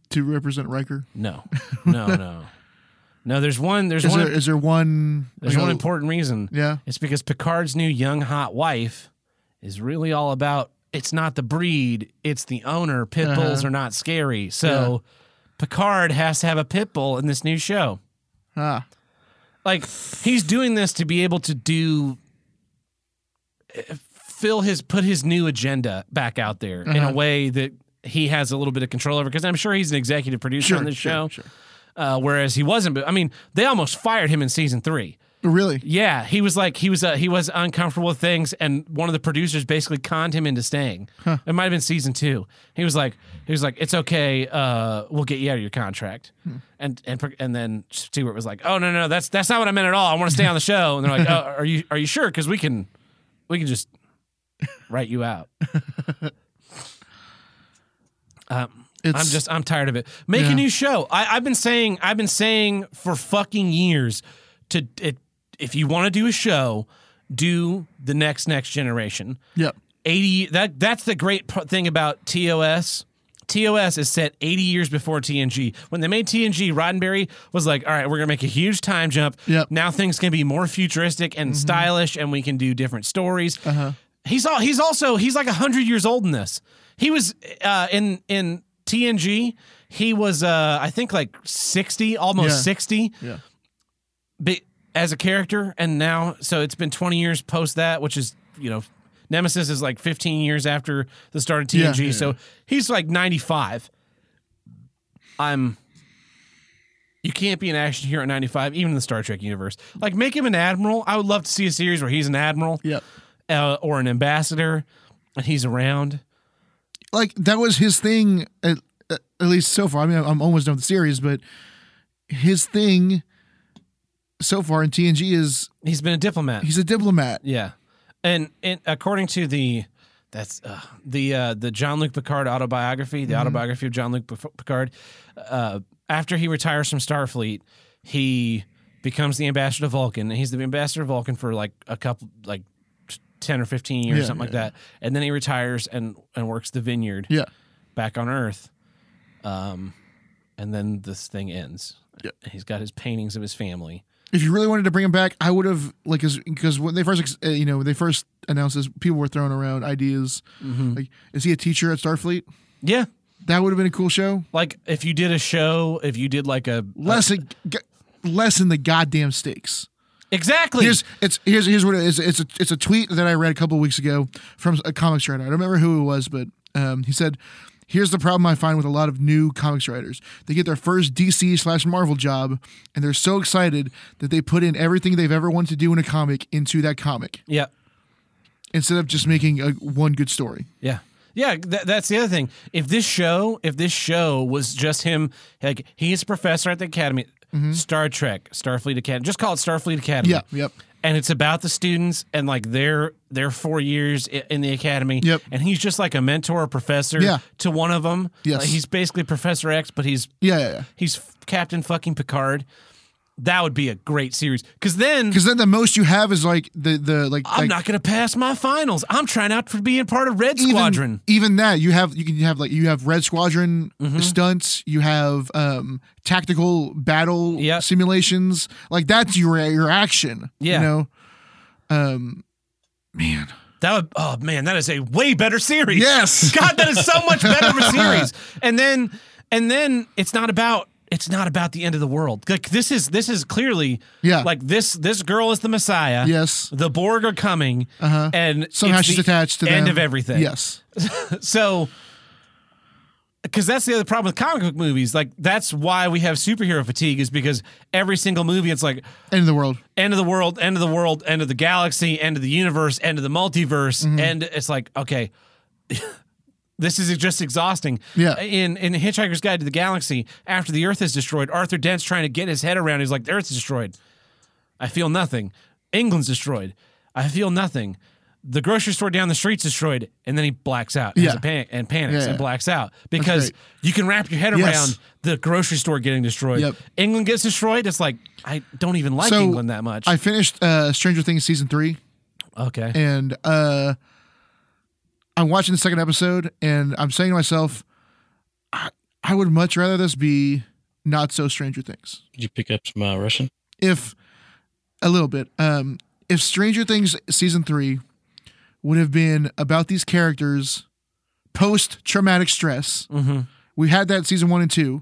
Speaker 2: to represent Riker?
Speaker 1: No, no, no, no. There's one. There's
Speaker 2: Is
Speaker 1: one.
Speaker 2: there is there one?
Speaker 1: there's
Speaker 2: like
Speaker 1: one
Speaker 2: a-
Speaker 1: important reason.
Speaker 2: Yeah.
Speaker 1: It's because Picard's new young hot wife is really all about it's not the breed, it's the owner. Pit
Speaker 2: Uh-huh.
Speaker 1: bulls are not scary. So Picard has to have a pit bull in this new show.
Speaker 2: Ah.
Speaker 1: Like he's doing this to be able to do eh, fill his put his new agenda back out there in a way that he has a little bit of control over because I'm sure he's an executive producer on this show. Uh, whereas he wasn't, but I mean, they almost fired him in season three.
Speaker 2: Really?
Speaker 1: Yeah, he was like he was uh, he was uncomfortable with things, and one of the producers basically conned him into staying. It might have been season two. He was like he was like it's okay, uh, we'll get you out of your contract, and and and then Stewart was like, oh no no that's that's not what I meant at all. I want to stay on the show, and they're like, oh, are you are you sure? Because we can we can just write you out.
Speaker 2: It's
Speaker 1: Um, I'm just I'm tired of it. Make a new show. I, I've been saying I've been saying for fucking years to it, if you want to do a show, do the next next generation.
Speaker 2: Yep.
Speaker 1: 80 that that's the great p- thing about TOS. TOS is set 80 years before TNG. When they made TNG, Roddenberry was like, "All right, we're going to make a huge time jump.
Speaker 2: Yep. Mm-hmm.
Speaker 1: Now things can be more futuristic and stylish and we can do different stories." Uh-huh. He's all he's also he's like 100 years old in this. He was uh in in TNG, he was uh I think like 60, almost
Speaker 2: Yeah.
Speaker 1: 60
Speaker 2: Yeah.
Speaker 1: be, as a character and now so it's been 20 years post that which is you know nemesis is like 15 years after the start of tng
Speaker 2: Yeah, yeah,
Speaker 1: so he's like 95 i'm you can't be an action hero at 95 even in the star trek universe like make him an admiral i would love to see a series where he's an admiral
Speaker 2: Yep.
Speaker 1: uh, or an ambassador and he's around
Speaker 2: Like that was his thing at, at least so far. I mean, I'm almost done with the series, but his thing so far in TNG is
Speaker 1: he's been a diplomat
Speaker 2: he's a diplomat.
Speaker 1: Yeah, and and according to the that's uh, the uh, the John Luke Picard autobiography,
Speaker 2: Mm-hmm.
Speaker 1: the autobiography of John Luke Pif- Picard. Uh, after he retires from Starfleet, he becomes the ambassador to Vulcan, and he's the ambassador to Vulcan for like a couple like. t- 10 or 15 years
Speaker 2: Yeah,
Speaker 1: something like
Speaker 2: yeah,
Speaker 1: that and then he retires and and works the vineyard
Speaker 2: Yeah.
Speaker 1: back on earth um and then this thing ends
Speaker 2: Yeah.
Speaker 1: he's got his paintings of his family
Speaker 2: If you really wanted to bring him back, I would have like because when they first ex- uh, you know when they first announced this, people were throwing around ideas. Like, is he a teacher at Starfleet?
Speaker 1: Mm-hmm. yeah
Speaker 2: That would have been a cool show.
Speaker 1: like if you did a show if you did like a
Speaker 2: Lessen, g- lessen the goddamn stakes.
Speaker 1: Exactly.
Speaker 2: Here's it's here's here's what it is. It's a it's a tweet that I read a couple weeks ago from a comics writer. I don't remember who it was, but um, he said, "Here's the problem I find with a lot of new comics writers. They get their first DC slash Marvel job, and they're so excited that they put in everything they've ever wanted to do in a comic into that comic
Speaker 1: yeah.
Speaker 2: instead of just making a one good story."
Speaker 1: Yeah. Yeah, tha- that's the other thing. If this show, if this show was just him, like he's a professor at the academy, Star Trek, Starfleet Academy, just call it Starfleet Academy.
Speaker 2: Mm-hmm. Yeah. Yep.
Speaker 1: And it's about the students and like their their four years i- in the academy.
Speaker 2: Yep.
Speaker 1: And he's just like a mentor, or professor
Speaker 2: Yeah.
Speaker 1: to one of them.
Speaker 2: Yes.
Speaker 1: Like, he's basically Professor X, but he's
Speaker 2: Yeah. Yeah.
Speaker 1: he's Captain fucking Picard. That would be a great series. Because then
Speaker 2: Because then the most you have is like the the like
Speaker 1: I'm
Speaker 2: like
Speaker 1: not going to pass my finals. I'm trying out for being part of Red
Speaker 2: even,
Speaker 1: Squadron. Mm-hmm.
Speaker 2: Even that you have you can have like you have Red Squadron stunts, you have um tactical battle
Speaker 1: Yep.
Speaker 2: simulations. Like that's your your action.
Speaker 1: Yeah.
Speaker 2: You know? Um,
Speaker 1: That would, oh man, that is a way better series.
Speaker 2: Yes.
Speaker 1: God, that is so much better of a series. And then, and then it's not about it's not about the end of the world. Like this is this is clearly
Speaker 2: Yeah.
Speaker 1: Like this this girl is the Messiah.
Speaker 2: Yes.
Speaker 1: The Borg are coming. Uh-huh. And
Speaker 2: Somehow
Speaker 1: it's
Speaker 2: she's
Speaker 1: the
Speaker 2: attached to
Speaker 1: end
Speaker 2: them.
Speaker 1: of everything.
Speaker 2: Yes.
Speaker 1: So, because that's the other problem with comic book movies. Like that's why we have superhero fatigue is because every single movie it's like
Speaker 2: End of the world.
Speaker 1: end of the world, end of the world, end of the galaxy, end of the universe, end of the multiverse,
Speaker 2: Mm-hmm.
Speaker 1: and it's like okay, this is just exhausting.
Speaker 2: Yeah.
Speaker 1: In in Hitchhiker's Guide to the Galaxy, after the Earth is destroyed, Arthur Dent's trying to get his head around. it. He's like, the Earth's destroyed. I feel nothing. England's destroyed. I feel nothing. The grocery store down the street's destroyed, and then he blacks out. He has
Speaker 2: Yeah.
Speaker 1: a panic and panics
Speaker 2: Yeah.
Speaker 1: and blacks out because
Speaker 2: great.
Speaker 1: you can wrap your head
Speaker 2: Yes.
Speaker 1: around the grocery store getting destroyed.
Speaker 2: Yep.
Speaker 1: England gets destroyed. It's like I don't even like
Speaker 2: So,
Speaker 1: England that much.
Speaker 2: I finished uh Stranger Things season three.
Speaker 1: Okay.
Speaker 2: and uh I'm watching the second episode and I'm saying to myself, I, I would much rather this be not so Stranger Things.
Speaker 3: Did you pick up some uh, Russian?
Speaker 2: If a little bit, um, if Stranger Things season three would have been about these characters post traumatic stress,
Speaker 3: Mm-hmm.
Speaker 2: we had that season one and 2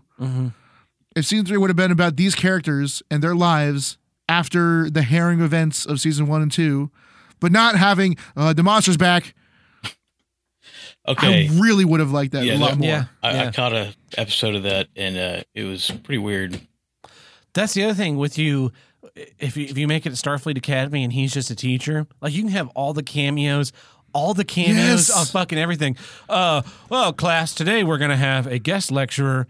Speaker 2: If season three would have been about these characters and their lives after the harrowing events of season one and two, but not having uh, the monsters back,
Speaker 3: Okay.
Speaker 2: I really would have liked that a
Speaker 3: Yeah,
Speaker 2: lot
Speaker 3: that-
Speaker 2: more.
Speaker 1: Yeah.
Speaker 3: I, I caught a episode of that and uh, it was pretty weird.
Speaker 1: That's the other thing with you. If you, if you make it to Starfleet Academy and he's just a teacher, like you can have all the cameos, all the cameos
Speaker 2: Yes.
Speaker 1: of fucking everything. Uh, well, class, today we're gonna have a guest lecturer,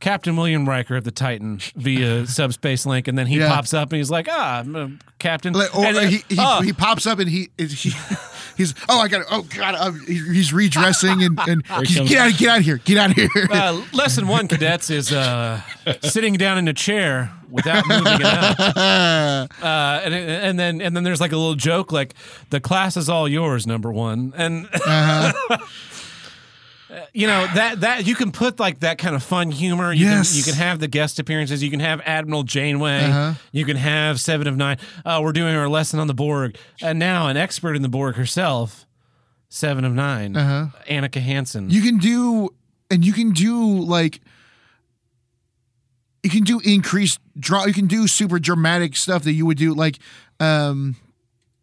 Speaker 1: Captain William Riker of the Titan via subspace link, and then he
Speaker 2: Yeah.
Speaker 1: pops up and he's like, ah, I'm a Captain.
Speaker 2: Like, or
Speaker 1: And then,
Speaker 2: he, he,
Speaker 1: "Ah,
Speaker 2: he pops up and he is he. He's oh I got oh god uh, he- he's redressing and and
Speaker 3: he
Speaker 2: he's,
Speaker 3: comes.
Speaker 2: get out get out of here get out of here
Speaker 1: uh, lesson one, cadets, is uh, sitting down in a chair without moving it up. Uh, and, and then and then there's like a little joke like the class is all yours number one and
Speaker 2: Uh-huh.
Speaker 1: you know that that you can put like that kind of fun humor you
Speaker 2: Yes. Uh-huh.
Speaker 1: can you can have the guest appearances you can have Admiral Janeway you can have Seven of Nine uh, we're doing our lesson on the Borg and now an expert in the Borg herself Seven of 9
Speaker 2: Uh-huh.
Speaker 1: Annika Hansen
Speaker 2: you can do and you can do like you can do increased draw you can do super dramatic stuff that you would do like um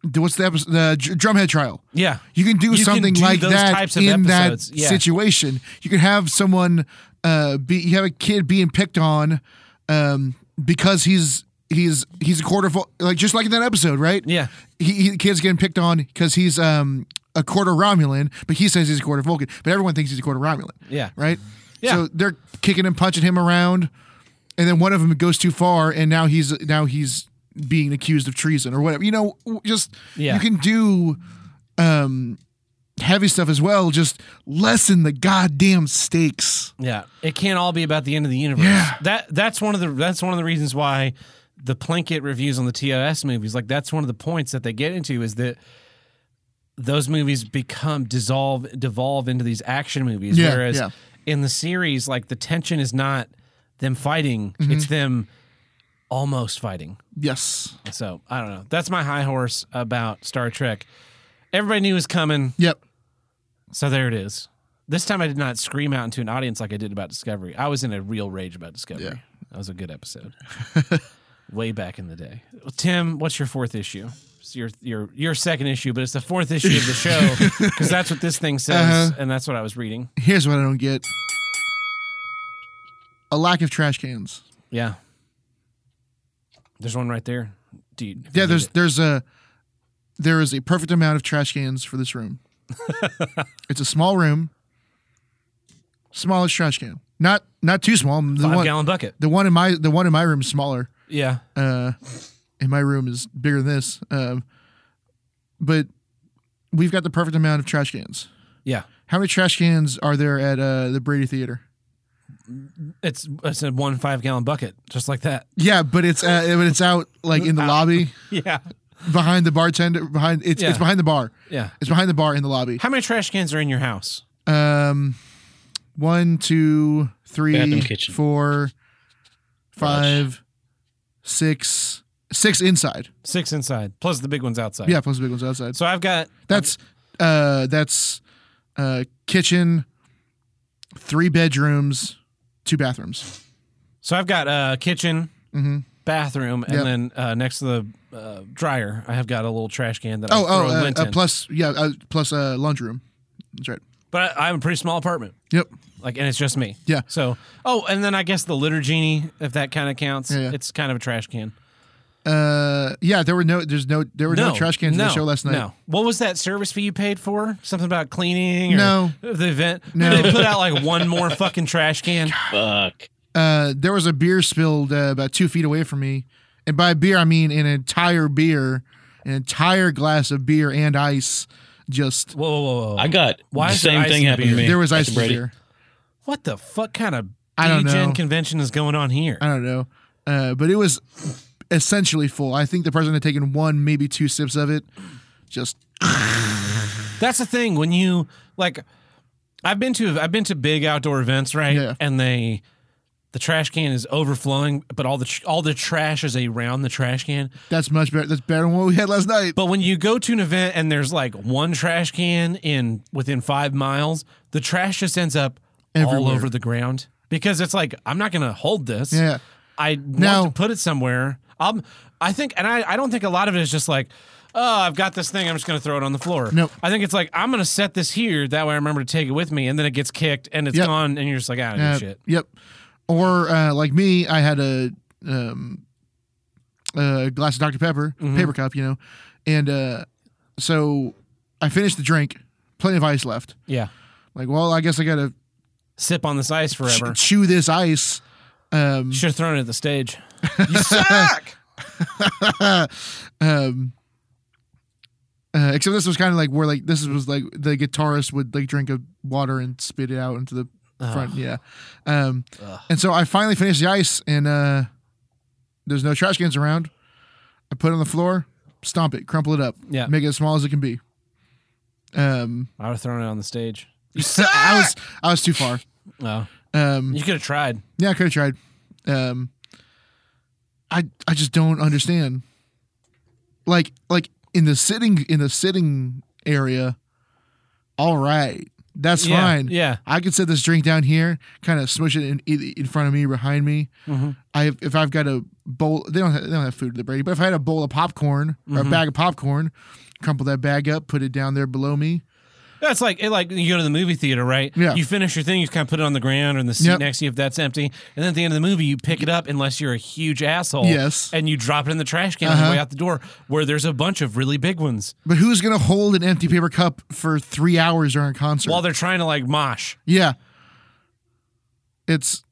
Speaker 2: the- what's the episode the Dr- drumhead trial
Speaker 1: yeah
Speaker 2: You can do
Speaker 1: You can
Speaker 2: something
Speaker 1: do
Speaker 2: like
Speaker 1: those
Speaker 2: that
Speaker 1: types of
Speaker 2: in
Speaker 1: episodes,
Speaker 2: that
Speaker 1: yeah.
Speaker 2: situation. You can have someone uh, be you have a kid being picked on um, because he's he's he's a quarter full like just like in that episode, right?
Speaker 1: Yeah.
Speaker 2: He, he the kid's getting picked on because he's um a quarter Romulan, but he says he's a quarter Vulcan, but everyone thinks he's a quarter Romulan.
Speaker 1: Yeah.
Speaker 2: Right?
Speaker 1: Yeah.
Speaker 2: So they're kicking and punching him around and then one of them goes too far and now he's now he's being accused of treason or whatever. You know, w- just
Speaker 1: Yeah.
Speaker 2: you can do um, heavy stuff as well. Just lessen the goddamn stakes.
Speaker 1: Yeah, it can't all be about the end of the universe.
Speaker 2: Yeah.
Speaker 1: That that's one of the that's one of the reasons why the Plinkett reviews on the TOS movies, like that's one of the points that they get into is that those movies become dissolve devolve into these action movies.
Speaker 2: Yeah,
Speaker 1: whereas
Speaker 2: yeah.
Speaker 1: in the series, like the tension is not them fighting;
Speaker 2: Mm-hmm.
Speaker 1: it's them almost fighting.
Speaker 2: Yes.
Speaker 1: So I don't know. That's my high horse about Star Trek. Everybody knew it was coming.
Speaker 2: Yep.
Speaker 1: So there it is. This time I did not scream out into an audience like I did about Discovery. I was in a real rage about Discovery.
Speaker 2: Yeah.
Speaker 1: That was a good episode. Way back in the day. Tim, what's your fourth issue? It's your your your second issue, but it's the fourth issue of the show because that's what this thing says,
Speaker 2: Uh-huh.
Speaker 1: and that's what I was reading.
Speaker 2: Here's what I don't get: a lack of trash cans.
Speaker 1: Yeah. There's one right there. Dude. if you
Speaker 2: Yeah.
Speaker 1: need
Speaker 2: There's
Speaker 1: it.
Speaker 2: there's a there is a perfect amount of trash cans for this room. it's a small room. Smallest trash can. Not not too small. The
Speaker 1: five
Speaker 2: one
Speaker 1: gallon bucket.
Speaker 2: the one in my the one in my room is smaller.
Speaker 1: Yeah.
Speaker 2: uh, in my room is bigger than this. Um, but we've got the perfect amount of trash cans.
Speaker 1: Yeah.
Speaker 2: How many trash cans are there at uh, the Brady Theater?
Speaker 1: It's it's a one five gallon bucket, just like that.
Speaker 2: Yeah, but it's uh, but it's out like in the lobby
Speaker 1: Yeah.
Speaker 2: behind the bartender behind it's
Speaker 1: Yeah.
Speaker 2: it's behind the bar.
Speaker 1: Yeah.
Speaker 2: It's behind the bar in the lobby.
Speaker 1: How many trash cans are in your house?
Speaker 2: Um, one, two,
Speaker 3: Bathroom,
Speaker 2: three,
Speaker 3: kitchen.
Speaker 2: four, five, six, six inside.
Speaker 1: Six inside, plus the big ones outside.
Speaker 2: Yeah, plus the big ones outside.
Speaker 1: So I've got
Speaker 2: That's uh that's uh kitchen, three bedrooms, two bathrooms.
Speaker 1: so I've got uh, kitchen,
Speaker 2: Mm-hmm.
Speaker 1: bathroom, and
Speaker 2: Yep.
Speaker 1: then uh, next to the uh, dryer, I have got a little trash can that I
Speaker 2: Oh oh
Speaker 1: throw
Speaker 2: uh,
Speaker 1: lint
Speaker 2: uh,
Speaker 1: in.
Speaker 2: plus yeah uh, plus uh lunch room. That's right.
Speaker 1: But I, I have a pretty small apartment,
Speaker 2: Yep.
Speaker 1: like, and it's just me.
Speaker 2: Yeah.
Speaker 1: So oh, and then I guess the litter genie, if that kind of counts,
Speaker 2: Yeah, yeah.
Speaker 1: it's kind of a trash can.
Speaker 2: Uh yeah there were no there's no there were no, trash cans in
Speaker 1: no,
Speaker 2: the show last night.
Speaker 1: No. What was that service fee you paid for? Something about cleaning? Or
Speaker 2: No.
Speaker 1: The event.
Speaker 2: No.
Speaker 1: They put out like one more fucking trash can.
Speaker 3: Fuck.
Speaker 2: Uh there was a beer spilled uh, about two feet away from me, and by beer I mean an entire beer, an entire glass of beer and ice. Just
Speaker 1: Whoa, whoa, whoa, whoa.
Speaker 3: I got
Speaker 1: Why
Speaker 3: the
Speaker 1: is there
Speaker 3: same
Speaker 1: ice
Speaker 3: thing
Speaker 1: in the
Speaker 3: happened to
Speaker 1: beer?
Speaker 3: me.
Speaker 2: there was
Speaker 3: at
Speaker 2: ice
Speaker 3: the
Speaker 2: in the
Speaker 3: Brady.
Speaker 2: beer.
Speaker 1: What the fuck kind of
Speaker 2: I don't
Speaker 1: DGen
Speaker 2: know.
Speaker 1: convention is going on here?
Speaker 2: I don't know, uh, but it was essentially full. I think the person had taken one, maybe two sips of it, Just
Speaker 1: That's the thing when you like I've been to I've been to big outdoor events, right?
Speaker 2: Yeah.
Speaker 1: And they the trash can is overflowing, but all the tr- all the trash is around the trash can.
Speaker 2: that's much better. That's better than what we had last night.
Speaker 1: But when you go to an event and there's like one trash can in within 5 miles, the trash just ends up all
Speaker 2: Everywhere.
Speaker 1: over the ground because it's like I'm not going to hold this.
Speaker 2: Yeah.
Speaker 1: I want
Speaker 2: Now-
Speaker 1: to put it somewhere. Um, I think, and I, I don't think a lot of it is just like, oh, I've got this thing. I'm just going to throw it on the floor.
Speaker 2: Nope.
Speaker 1: I think it's like, I'm going to set this here. That way I remember to take it with me. And then it gets kicked and it's
Speaker 2: Yep.
Speaker 1: gone. And you're just like, ah,
Speaker 2: Uh,
Speaker 1: do shit.
Speaker 2: Yep. Or uh, like me, I had a um, a glass of Dr Pepper,
Speaker 1: Mm-hmm.
Speaker 2: paper cup, you know, and uh, so I finished the drink, plenty of ice left.
Speaker 1: Yeah.
Speaker 2: Like, well, I guess I gotta
Speaker 1: Sip on this ice
Speaker 2: ch-
Speaker 1: forever.
Speaker 2: chew this ice. Um,
Speaker 1: Should have thrown it at the stage. You suck.
Speaker 2: um, uh, except this was kind of like where like this was like the guitarist would like drink a water and spit it out into the front. Yeah. Um, and so I finally finished the ice and uh, there's no trash cans around. I put it on the floor, stomp it, crumple it up,
Speaker 1: Yeah.
Speaker 2: make it as small as it can be. Um,
Speaker 1: I would have thrown it on the stage.
Speaker 2: I was I was too far.
Speaker 1: Oh.
Speaker 2: Um,
Speaker 1: You could have tried.
Speaker 2: yeah, I could have tried. Um, I I just don't understand. Like like in the sitting in the sitting area, all right, that's
Speaker 1: Yeah,
Speaker 2: fine.
Speaker 1: yeah.
Speaker 2: I could set this drink down here, kind of smush it in either in front of me, behind me.
Speaker 1: Mm-hmm.
Speaker 2: I if I've got a bowl, they don't have, they don't have food at the Brady, but if I had a bowl of popcorn or
Speaker 1: Mm-hmm.
Speaker 2: a bag of popcorn, crumple that bag up, put it down there below me.
Speaker 1: That's like it, like you go to the movie theater, right?
Speaker 2: Yeah.
Speaker 1: You finish your thing, you just kind of put it on the ground or in the seat
Speaker 2: Yep.
Speaker 1: next to you if that's empty, and then at the end of the movie, you pick it up unless you're a huge asshole.
Speaker 2: Yes. Uh-huh.
Speaker 1: And you drop it in the trash can on the way out the door, where there's a bunch of really big ones
Speaker 2: But who's gonna hold an empty paper cup for three hours during a concert?
Speaker 1: while they're trying to like mosh.
Speaker 2: Yeah. It's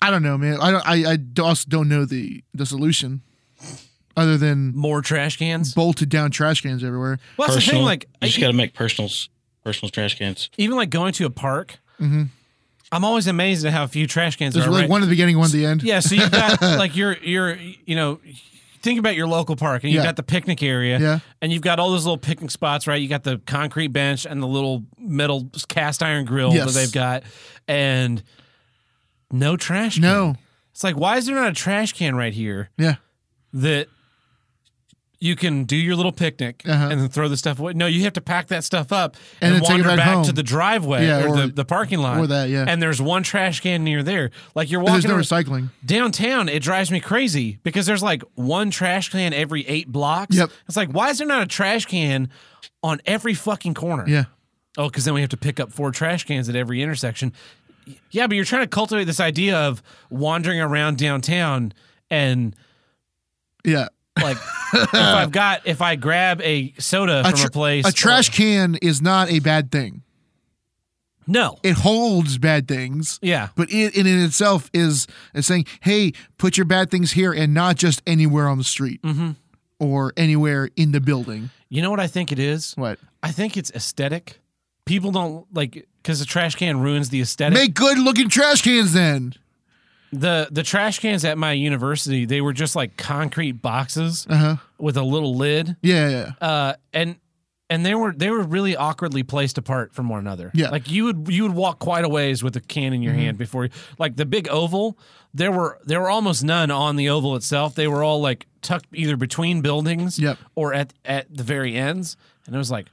Speaker 2: I don't know, man. I don't I, I d- also don't know the the solution other than
Speaker 1: More trash cans.
Speaker 2: bolted down trash cans everywhere.
Speaker 1: Well, that's the thing. Like
Speaker 3: you just
Speaker 1: e-
Speaker 3: got to make personals, personal trash cans.
Speaker 1: even like going to a park, I'm always amazed at how few trash cans
Speaker 2: Mm-hmm. There's
Speaker 1: are.
Speaker 2: like
Speaker 1: right?
Speaker 2: one at the beginning, one at the end.
Speaker 1: Yeah, so you've got like your your you know think about your local park and you've
Speaker 2: Yeah.
Speaker 1: got the picnic area
Speaker 2: Yeah.
Speaker 1: and you've got all those little picnic spots, right? You got the concrete bench and the little metal cast iron grill
Speaker 2: Yes.
Speaker 1: that they've got and no trash can.
Speaker 2: No.
Speaker 1: It's like why is there not a trash can right here
Speaker 2: Yeah.
Speaker 1: that you can do your little picnic
Speaker 2: Uh-huh.
Speaker 1: and then throw the stuff away. No, you have to pack that stuff up and,
Speaker 2: And then take it
Speaker 1: wander
Speaker 2: back
Speaker 1: back to
Speaker 2: home.
Speaker 1: the driveway
Speaker 2: Yeah,
Speaker 1: or,
Speaker 2: or-
Speaker 1: the, the parking lot.
Speaker 2: or that, yeah.
Speaker 1: And there's one trash can near there. Like you're
Speaker 2: But There's
Speaker 1: walking
Speaker 2: no
Speaker 1: ar-
Speaker 2: recycling.
Speaker 1: downtown it drives me crazy because there's like one trash can every eight blocks
Speaker 2: Yep.
Speaker 1: it's like why is there not a trash can on every fucking corner
Speaker 2: Yeah.
Speaker 1: oh because then we have to pick up four trash cans at every intersection Y- yeah but you're trying to cultivate this idea of wandering around downtown and
Speaker 2: Yeah.
Speaker 1: like if i've got if i grab a soda from
Speaker 2: tr-
Speaker 1: a place
Speaker 2: a trash can is not a bad thing.
Speaker 1: no
Speaker 2: It holds bad things.
Speaker 1: yeah
Speaker 2: But it, it in itself is, is saying, hey, put your bad things here and not just anywhere on the street
Speaker 1: Mm-hmm.
Speaker 2: or anywhere in the building.
Speaker 1: you know what i think it is
Speaker 2: What?
Speaker 1: i think it's aesthetic people don't like because the trash can ruins the aesthetic
Speaker 2: Make good looking trash cans then.
Speaker 1: The the trash cans at my university, they were just like concrete boxes with a little lid,
Speaker 2: Uh-huh. Yeah, yeah.
Speaker 1: uh, and and they were they were really awkwardly placed apart from one another.
Speaker 2: Yeah. Mm-hmm.
Speaker 1: like you would you would walk quite a ways with a can in your hand before, like the big oval. There were there were almost none on the oval itself. They were all like tucked either between buildings,
Speaker 2: Yep.
Speaker 1: or at at the very ends. And it was like,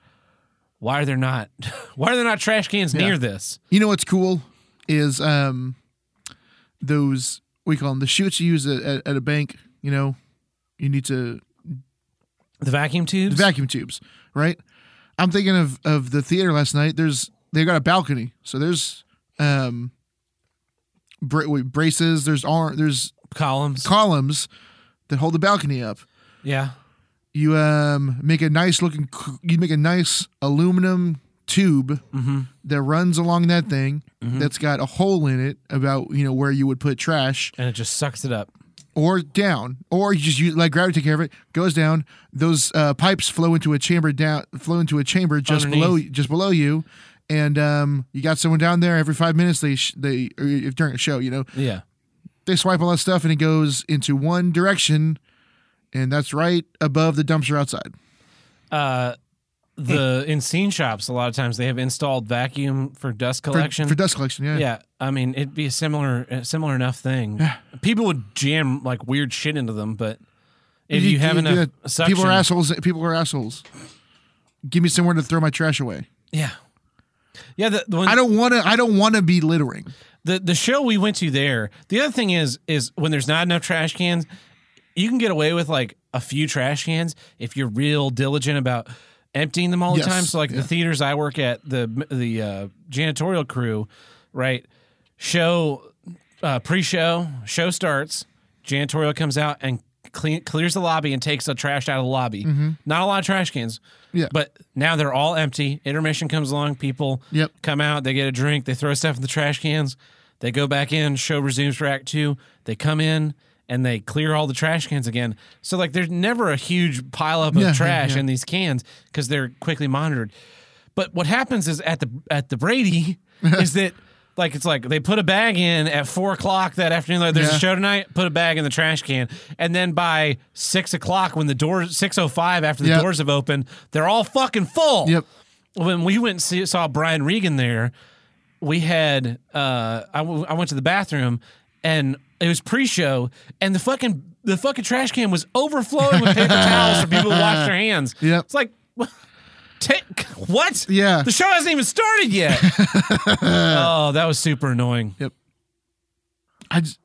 Speaker 1: why are there not why are there not trash cans near this?
Speaker 2: You know what's cool is um those we call them the chutes you use at, at, at a bank. You know, you need to
Speaker 1: The vacuum tubes,
Speaker 2: the vacuum tubes, right? I'm thinking of of the theater last night. There's they got a balcony, so there's um bra- wait, braces. There's ar- there's
Speaker 1: columns,
Speaker 2: columns that hold the balcony up.
Speaker 1: yeah,
Speaker 2: you um make a nice looking c- you make a nice aluminum tube
Speaker 1: Mm-hmm.
Speaker 2: that runs along that thing that's got a hole in it about you know where you would put trash
Speaker 1: and it just sucks it up.
Speaker 2: or down or you just use like gravity take care of it goes down those uh, pipes flow into a chamber down flow into a chamber just below
Speaker 1: Underneath.
Speaker 2: just below you and um you got someone down there every five minutes they sh- they or if during a show you know
Speaker 1: Yeah.
Speaker 2: they swipe all that stuff and it goes into one direction and that's right above the dumpster outside
Speaker 1: Uh, the in scene shops, a lot of times they have installed vacuum for dust
Speaker 2: for,
Speaker 1: collection.
Speaker 2: for dust collection. Yeah.
Speaker 1: yeah, I mean it'd be a similar a similar enough thing. People would jam like weird shit into them, but if you, have
Speaker 2: do
Speaker 1: enough
Speaker 2: that.
Speaker 1: suction,
Speaker 2: people are assholes. People are assholes. Give me somewhere to throw my trash away.
Speaker 1: yeah, yeah. The, the one,
Speaker 2: I don't want to. I don't want to be littering.
Speaker 1: the the show we went to there. The other thing is is when there's not enough trash cans, you can get away with like a few trash cans if you're real diligent about emptying them all
Speaker 2: Yes,
Speaker 1: the time. So like
Speaker 2: yeah.
Speaker 1: the theaters I work at, the the uh, janitorial crew, right? Show uh, pre-show show starts, janitorial comes out and clean, clears the lobby and takes the trash out of the lobby. Not a lot of trash cans.
Speaker 2: Mm-hmm. Yeah.
Speaker 1: But now they're all empty. Intermission comes along. People
Speaker 2: Yep.
Speaker 1: come out. They get a drink. They throw stuff in the trash cans. They go back in. Show resumes for Act Two. They come in and they clear all the trash cans again. So like, there's never a huge pileup of
Speaker 2: Yeah, yeah,
Speaker 1: trash
Speaker 2: yeah.
Speaker 1: in these cans because they're quickly monitored. But what happens is at the at the Brady is that like it's like they put a bag in at four o'clock that afternoon. Like, there's
Speaker 2: Yeah.
Speaker 1: a show tonight. Put a bag in the trash can, and then by six o'clock when the doors six o five after the
Speaker 2: Yep.
Speaker 1: doors have opened, they're all fucking full.
Speaker 2: Yep.
Speaker 1: When we went and see, saw Brian Regan there, we had uh, I, w- I went to the bathroom and it was pre-show and the fucking the fucking trash can was overflowing with paper towels for people to wash their hands.
Speaker 2: Yep.
Speaker 1: It's like. Take, what?
Speaker 2: Yeah.
Speaker 1: The show hasn't even started yet. oh, that was super annoying.
Speaker 2: I just,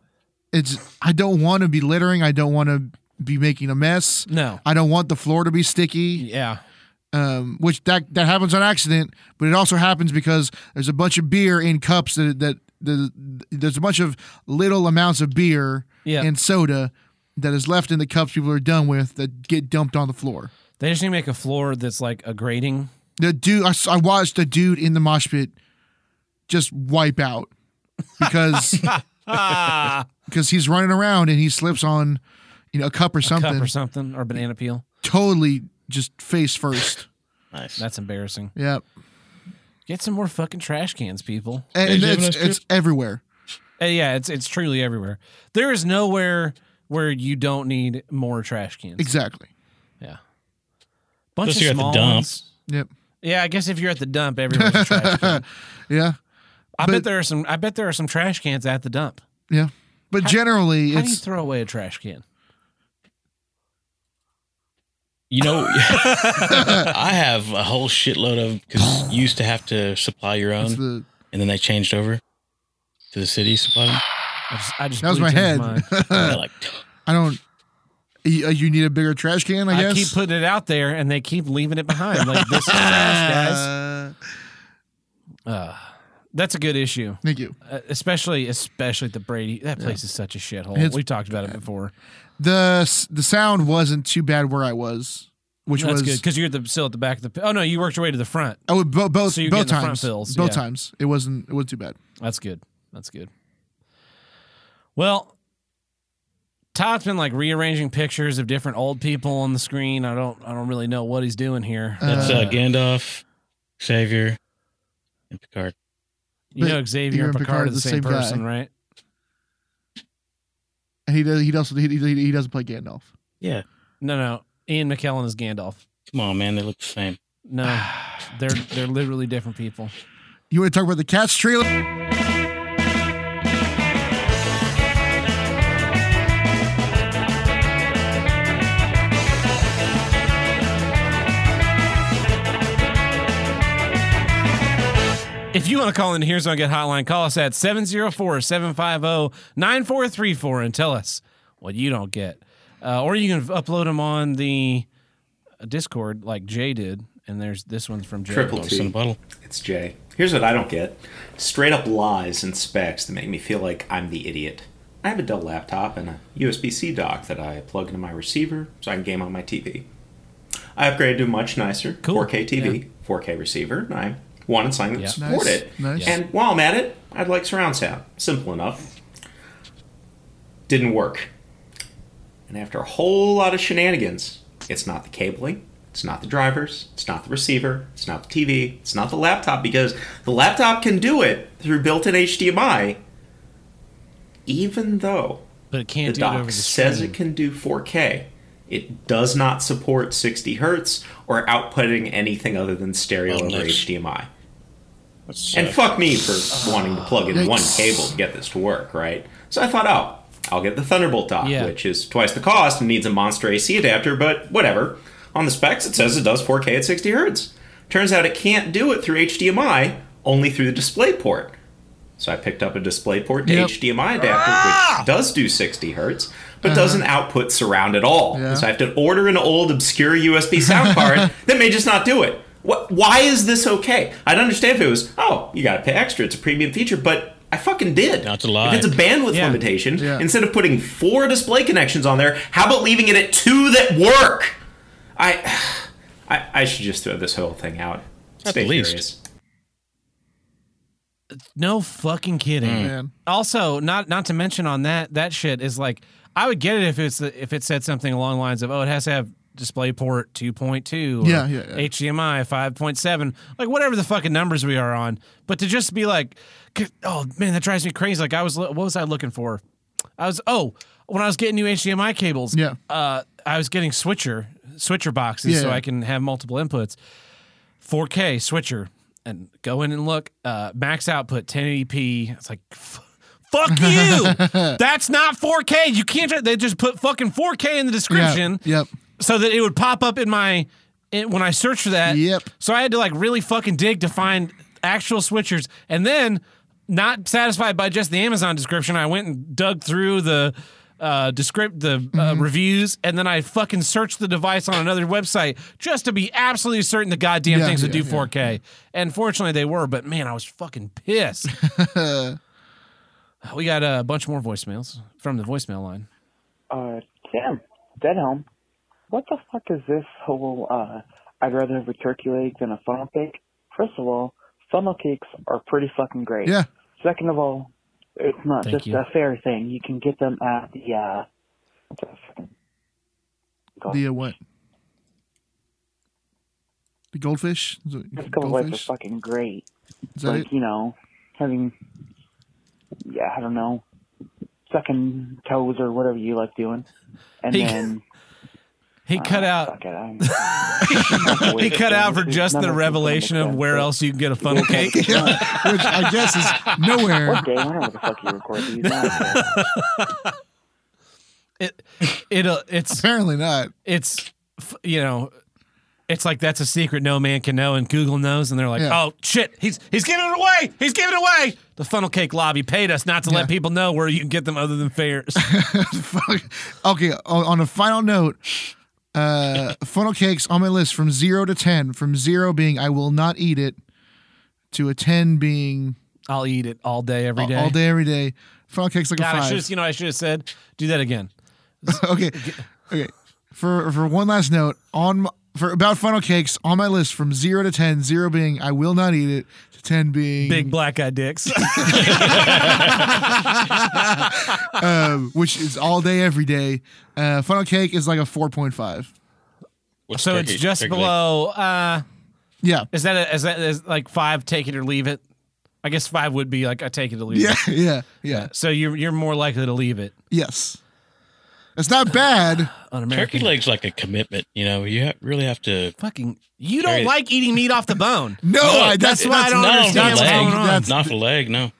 Speaker 2: it's I don't want to be littering. I don't want to be making a mess.
Speaker 1: No.
Speaker 2: I don't want the floor to be sticky.
Speaker 1: Yeah.
Speaker 2: Um, which that that happens on accident, but it also happens because there's a bunch of beer in cups that that the, there's a bunch of little amounts of beer
Speaker 1: Yeah.
Speaker 2: and soda that is left in the cups people are done with that get dumped on the floor.
Speaker 1: They just need to make a floor that's like a grating.
Speaker 2: The dude, I, s- I watched a dude in the mosh pit just wipe out because because he's running around and he slips on you know a cup or something,
Speaker 1: cup or something or banana peel.
Speaker 2: totally just face first.
Speaker 3: Nice.
Speaker 1: That's embarrassing.
Speaker 2: yeah,
Speaker 1: Get some more fucking trash cans, people.
Speaker 2: and,
Speaker 3: Hey,
Speaker 2: and
Speaker 3: did you have a
Speaker 2: it's
Speaker 3: nice trip?
Speaker 2: it's everywhere.
Speaker 1: Uh, yeah, it's it's truly everywhere. There is nowhere where you don't need more trash cans.
Speaker 2: Exactly.
Speaker 1: Yeah. Bunch
Speaker 3: Unless
Speaker 1: of
Speaker 3: you're at the
Speaker 1: small
Speaker 3: dump.
Speaker 1: ones.
Speaker 2: Yep.
Speaker 1: Yeah, I guess if you're at the dump, everywhere's a trash can.
Speaker 2: Yeah.
Speaker 1: I
Speaker 2: But-
Speaker 1: bet there are some. I bet there are some trash cans at the dump.
Speaker 2: Yeah. But generally,
Speaker 1: How do you
Speaker 2: it's
Speaker 1: throw away a trash can?
Speaker 3: You know, I have a whole shitload of because you used to have to supply your own,
Speaker 2: that's the
Speaker 3: and then they changed over to the city supply.
Speaker 1: I just, I just
Speaker 2: that was my
Speaker 1: blew Tim's
Speaker 2: head.
Speaker 1: mind.
Speaker 3: They're like,
Speaker 2: I don't. You, you need a bigger trash can, I,
Speaker 1: I,
Speaker 2: guess.
Speaker 1: keep putting it out there, and they keep leaving it behind. Like this is trash, guys. Uh,
Speaker 2: Uh,
Speaker 1: That's a good issue,
Speaker 2: thank you.
Speaker 1: uh, especially especially at the Brady. That place is such a shithole.
Speaker 2: It's-
Speaker 1: We've talked about it before.
Speaker 2: the s- The sound wasn't too bad where I was, which
Speaker 1: That's
Speaker 2: was
Speaker 1: good because you're at the, still at the back of the. Oh no, you worked your way to the front.
Speaker 2: Oh, bo- both
Speaker 1: So you're
Speaker 2: both
Speaker 1: getting the front
Speaker 2: times.
Speaker 1: fills,
Speaker 2: both
Speaker 1: yeah.
Speaker 2: times. It wasn't. It wasn't too bad.
Speaker 1: That's good. That's good. Well, Todd's been like rearranging pictures of different old people on the screen. I don't. I don't really know what he's doing here.
Speaker 3: that's uh, Gandalf, Xavier, and Picard.
Speaker 1: you
Speaker 2: but
Speaker 1: know, Xavier and Picard, are the, same,
Speaker 2: guy.
Speaker 1: person, right?
Speaker 2: And he does. He also he, he, he doesn't play Gandalf.
Speaker 3: Yeah,
Speaker 1: No, no. Ian McKellen is Gandalf.
Speaker 3: come on, man, they look the same.
Speaker 1: No, they're they're literally different people.
Speaker 2: You want to talk about the Cats trailer?
Speaker 1: If you want to call in the Here's What I Get hotline, call us at 704-750-9434 and tell us what you don't get. Uh, or you can upload them on the Discord like Jay did. And there's this one's from Jay.
Speaker 8: Triple
Speaker 3: Ghost in a
Speaker 8: T.
Speaker 3: bottle.
Speaker 8: It's Jay. Here's what I don't get straight up lies and specs that make me feel like I'm the idiot. I have a Dell laptop and a USB C dock that I plug into my receiver so I can game on my TV. I upgraded to a much nicer
Speaker 1: Cool.
Speaker 8: 4K TV, 4K receiver, and I wanted something that
Speaker 1: Yeah.
Speaker 8: supported
Speaker 2: Nice. Nice.
Speaker 8: it. And while I'm at it, I'd like surround sound. Simple enough. Didn't work. And after a whole lot of shenanigans, it's not the cabling, it's not the drivers, it's not the receiver, it's not the TV, it's not the laptop, because the laptop can do it through built in HDMI, even though
Speaker 1: But it
Speaker 8: the
Speaker 1: can't do it over
Speaker 8: dock
Speaker 1: the
Speaker 8: says
Speaker 1: stream.
Speaker 8: it can do 4K. It does not support 60 hertz or outputting anything other than stereo
Speaker 3: Well,
Speaker 8: over
Speaker 3: that's-
Speaker 8: HDMI.
Speaker 3: That's,
Speaker 8: And
Speaker 3: uh,
Speaker 8: fuck me for wanting
Speaker 1: Ah,
Speaker 8: to plug in one cable to get this to work, right? So I thought, oh, I'll get the Thunderbolt dock,
Speaker 1: Yeah.
Speaker 8: which is twice the cost and needs a monster AC adapter, but whatever. On the specs, it says it does 4K at 60 hertz. Turns out it can't do it through HDMI, only through the DisplayPort. So I picked up a DisplayPort to
Speaker 2: Yep.
Speaker 8: HDMI adapter, which does do 60 hertz, but
Speaker 3: Uh-huh.
Speaker 8: doesn't output surround at all.
Speaker 2: Yeah.
Speaker 8: So I have to order an old obscure USB sound card that may just not do it. What? Why is this okay? I'd understand if it was, oh, you got to pay extra; it's a premium feature, but. I fucking did.
Speaker 3: That's a lie.
Speaker 8: If it's a bandwidth
Speaker 1: Yeah.
Speaker 8: limitation,
Speaker 2: Yeah.
Speaker 8: instead of putting four display connections on there, how about leaving it at two that work? I, I, I should just throw this whole thing out.
Speaker 3: At the least.
Speaker 8: furious.
Speaker 1: No fucking kidding.
Speaker 2: Man.
Speaker 1: Also, not not to mention on that that shit is like I would get it if it's if it said something along the lines of oh it has to have DisplayPort 2.2 or
Speaker 2: Yeah, yeah, yeah.
Speaker 1: HDMI 5.7 like whatever the fucking numbers we are on but to just be like c- oh man that drives me crazy like I was lo- what was I looking for I was oh when I was getting new HDMI cables
Speaker 2: Yeah.
Speaker 1: uh I was getting switcher switcher boxes
Speaker 2: Yeah,
Speaker 1: so
Speaker 2: yeah.
Speaker 1: I can have multiple inputs 4K switcher and go in and look. Uh, max output 1080p. It's like, f- fuck you. That's not 4K. You can't. ju- They just put fucking 4K in the description
Speaker 2: Yeah. Yep.
Speaker 1: so that it would pop up in my in, when I search for that.
Speaker 2: Yep.
Speaker 1: So I had to like really fucking dig to find actual switchers, and then not satisfied by just the Amazon description, I went and dug through the. Uh, descript the uh,
Speaker 2: Mm-hmm.
Speaker 1: reviews, and then I fucking searched the device on another website just to be absolutely certain the goddamn
Speaker 2: Yeah,
Speaker 1: things would
Speaker 2: yeah,
Speaker 1: do 4K. And fortunately, they were. But man, I was fucking pissed. we got a bunch more voicemails from the voicemail line.
Speaker 9: uh, Tim, Deadhelm, what the fuck is this whole, uh, I'd rather have a turkey leg than a funnel cake? First of all, funnel cakes are pretty fucking great.
Speaker 2: Yeah.
Speaker 9: Second of all, it's not
Speaker 1: Thank
Speaker 9: just
Speaker 1: you.
Speaker 9: a fair thing. You can get them at the, uh, what the fucking,
Speaker 2: The uh, what? The goldfish? Is it-
Speaker 9: this couple lights are
Speaker 2: goldfish?
Speaker 9: fucking great.
Speaker 2: Is that
Speaker 9: like,
Speaker 2: it?
Speaker 9: you know, having, yeah, I don't know, sucking toes or whatever you like doing. And
Speaker 1: He-
Speaker 9: then,
Speaker 1: He cut out
Speaker 9: Ah, fuck it, I'm-
Speaker 1: He cut out for just
Speaker 9: None
Speaker 1: the
Speaker 9: of this is gonna
Speaker 1: revelation
Speaker 9: make
Speaker 1: of
Speaker 9: sense,
Speaker 1: where
Speaker 9: but-
Speaker 1: else you can get a funnel cake.
Speaker 2: Which I guess is nowhere.
Speaker 9: What day? Whenever the fuck you record these. now.
Speaker 1: It, it, uh, it's,
Speaker 2: Apparently not.
Speaker 1: it's, f- you know, it's like that's a secret no man can know, and Google knows, and they're like,
Speaker 2: Yeah.
Speaker 1: oh shit, he's he's giving it away, he's giving it away. The funnel cake lobby paid us not to
Speaker 2: Yeah.
Speaker 1: let people know where you can get them other than fairs.
Speaker 2: Fuck. okay, on on a final note, uh, funnel cakes on my list from zero to ten. From zero being I will not eat it, to a ten being
Speaker 1: I'll eat it all day, every
Speaker 2: all-
Speaker 1: day.
Speaker 2: all day, every day. Funnel cakes like
Speaker 1: God,
Speaker 2: a
Speaker 1: I
Speaker 2: five.
Speaker 1: should have, you know, I should have said, do that again.
Speaker 2: okay, okay. For for one last note on my, for about funnel cakes on my list from zero to ten. Zero being I will not eat it, to ten being
Speaker 1: Big black eyed dicks.
Speaker 2: um, which is all day, every day. Uh, funnel cake is like a four point five.
Speaker 3: what's
Speaker 1: so
Speaker 3: turkey-
Speaker 1: it's just
Speaker 3: turkey leg?
Speaker 1: below. Uh,
Speaker 2: Yeah,
Speaker 1: is that a, is that is like five? Take it or leave it. I guess five would be like I take it or leave it.
Speaker 2: yeah, yeah, yeah.
Speaker 1: So you're you're more likely to leave it.
Speaker 2: Yes, it's not bad.
Speaker 1: On
Speaker 3: Turkey
Speaker 1: American
Speaker 3: leg's like a commitment, you know. You ha- really have to.
Speaker 1: fucking you
Speaker 3: Turkey-
Speaker 1: don't like eating meat off the bone.
Speaker 2: No,
Speaker 3: Oh,
Speaker 2: I, that's,
Speaker 1: that's why I
Speaker 2: that's-
Speaker 1: don't
Speaker 3: no,
Speaker 1: understand
Speaker 3: not
Speaker 1: what's
Speaker 3: leg.
Speaker 1: going on.
Speaker 2: That's,
Speaker 3: not for leg, no.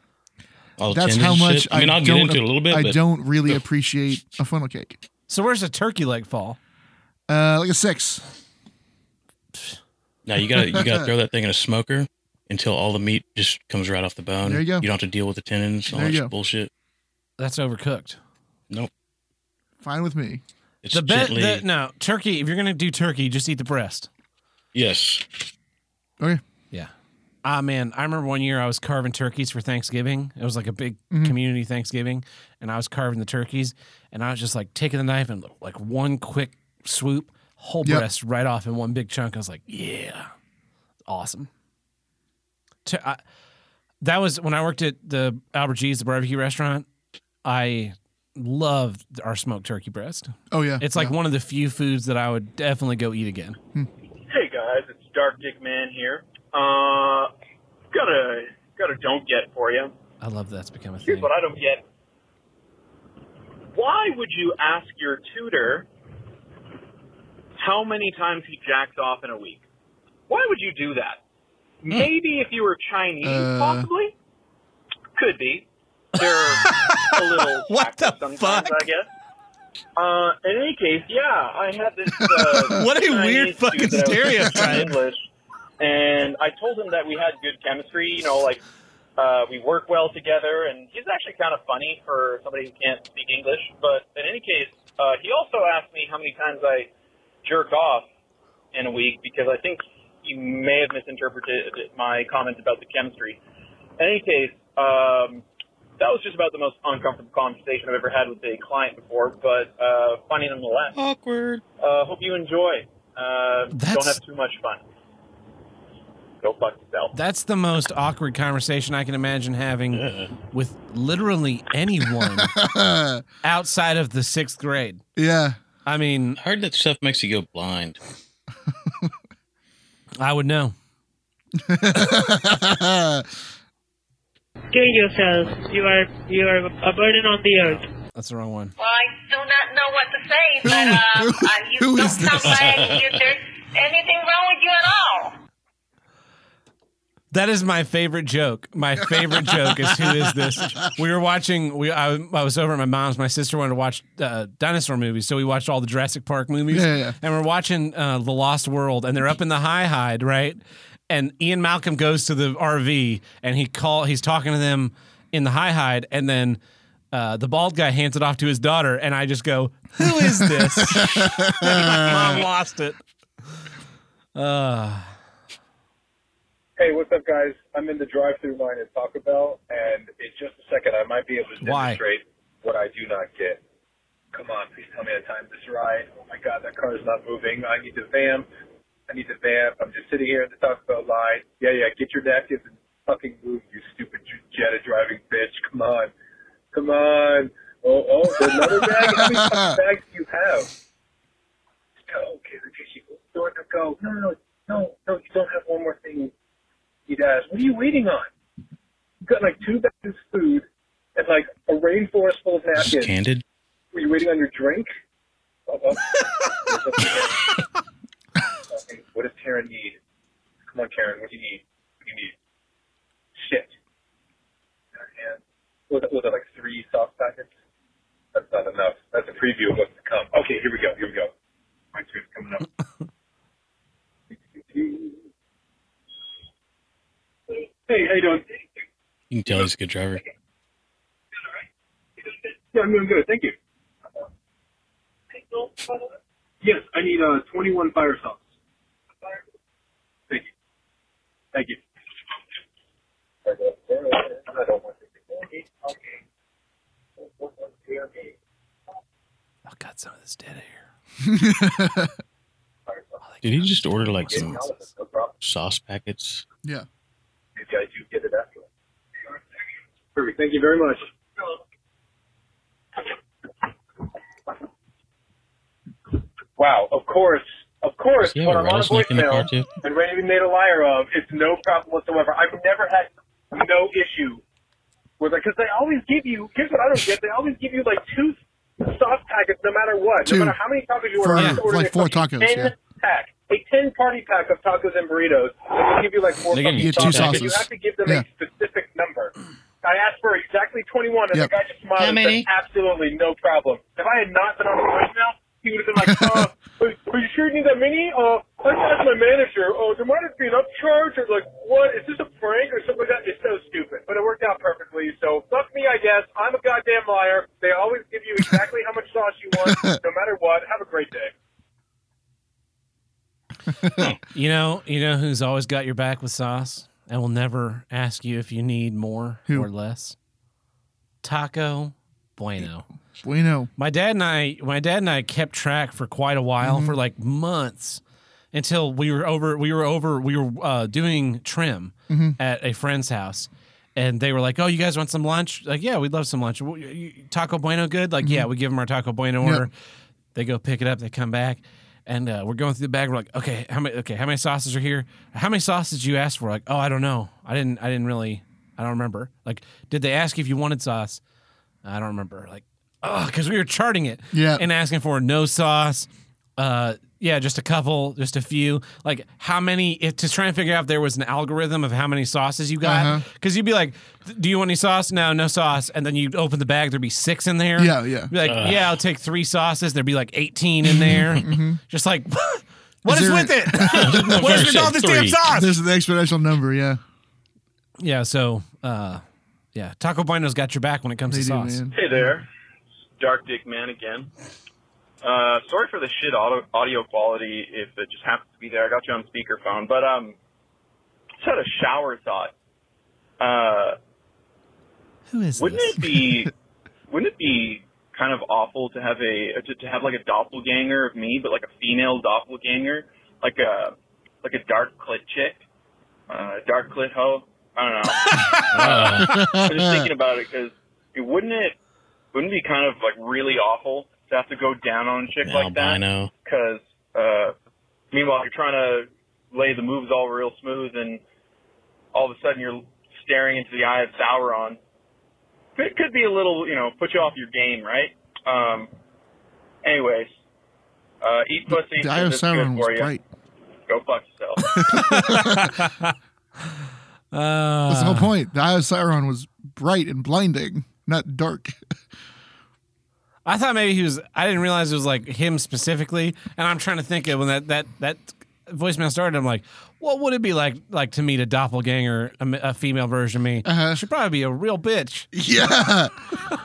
Speaker 3: All the
Speaker 2: that's
Speaker 3: tendons
Speaker 2: how
Speaker 3: and
Speaker 2: much
Speaker 3: shit. I mean, I'll get
Speaker 2: don't-
Speaker 3: into it a little bit.
Speaker 2: I
Speaker 3: but
Speaker 2: don't really appreciate a funnel cake.
Speaker 1: So where's the turkey leg fall?
Speaker 2: Uh, like a six.
Speaker 3: No, you gotta you gotta throw that thing in a smoker until all the meat just comes right off the bone.
Speaker 2: There you go.
Speaker 3: don't have to deal with the tendons, all
Speaker 2: There
Speaker 3: that
Speaker 2: you go.
Speaker 3: bullshit.
Speaker 1: That's overcooked.
Speaker 2: Fine with me.
Speaker 3: It's
Speaker 1: the best
Speaker 3: gently
Speaker 1: the, no turkey. If you're gonna do turkey, just eat the breast.
Speaker 3: yes.
Speaker 2: Okay.
Speaker 1: Yeah. Ah man, I remember one year I was carving turkeys for Thanksgiving. It was like a big
Speaker 2: Mm-hmm.
Speaker 1: community Thanksgiving, and I was carving the turkeys, and I was just like taking the knife and like one quick swoop, whole
Speaker 2: Yep.
Speaker 1: breast right off in one big chunk. I was like, yeah, awesome. Tur- I- that was when I worked at the Albert G's, the barbecue restaurant. I loved our smoked turkey breast.
Speaker 2: Oh yeah.
Speaker 1: It's like one of the few foods that I would definitely go eat again.
Speaker 10: Hey guys, it's Dark Dick Man here. Uh, got a got a don't get for you.
Speaker 1: I love that's become a
Speaker 10: Here's
Speaker 1: thing.
Speaker 10: what I don't get. Why would you ask your tutor how many times he jacks off in a week. Why would you do that? Maybe if you were Chinese,
Speaker 11: Hmm. Uh.
Speaker 10: possibly. Could be. They're a little what the sometimes, I guess. Uh, in any case, yeah, I had this. Uh,
Speaker 11: What a
Speaker 10: Chinese
Speaker 11: weird
Speaker 10: dude
Speaker 11: fucking
Speaker 10: that I was teaching
Speaker 11: stereotype.
Speaker 10: English, and I told him that we had good chemistry. You know, like uh, we work well together, and he's actually kind of funny for somebody who can't speak English. But in any case, uh, he also asked me how many times I jerk off in a week because I think he may have misinterpreted my comment about the chemistry. In any case, um, that was just about the most uncomfortable conversation I've ever had with a client before, but uh, funny nonetheless.
Speaker 3: Awkward.
Speaker 10: Uh, hope you enjoy. Uh, don't have too much fun. Go fuck yourself.
Speaker 1: That's the most awkward conversation I can imagine having with literally anyone outside of the sixth grade.
Speaker 2: Yeah.
Speaker 1: I mean,
Speaker 3: heard that stuff makes you go blind.
Speaker 1: I would know.
Speaker 12: Kill yourself. You are you are a burden on the earth.
Speaker 1: That's the wrong one.
Speaker 13: Well, I do not know what to say, but um, uh, you
Speaker 1: who
Speaker 13: don't
Speaker 1: is
Speaker 13: sound
Speaker 1: this?
Speaker 13: like you, there's anything wrong with you at all.
Speaker 1: That is my favorite joke. My favorite joke is who is this? We were watching. We I, I was over at my mom's. My sister wanted to watch uh, dinosaur movies, so we watched all the Jurassic Park movies.
Speaker 2: Yeah, yeah, yeah.
Speaker 1: And we're watching uh, The Lost World, and they're up in the high hide, right? And Ian Malcolm goes to the RV, and he call. He's talking to them in the high hide, and then. Uh, the bald guy hands it off to his daughter, and I just go, "Who is this?" Mom lost it. Uh,
Speaker 14: Hey, what's up, guys? I'm in the drive-through line at Taco Bell, and in just a second, I might be able to
Speaker 1: Why?
Speaker 14: demonstrate what I do not get. Come on, please tell me I timed this right. Oh my God, that car's not moving. I need to vamp. I need to vamp. I'm just sitting here at the Taco Bell line. Yeah, yeah, get your napkins and fucking move, you stupid Jetta driving bitch. Come on, come on. Oh, oh, there's another bag. How many fucking bags do you have? Go, okay, the tissue. Door to go. No, no, no, no. You don't have one more thing he does. What are you waiting on? You've got like two bags of food and like a rainforest full of napkins.
Speaker 3: Candid.
Speaker 14: Were you waiting on your drink? Oh, oh. Okay, what does Karen need? Come on, Karen. What do you need? What do you need? Shit. In her hand. Was it, was it like three soft packets? That's not enough. That's a preview of what's to come. Okay, here we go. Here we go. My tooth's coming up. hey, how you doing?
Speaker 3: You can tell he's a good driver.
Speaker 14: Yeah, I'm doing good. Thank you. Yes, I need uh, 21 fire sauce. Thank you. Thank you.
Speaker 1: I'll cut Oh, some of this dead air.
Speaker 3: Did he just order like some sauce packets?
Speaker 2: Yeah.
Speaker 14: Maybe I do get it after. Perfect. Thank you very much. Wow. Of course. Of course.
Speaker 3: Yeah,
Speaker 14: when I'm on a
Speaker 3: rattlesnake in the car
Speaker 14: voicemail
Speaker 3: too.
Speaker 14: and ready to be made a liar of, it's no problem whatsoever. I've never had no issue with it because they always give you. Here's what I don't get: they always give you like two sauce packets, no matter what,
Speaker 2: Two.
Speaker 14: no matter how many tacos you
Speaker 2: For-
Speaker 14: order.
Speaker 2: yeah,
Speaker 14: you order
Speaker 2: like
Speaker 14: a
Speaker 2: four
Speaker 14: fucking
Speaker 2: tacos,
Speaker 14: Ten
Speaker 2: yeah.
Speaker 14: pack, a ten party pack of tacos and burritos. And they give you like four.
Speaker 2: They give
Speaker 14: fucking
Speaker 2: you two
Speaker 14: sauce packets. You
Speaker 2: sauces.
Speaker 14: have to give them
Speaker 2: Yeah.
Speaker 14: a specific number. I asked for exactly 21, and
Speaker 2: Yep.
Speaker 14: the guy just smiled
Speaker 2: How
Speaker 14: and
Speaker 2: many?
Speaker 14: said, "Absolutely, no problem." If I had not been on the voicemail, he would have been like, "Uh, are, are you sure you need that many? Uh, let's ask my manager. Oh, there might have been an upcharge, or like, what? Is this a prank or something like that?" It's so stupid, but it worked out perfectly. So fuck me, I guess. I'm a goddamn liar. They always give you exactly how much sauce you want, no matter what. Have a great day.
Speaker 1: You know, you know who's always got your back with sauce and will never ask you if you need more
Speaker 2: Who?
Speaker 1: or less. Taco Bueno.
Speaker 2: Bueno.
Speaker 1: My dad and I, my dad and I kept track for quite a
Speaker 2: Mm-hmm.
Speaker 1: while, for like months, until we were over. We were over. We were uh, doing trim
Speaker 2: Mhm.
Speaker 1: at a friend's house, and they were like, "Oh, you guys want some lunch? Like, yeah, we'd love some lunch. W- you- you- Taco Bueno, good. Like, yeah, we give them our Taco Bueno
Speaker 2: Mm-hmm. Yep.
Speaker 1: order. They go pick it up. They come back." And uh, we're going through the bag. We're like, okay, how many? Okay, how many sauces are here? How many sauces did you ask for? Like, oh, I don't know. I didn't. I didn't really. I don't remember. Like, did they ask if you wanted sauce? I don't remember. Like, oh, because we were charting it.
Speaker 2: Yeah.
Speaker 1: And asking for no sauce, uh, Yeah, just a couple, just a few. Like how many? If, to try and figure out if there was an algorithm of how many sauces you got,
Speaker 2: Uh-huh.
Speaker 1: because you'd be like, "Do you want any sauce? No, no sauce." And then you'd open the bag, there'd be six in there.
Speaker 2: Yeah, yeah.
Speaker 1: Be like,
Speaker 2: Ugh.
Speaker 1: yeah, I'll take three sauces. There'd be like eighteen in there.
Speaker 2: Mm-hmm.
Speaker 1: Just like, what
Speaker 2: Is
Speaker 1: is,
Speaker 2: there-
Speaker 1: with it? what is with all this damn sauce?
Speaker 2: There's an exponential number, yeah.
Speaker 1: Yeah. So, uh, yeah, Taco Bueno's got your back when it comes
Speaker 2: They
Speaker 1: to
Speaker 2: do,
Speaker 1: sauce.
Speaker 2: man.
Speaker 10: Hey there, It's Dark Dick Man again. Uh, sorry for the shit auto- audio quality if it just happens to be there. I got you on speakerphone, but um, just had a shower thought. Uh,
Speaker 1: Who is
Speaker 10: wouldn't it be wouldn't it be kind of awful to have a to, to have like a doppelganger of me, but like a female doppelganger, like a like a dark clit chick, uh, dark clit hoe? I don't know. uh, I'm just thinking about it because wouldn't it wouldn't it be kind of like really awful to have to go down on a chick like that?
Speaker 3: Albino.
Speaker 10: Because uh, meanwhile you're trying to lay the moves all real smooth, and all of a sudden you're staring into the eye of Sauron. It could be a little, you know, put you off your game, right? Um. Anyways, uh, eat pussy.
Speaker 2: The Eye of
Speaker 10: It's good
Speaker 2: Sauron was
Speaker 10: for you.
Speaker 2: bright.
Speaker 10: Go fuck yourself.
Speaker 2: That's
Speaker 1: Uh.
Speaker 2: the whole point. The Eye of Sauron was bright and blinding, not dark.
Speaker 1: I thought maybe he was. I didn't realize it was like him specifically. And I'm trying to think of when that that that voicemail started. I'm like, what would it be like like to meet a doppelganger, a, m- a female version of me? uh She'd probably be a real bitch.
Speaker 2: Uh-huh. Yeah.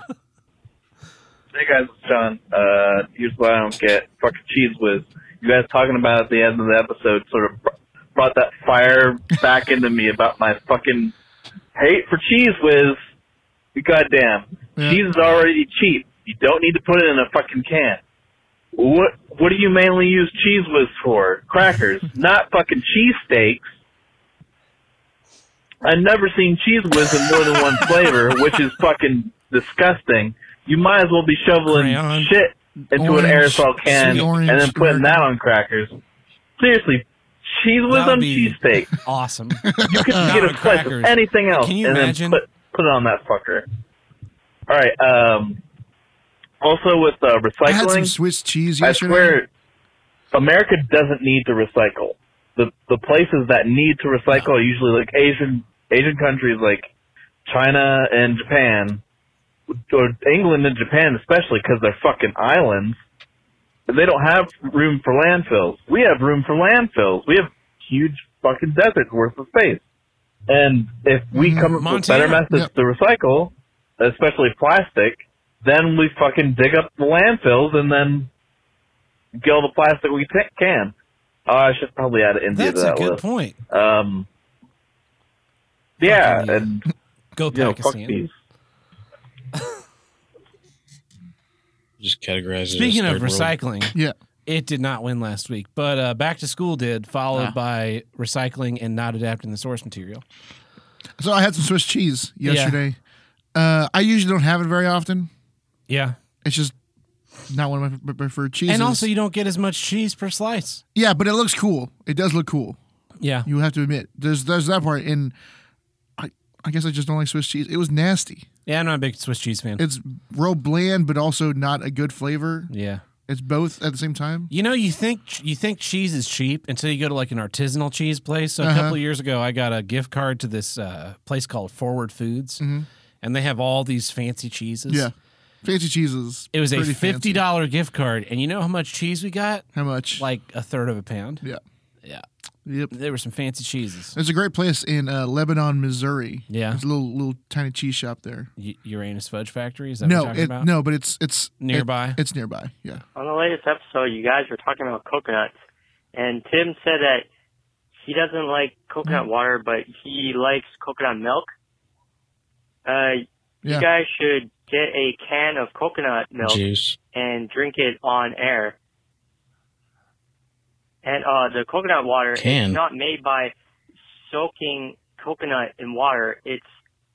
Speaker 11: Hey guys, it's John. Uh, here's what I don't get. Fucking cheese whiz. You guys talking about at the end of the episode sort of br- brought that fire back into me about my fucking hate for cheese whiz. Goddamn, cheese is already cheap. You don't need to put it in a fucking can. What What do you mainly use cheese whiz for? Crackers, not fucking cheesesteaks. I've never seen cheese whiz in more than one flavor, which is fucking disgusting. You might as well be shoveling shit into
Speaker 14: Orange.
Speaker 11: an aerosol can
Speaker 14: Sweet orange.
Speaker 11: and then putting that on crackers. Seriously, cheese whiz on cheesesteak.
Speaker 1: Awesome.
Speaker 11: You can get a slice of anything else
Speaker 1: Can you
Speaker 11: and
Speaker 1: imagine?
Speaker 11: then put, put it on that fucker. All right. Um, also with uh, recycling,
Speaker 2: I had some Swiss cheese
Speaker 11: I
Speaker 2: yesterday.
Speaker 11: swear, America doesn't need to recycle. The the places that need to recycle are usually like Asian Asian countries like China and Japan, or England and Japan especially because they're fucking islands. They don't have room for landfills. We have room for landfills. We have huge fucking deserts worth of space. And if we
Speaker 1: Mm,
Speaker 11: come up with
Speaker 14: Montana.
Speaker 11: better methods to recycle, especially plastic, then we fucking dig up the landfills and then get all the plastic we t- can. Oh, I should probably add India
Speaker 1: That's
Speaker 11: to
Speaker 1: a
Speaker 11: that
Speaker 1: good
Speaker 11: list.
Speaker 1: point.
Speaker 11: Um, yeah, and
Speaker 1: go
Speaker 11: you know, fuck
Speaker 1: Pakistan.
Speaker 11: these.
Speaker 3: Just categorize it. as
Speaker 1: Speaking of
Speaker 3: third world.
Speaker 1: recycling,
Speaker 2: yeah,
Speaker 1: it did not win last week, but uh, back to school did, followed
Speaker 3: Ah.
Speaker 1: by recycling and not adapting the source material.
Speaker 2: So I had some Swiss cheese
Speaker 1: Yeah.
Speaker 2: yesterday. Uh, I usually don't have it very often.
Speaker 1: Yeah,
Speaker 2: it's just not one of my pre- preferred cheeses.
Speaker 1: and also you don't get as much cheese per slice.
Speaker 2: yeah, but it looks cool. It does look cool.
Speaker 1: Yeah,
Speaker 2: you have to admit. There's there's that part, and I I guess I just don't like Swiss cheese. It was nasty.
Speaker 1: Yeah, I'm not a big Swiss cheese fan.
Speaker 2: It's real bland, but also not a good flavor.
Speaker 1: yeah.
Speaker 2: It's both at the same time.
Speaker 1: You know, you think you think cheese is cheap until you go to like an artisanal cheese place. So a
Speaker 2: Uh-huh.
Speaker 1: couple of years ago, I got a gift card to this uh, place called Forward Foods,
Speaker 2: Mhm.
Speaker 1: and they have all these fancy cheeses.
Speaker 2: Yeah, fancy cheeses.
Speaker 1: It was a
Speaker 2: pretty fancy.
Speaker 1: fifty dollar gift card, and you know how much cheese we got?
Speaker 2: How much?
Speaker 1: Like a third of a pound.
Speaker 2: Yeah.
Speaker 1: Yeah.
Speaker 2: Yep.
Speaker 1: There were some fancy cheeses.
Speaker 2: There's a great place in uh, Lebanon, Missouri.
Speaker 1: Yeah.
Speaker 2: it's a little little tiny cheese shop there.
Speaker 1: U- Uranus Fudge Factory. Is that
Speaker 2: No,
Speaker 1: what you're talking
Speaker 2: it,
Speaker 1: about?
Speaker 2: no, but it's it's it-
Speaker 1: Nearby?
Speaker 2: it's nearby. Yeah.
Speaker 15: On the latest episode, you guys were talking about coconuts, and Tim said that he doesn't like
Speaker 7: Mm.
Speaker 15: coconut water, but he likes coconut milk. Uh,
Speaker 2: Yeah.
Speaker 15: You guys should get a can of coconut milk
Speaker 3: Juice.
Speaker 15: and drink it on air. And uh, the coconut water
Speaker 3: Can.
Speaker 15: is not made by soaking coconut in water. It's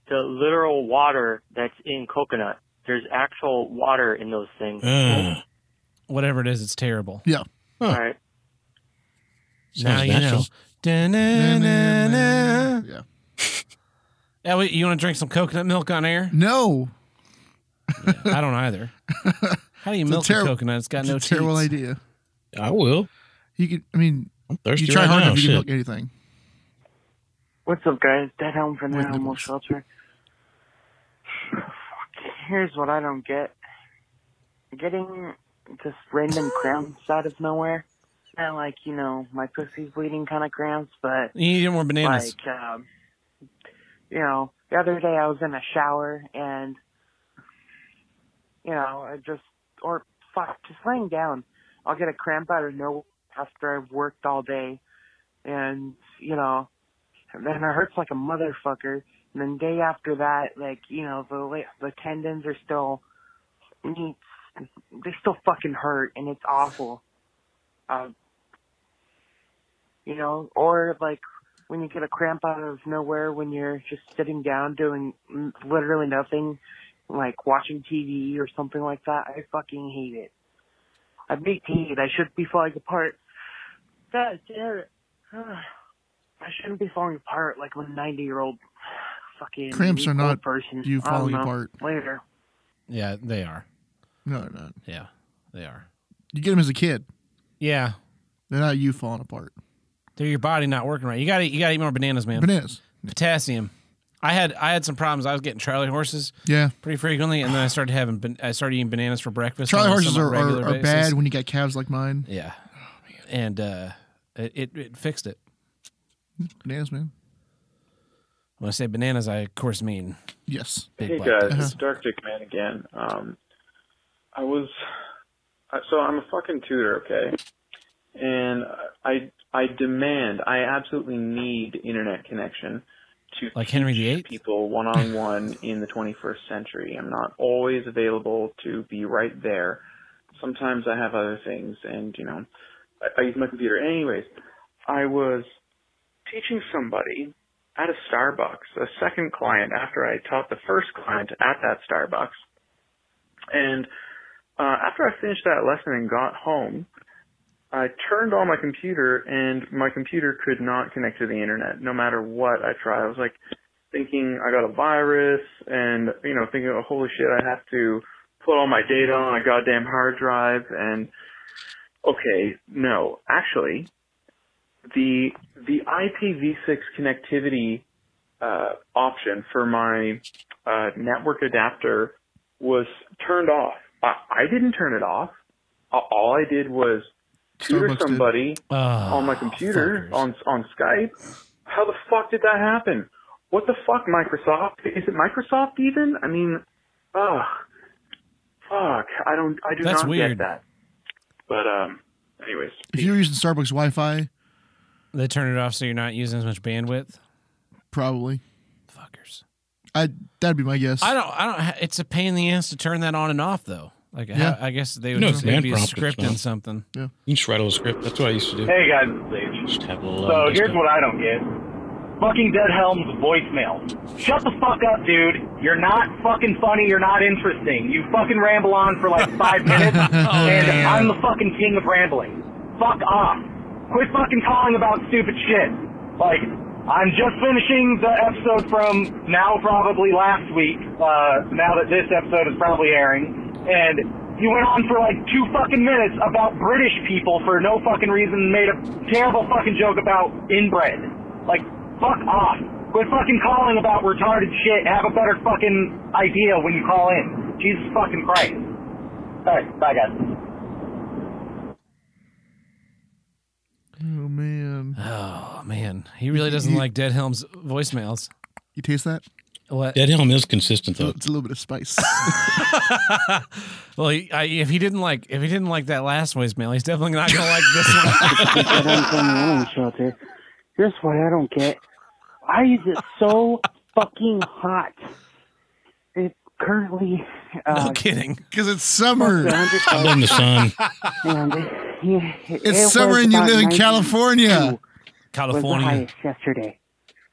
Speaker 15: the literal water that's in coconut. There's actual water in those things.
Speaker 1: Ugh. Whatever it is, it's terrible.
Speaker 2: Yeah.
Speaker 15: All right.
Speaker 1: Now
Speaker 15: Sounds
Speaker 1: you know.
Speaker 15: natural.
Speaker 1: Da-na-na-na.
Speaker 2: Yeah.
Speaker 1: Elliot, you want to drink some coconut milk on air?
Speaker 2: No.
Speaker 1: I don't either. How do you
Speaker 2: It's a
Speaker 1: milk a
Speaker 2: terri-
Speaker 1: coconut? It's got
Speaker 2: it's
Speaker 1: no
Speaker 2: a terrible
Speaker 1: teats.
Speaker 2: idea.
Speaker 3: I will.
Speaker 2: You can. I mean,
Speaker 3: thirsty
Speaker 2: you try
Speaker 3: right
Speaker 2: hard
Speaker 3: now,
Speaker 2: enough, you can
Speaker 3: shit.
Speaker 2: milk anything.
Speaker 9: What's up, guys? Dead Helm from the Animal Shelter. Fuck, here's what I don't get. Getting just random cramps out of nowhere. Not like, you know, my pussy's bleeding kind of cramps, but
Speaker 1: You need more bananas.
Speaker 9: like, um, you know, the other day I was in a shower and, you know, I just, or fuck, just laying down. I'll get a cramp out of nowhere after I've worked all day. And, you know, and then it hurts like a motherfucker. And then day after that, like, you know, the, la- the tendons are still, they still fucking hurt and it's awful. Um, you know, or like when you get a cramp out of nowhere when you're just sitting down doing n- literally nothing, like watching TV or something like that. I fucking hate it. I'm 18. I should be falling apart. God damn it. I shouldn't be falling apart like I'm a 90 year old fucking
Speaker 2: Cramps are
Speaker 9: old
Speaker 2: not
Speaker 9: person.
Speaker 2: you
Speaker 9: I don't
Speaker 2: falling
Speaker 9: know.
Speaker 2: apart.
Speaker 9: Later.
Speaker 1: Yeah, they are.
Speaker 2: No, they're not.
Speaker 1: Yeah, they are.
Speaker 2: You get them as a kid.
Speaker 1: Yeah,
Speaker 2: They're not you falling apart.
Speaker 1: They're your body not working right. You gotta you gotta eat more bananas, man.
Speaker 2: Bananas.
Speaker 1: Potassium. I had I had some problems. I was getting Charlie horses.
Speaker 2: Yeah.
Speaker 1: Pretty frequently, and then I started having ban- I started eating bananas for breakfast.
Speaker 2: Charlie
Speaker 1: on a
Speaker 2: horses
Speaker 1: somewhat
Speaker 2: are,
Speaker 1: regular
Speaker 2: are, are
Speaker 1: basis.
Speaker 2: bad when you got calves like mine.
Speaker 1: Yeah. And uh, it, it it fixed it.
Speaker 2: Bananas, man.
Speaker 1: When I say bananas, I of course mean
Speaker 2: yes.
Speaker 1: Big Uh-huh.
Speaker 16: Hey
Speaker 1: black
Speaker 16: guys,
Speaker 1: bananas.
Speaker 16: it's Dark Dick Man again. Um, I was I- so I'm a fucking tutor, okay, and I I demand, I absolutely need internet connection to
Speaker 1: like Henry VIII.
Speaker 16: people one on one in the 21st century. I'm not always available to be right there. Sometimes I have other things, and you know, I, I use my computer. Anyways, I was teaching somebody at a Starbucks, a second client after I taught the first client at that Starbucks. And uh, after I finished that lesson and got home, I turned on my computer and my computer could not connect to the internet no matter what I tried. I was like thinking I got a virus and, you know, thinking, oh, holy shit, I have to put all my data on a goddamn hard drive and okay, no, actually, the the IPv6 connectivity uh, option for my uh, network adapter was turned off. I, I didn't turn it off. A- All I did was
Speaker 14: Starbucks
Speaker 16: tutor
Speaker 14: did.
Speaker 16: somebody
Speaker 2: Ah,
Speaker 16: on my computer on on Skype. How the fuck did that happen? What the fuck, Microsoft? Is it Microsoft even? I mean, ugh, fuck. I don't. I do
Speaker 2: That's
Speaker 16: not
Speaker 2: weird.
Speaker 16: get that. But um, anyways.
Speaker 2: If you were using Starbucks Wi Fi,
Speaker 1: They turn it off so you're not using as much bandwidth.
Speaker 2: probably. Fuckers. I that'd be my guess.
Speaker 1: I don't. I don't. ha- It's a pain in the ass to turn that on and off, though. Like,
Speaker 2: Yeah.
Speaker 1: how- I guess they
Speaker 2: You
Speaker 1: would
Speaker 2: know,
Speaker 1: just
Speaker 2: command
Speaker 1: maybe
Speaker 2: prompt is
Speaker 1: script in
Speaker 2: fine.
Speaker 1: something.
Speaker 2: Yeah.
Speaker 3: You just write a little script. That's what I used to do.
Speaker 17: Hey guys, it's Sage.
Speaker 3: Just have a little, uh,
Speaker 17: So
Speaker 3: just
Speaker 17: here's
Speaker 3: a-
Speaker 17: what I don't get. Fucking Dead Helm's voicemail. Shut the fuck up, dude. You're not fucking funny. You're not interesting. You fucking ramble on for like five minutes, and
Speaker 18: man.
Speaker 17: I'm the fucking king of rambling. Fuck off. Quit fucking calling about stupid shit. Like, I'm just finishing the episode from now probably last week, uh, now that this episode is probably airing, and you went on for like two fucking minutes about British people for no fucking reason and made a terrible fucking joke about inbred. Like, fuck off. Quit fucking calling about retarded shit. Have a better fucking idea when you call in. Jesus fucking Christ. Alright, bye guys.
Speaker 2: Oh man.
Speaker 1: Oh man, he really doesn't
Speaker 2: You-
Speaker 1: like Dead Helm's voicemails.
Speaker 2: You taste that?
Speaker 1: What?
Speaker 3: Dead Helm is consistent though.
Speaker 2: It's a little bit of spice.
Speaker 1: Well, he, I, if he didn't like, if he didn't like that last voicemail, he's definitely not gonna like this one.
Speaker 9: Dead Helm from the Animal Shelter. Here's what I don't get. Why is it so fucking hot? It currently uh,
Speaker 1: kidding.
Speaker 2: Because it's summer.
Speaker 9: I
Speaker 3: blame the sun.
Speaker 9: And it, yeah, it-
Speaker 2: It's
Speaker 9: it
Speaker 2: summer
Speaker 9: was
Speaker 2: and you
Speaker 9: about
Speaker 2: live in
Speaker 9: 92
Speaker 2: California.
Speaker 9: Was the highest yesterday,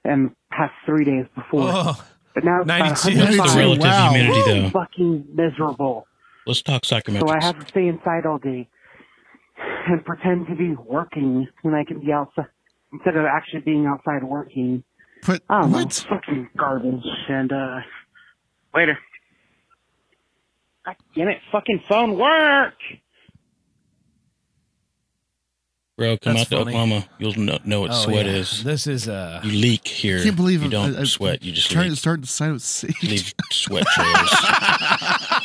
Speaker 9: and the past three days before.
Speaker 1: Oh.
Speaker 9: but now it's about
Speaker 3: 92. That's the
Speaker 9: 105.
Speaker 3: relative Wow. humidity,
Speaker 9: Woo,
Speaker 3: though.
Speaker 9: Fucking miserable.
Speaker 3: Let's talk
Speaker 9: So I
Speaker 3: psychometrics.
Speaker 9: have to stay inside all day and pretend to be working when I can be outside instead of actually being outside working.
Speaker 2: But
Speaker 9: I don't know, fucking garbage. And uh, later. God damn it! Fucking phone work.
Speaker 3: Bro, come
Speaker 1: That's
Speaker 3: out to
Speaker 1: funny.
Speaker 3: Oklahoma. You'll know, know what
Speaker 1: Oh,
Speaker 3: sweat
Speaker 1: yeah.
Speaker 3: is.
Speaker 1: This is uh
Speaker 3: You leak here.
Speaker 2: I can't believe
Speaker 3: you
Speaker 2: it-
Speaker 3: don't
Speaker 2: I- I-
Speaker 3: sweat. You just
Speaker 2: trying
Speaker 3: leak,
Speaker 2: to start to sign with C.
Speaker 3: leave sweat trails.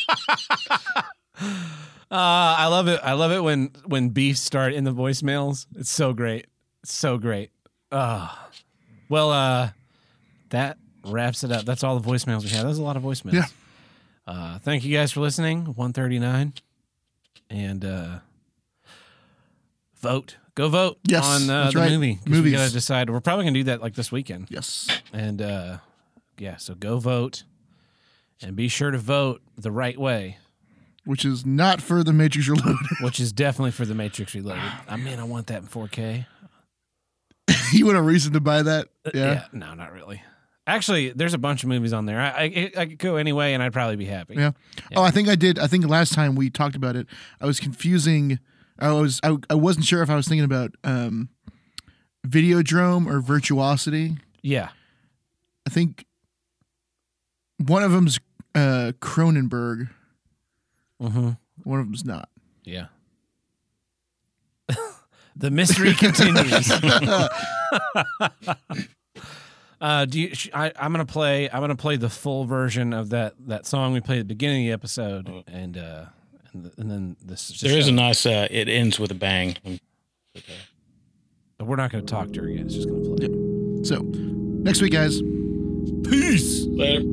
Speaker 1: Uh, I love it. I love it when when beefs start in the voicemails. It's so great. It's so great. Uh, well, uh, that wraps it up. That's all the voicemails we had. That was a lot of voicemails.
Speaker 2: Yeah.
Speaker 1: Uh, thank you guys for listening. One thirty nine, and uh, vote. Go vote
Speaker 2: Yes,
Speaker 1: on uh,
Speaker 2: that's
Speaker 1: the
Speaker 2: right.
Speaker 1: movie. 'cause We
Speaker 2: Movies.
Speaker 1: gotta decide. We're probably gonna do that like this weekend.
Speaker 2: Yes.
Speaker 1: And uh, yeah, so go vote, and be sure to vote the right way.
Speaker 2: Which is not for the Matrix Reloaded.
Speaker 1: which is definitely for the Matrix Reloaded. I mean, I want that in 4K.
Speaker 2: you want a reason to buy that?
Speaker 1: Uh,
Speaker 2: Yeah.
Speaker 1: no, not really. Actually, there's a bunch of movies on there. I I, I could go anyway, and I'd probably be happy.
Speaker 2: Yeah. Oh, I think I did. I think last time we talked about it, I was confusing. I was I, I wasn't sure if I was thinking about um, Videodrome or Virtuosity.
Speaker 1: Yeah.
Speaker 2: I think one of them's uh, Cronenberg.
Speaker 1: Mm-hmm.
Speaker 2: One of them's not.
Speaker 1: Yeah. the mystery continues. uh, do you, sh- I, I'm gonna play. I'm gonna play the full version of that that song we played at the beginning of the episode, and uh, and, th- and then this. is the
Speaker 3: Oh. there is
Speaker 1: show.
Speaker 3: a nice. Uh, it ends with a bang.
Speaker 1: But we're not going to talk during it. It's just going to
Speaker 2: play. So next week, guys. Peace.
Speaker 3: Later.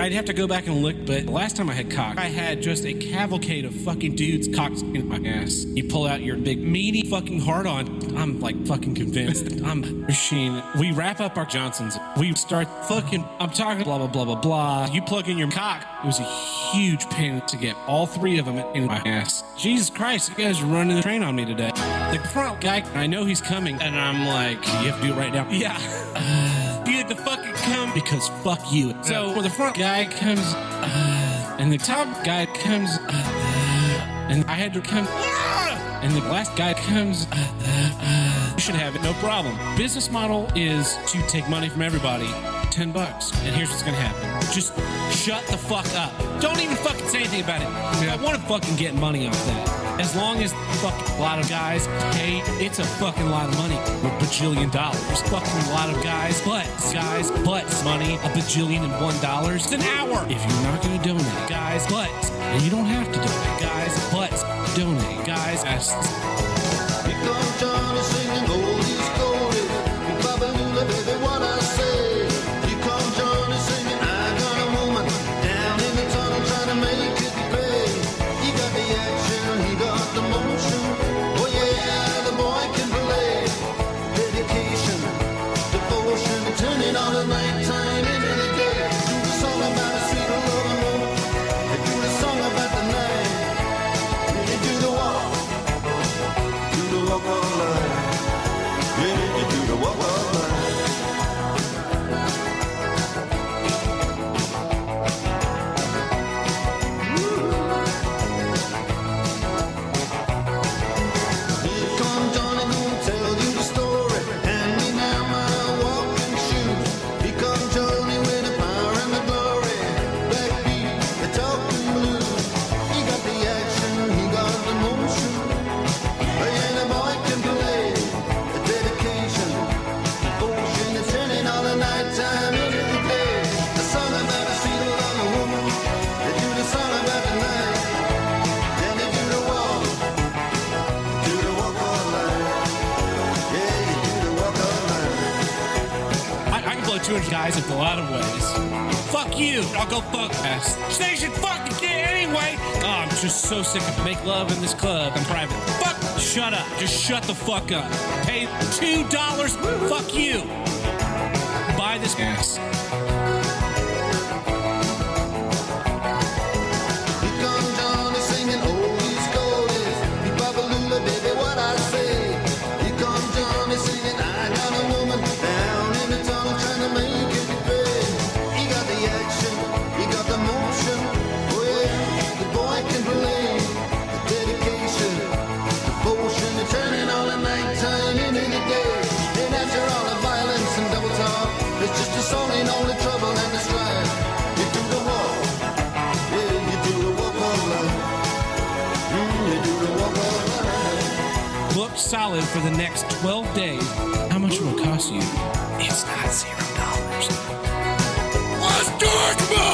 Speaker 4: I'd have to go back and look, but last time I had cock, I had just a cavalcade of fucking dudes cocks in my ass. You pull out your big meaty fucking hard on. I'm like fucking convinced. I'm a machine. We wrap up our Johnsons. We start fucking. I'm talking blah blah blah blah blah. You plug in your cock. It was a huge pain to get all three of them in my ass. Jesus Christ, you guys are running the train on me today. The front guy, I know he's coming, and I'm like, you have to do it right now. Yeah. You had to fucking come because fuck you. So when the front guy comes, uh, and the top guy comes, uh, and I had to come, uh, and the last guy comes. Uh, uh, you should have it, no problem. Business model is to take money from everybody, ten bucks, and here's what's gonna happen. Just shut the fuck up. Don't even fucking say anything about it. I want to fucking get money off that. As long as fucking lot of guys pay, it's a fucking lot of money. A bajillion dollars. Fucking lot of guys, butts, guys, butts, money, a bajillion and one dollars an hour. If you're not gonna donate, guys, butts, and you don't have to donate, guys, butts, donate, guys, asses. I, I can blow 200 guys in a lot of ways. Fuck you. I'll go fuck ass. They should fucking get anyway. Oh, I'm just so sick of make love in this club in private. Fuck. Shut up. Just shut the fuck up. Pay two dollars. Fuck you. Buy this ass.
Speaker 18: It's just a song and only
Speaker 1: salad for the next 12 days, how much it will cost you? It's not zero dollars.
Speaker 19: Let's talk about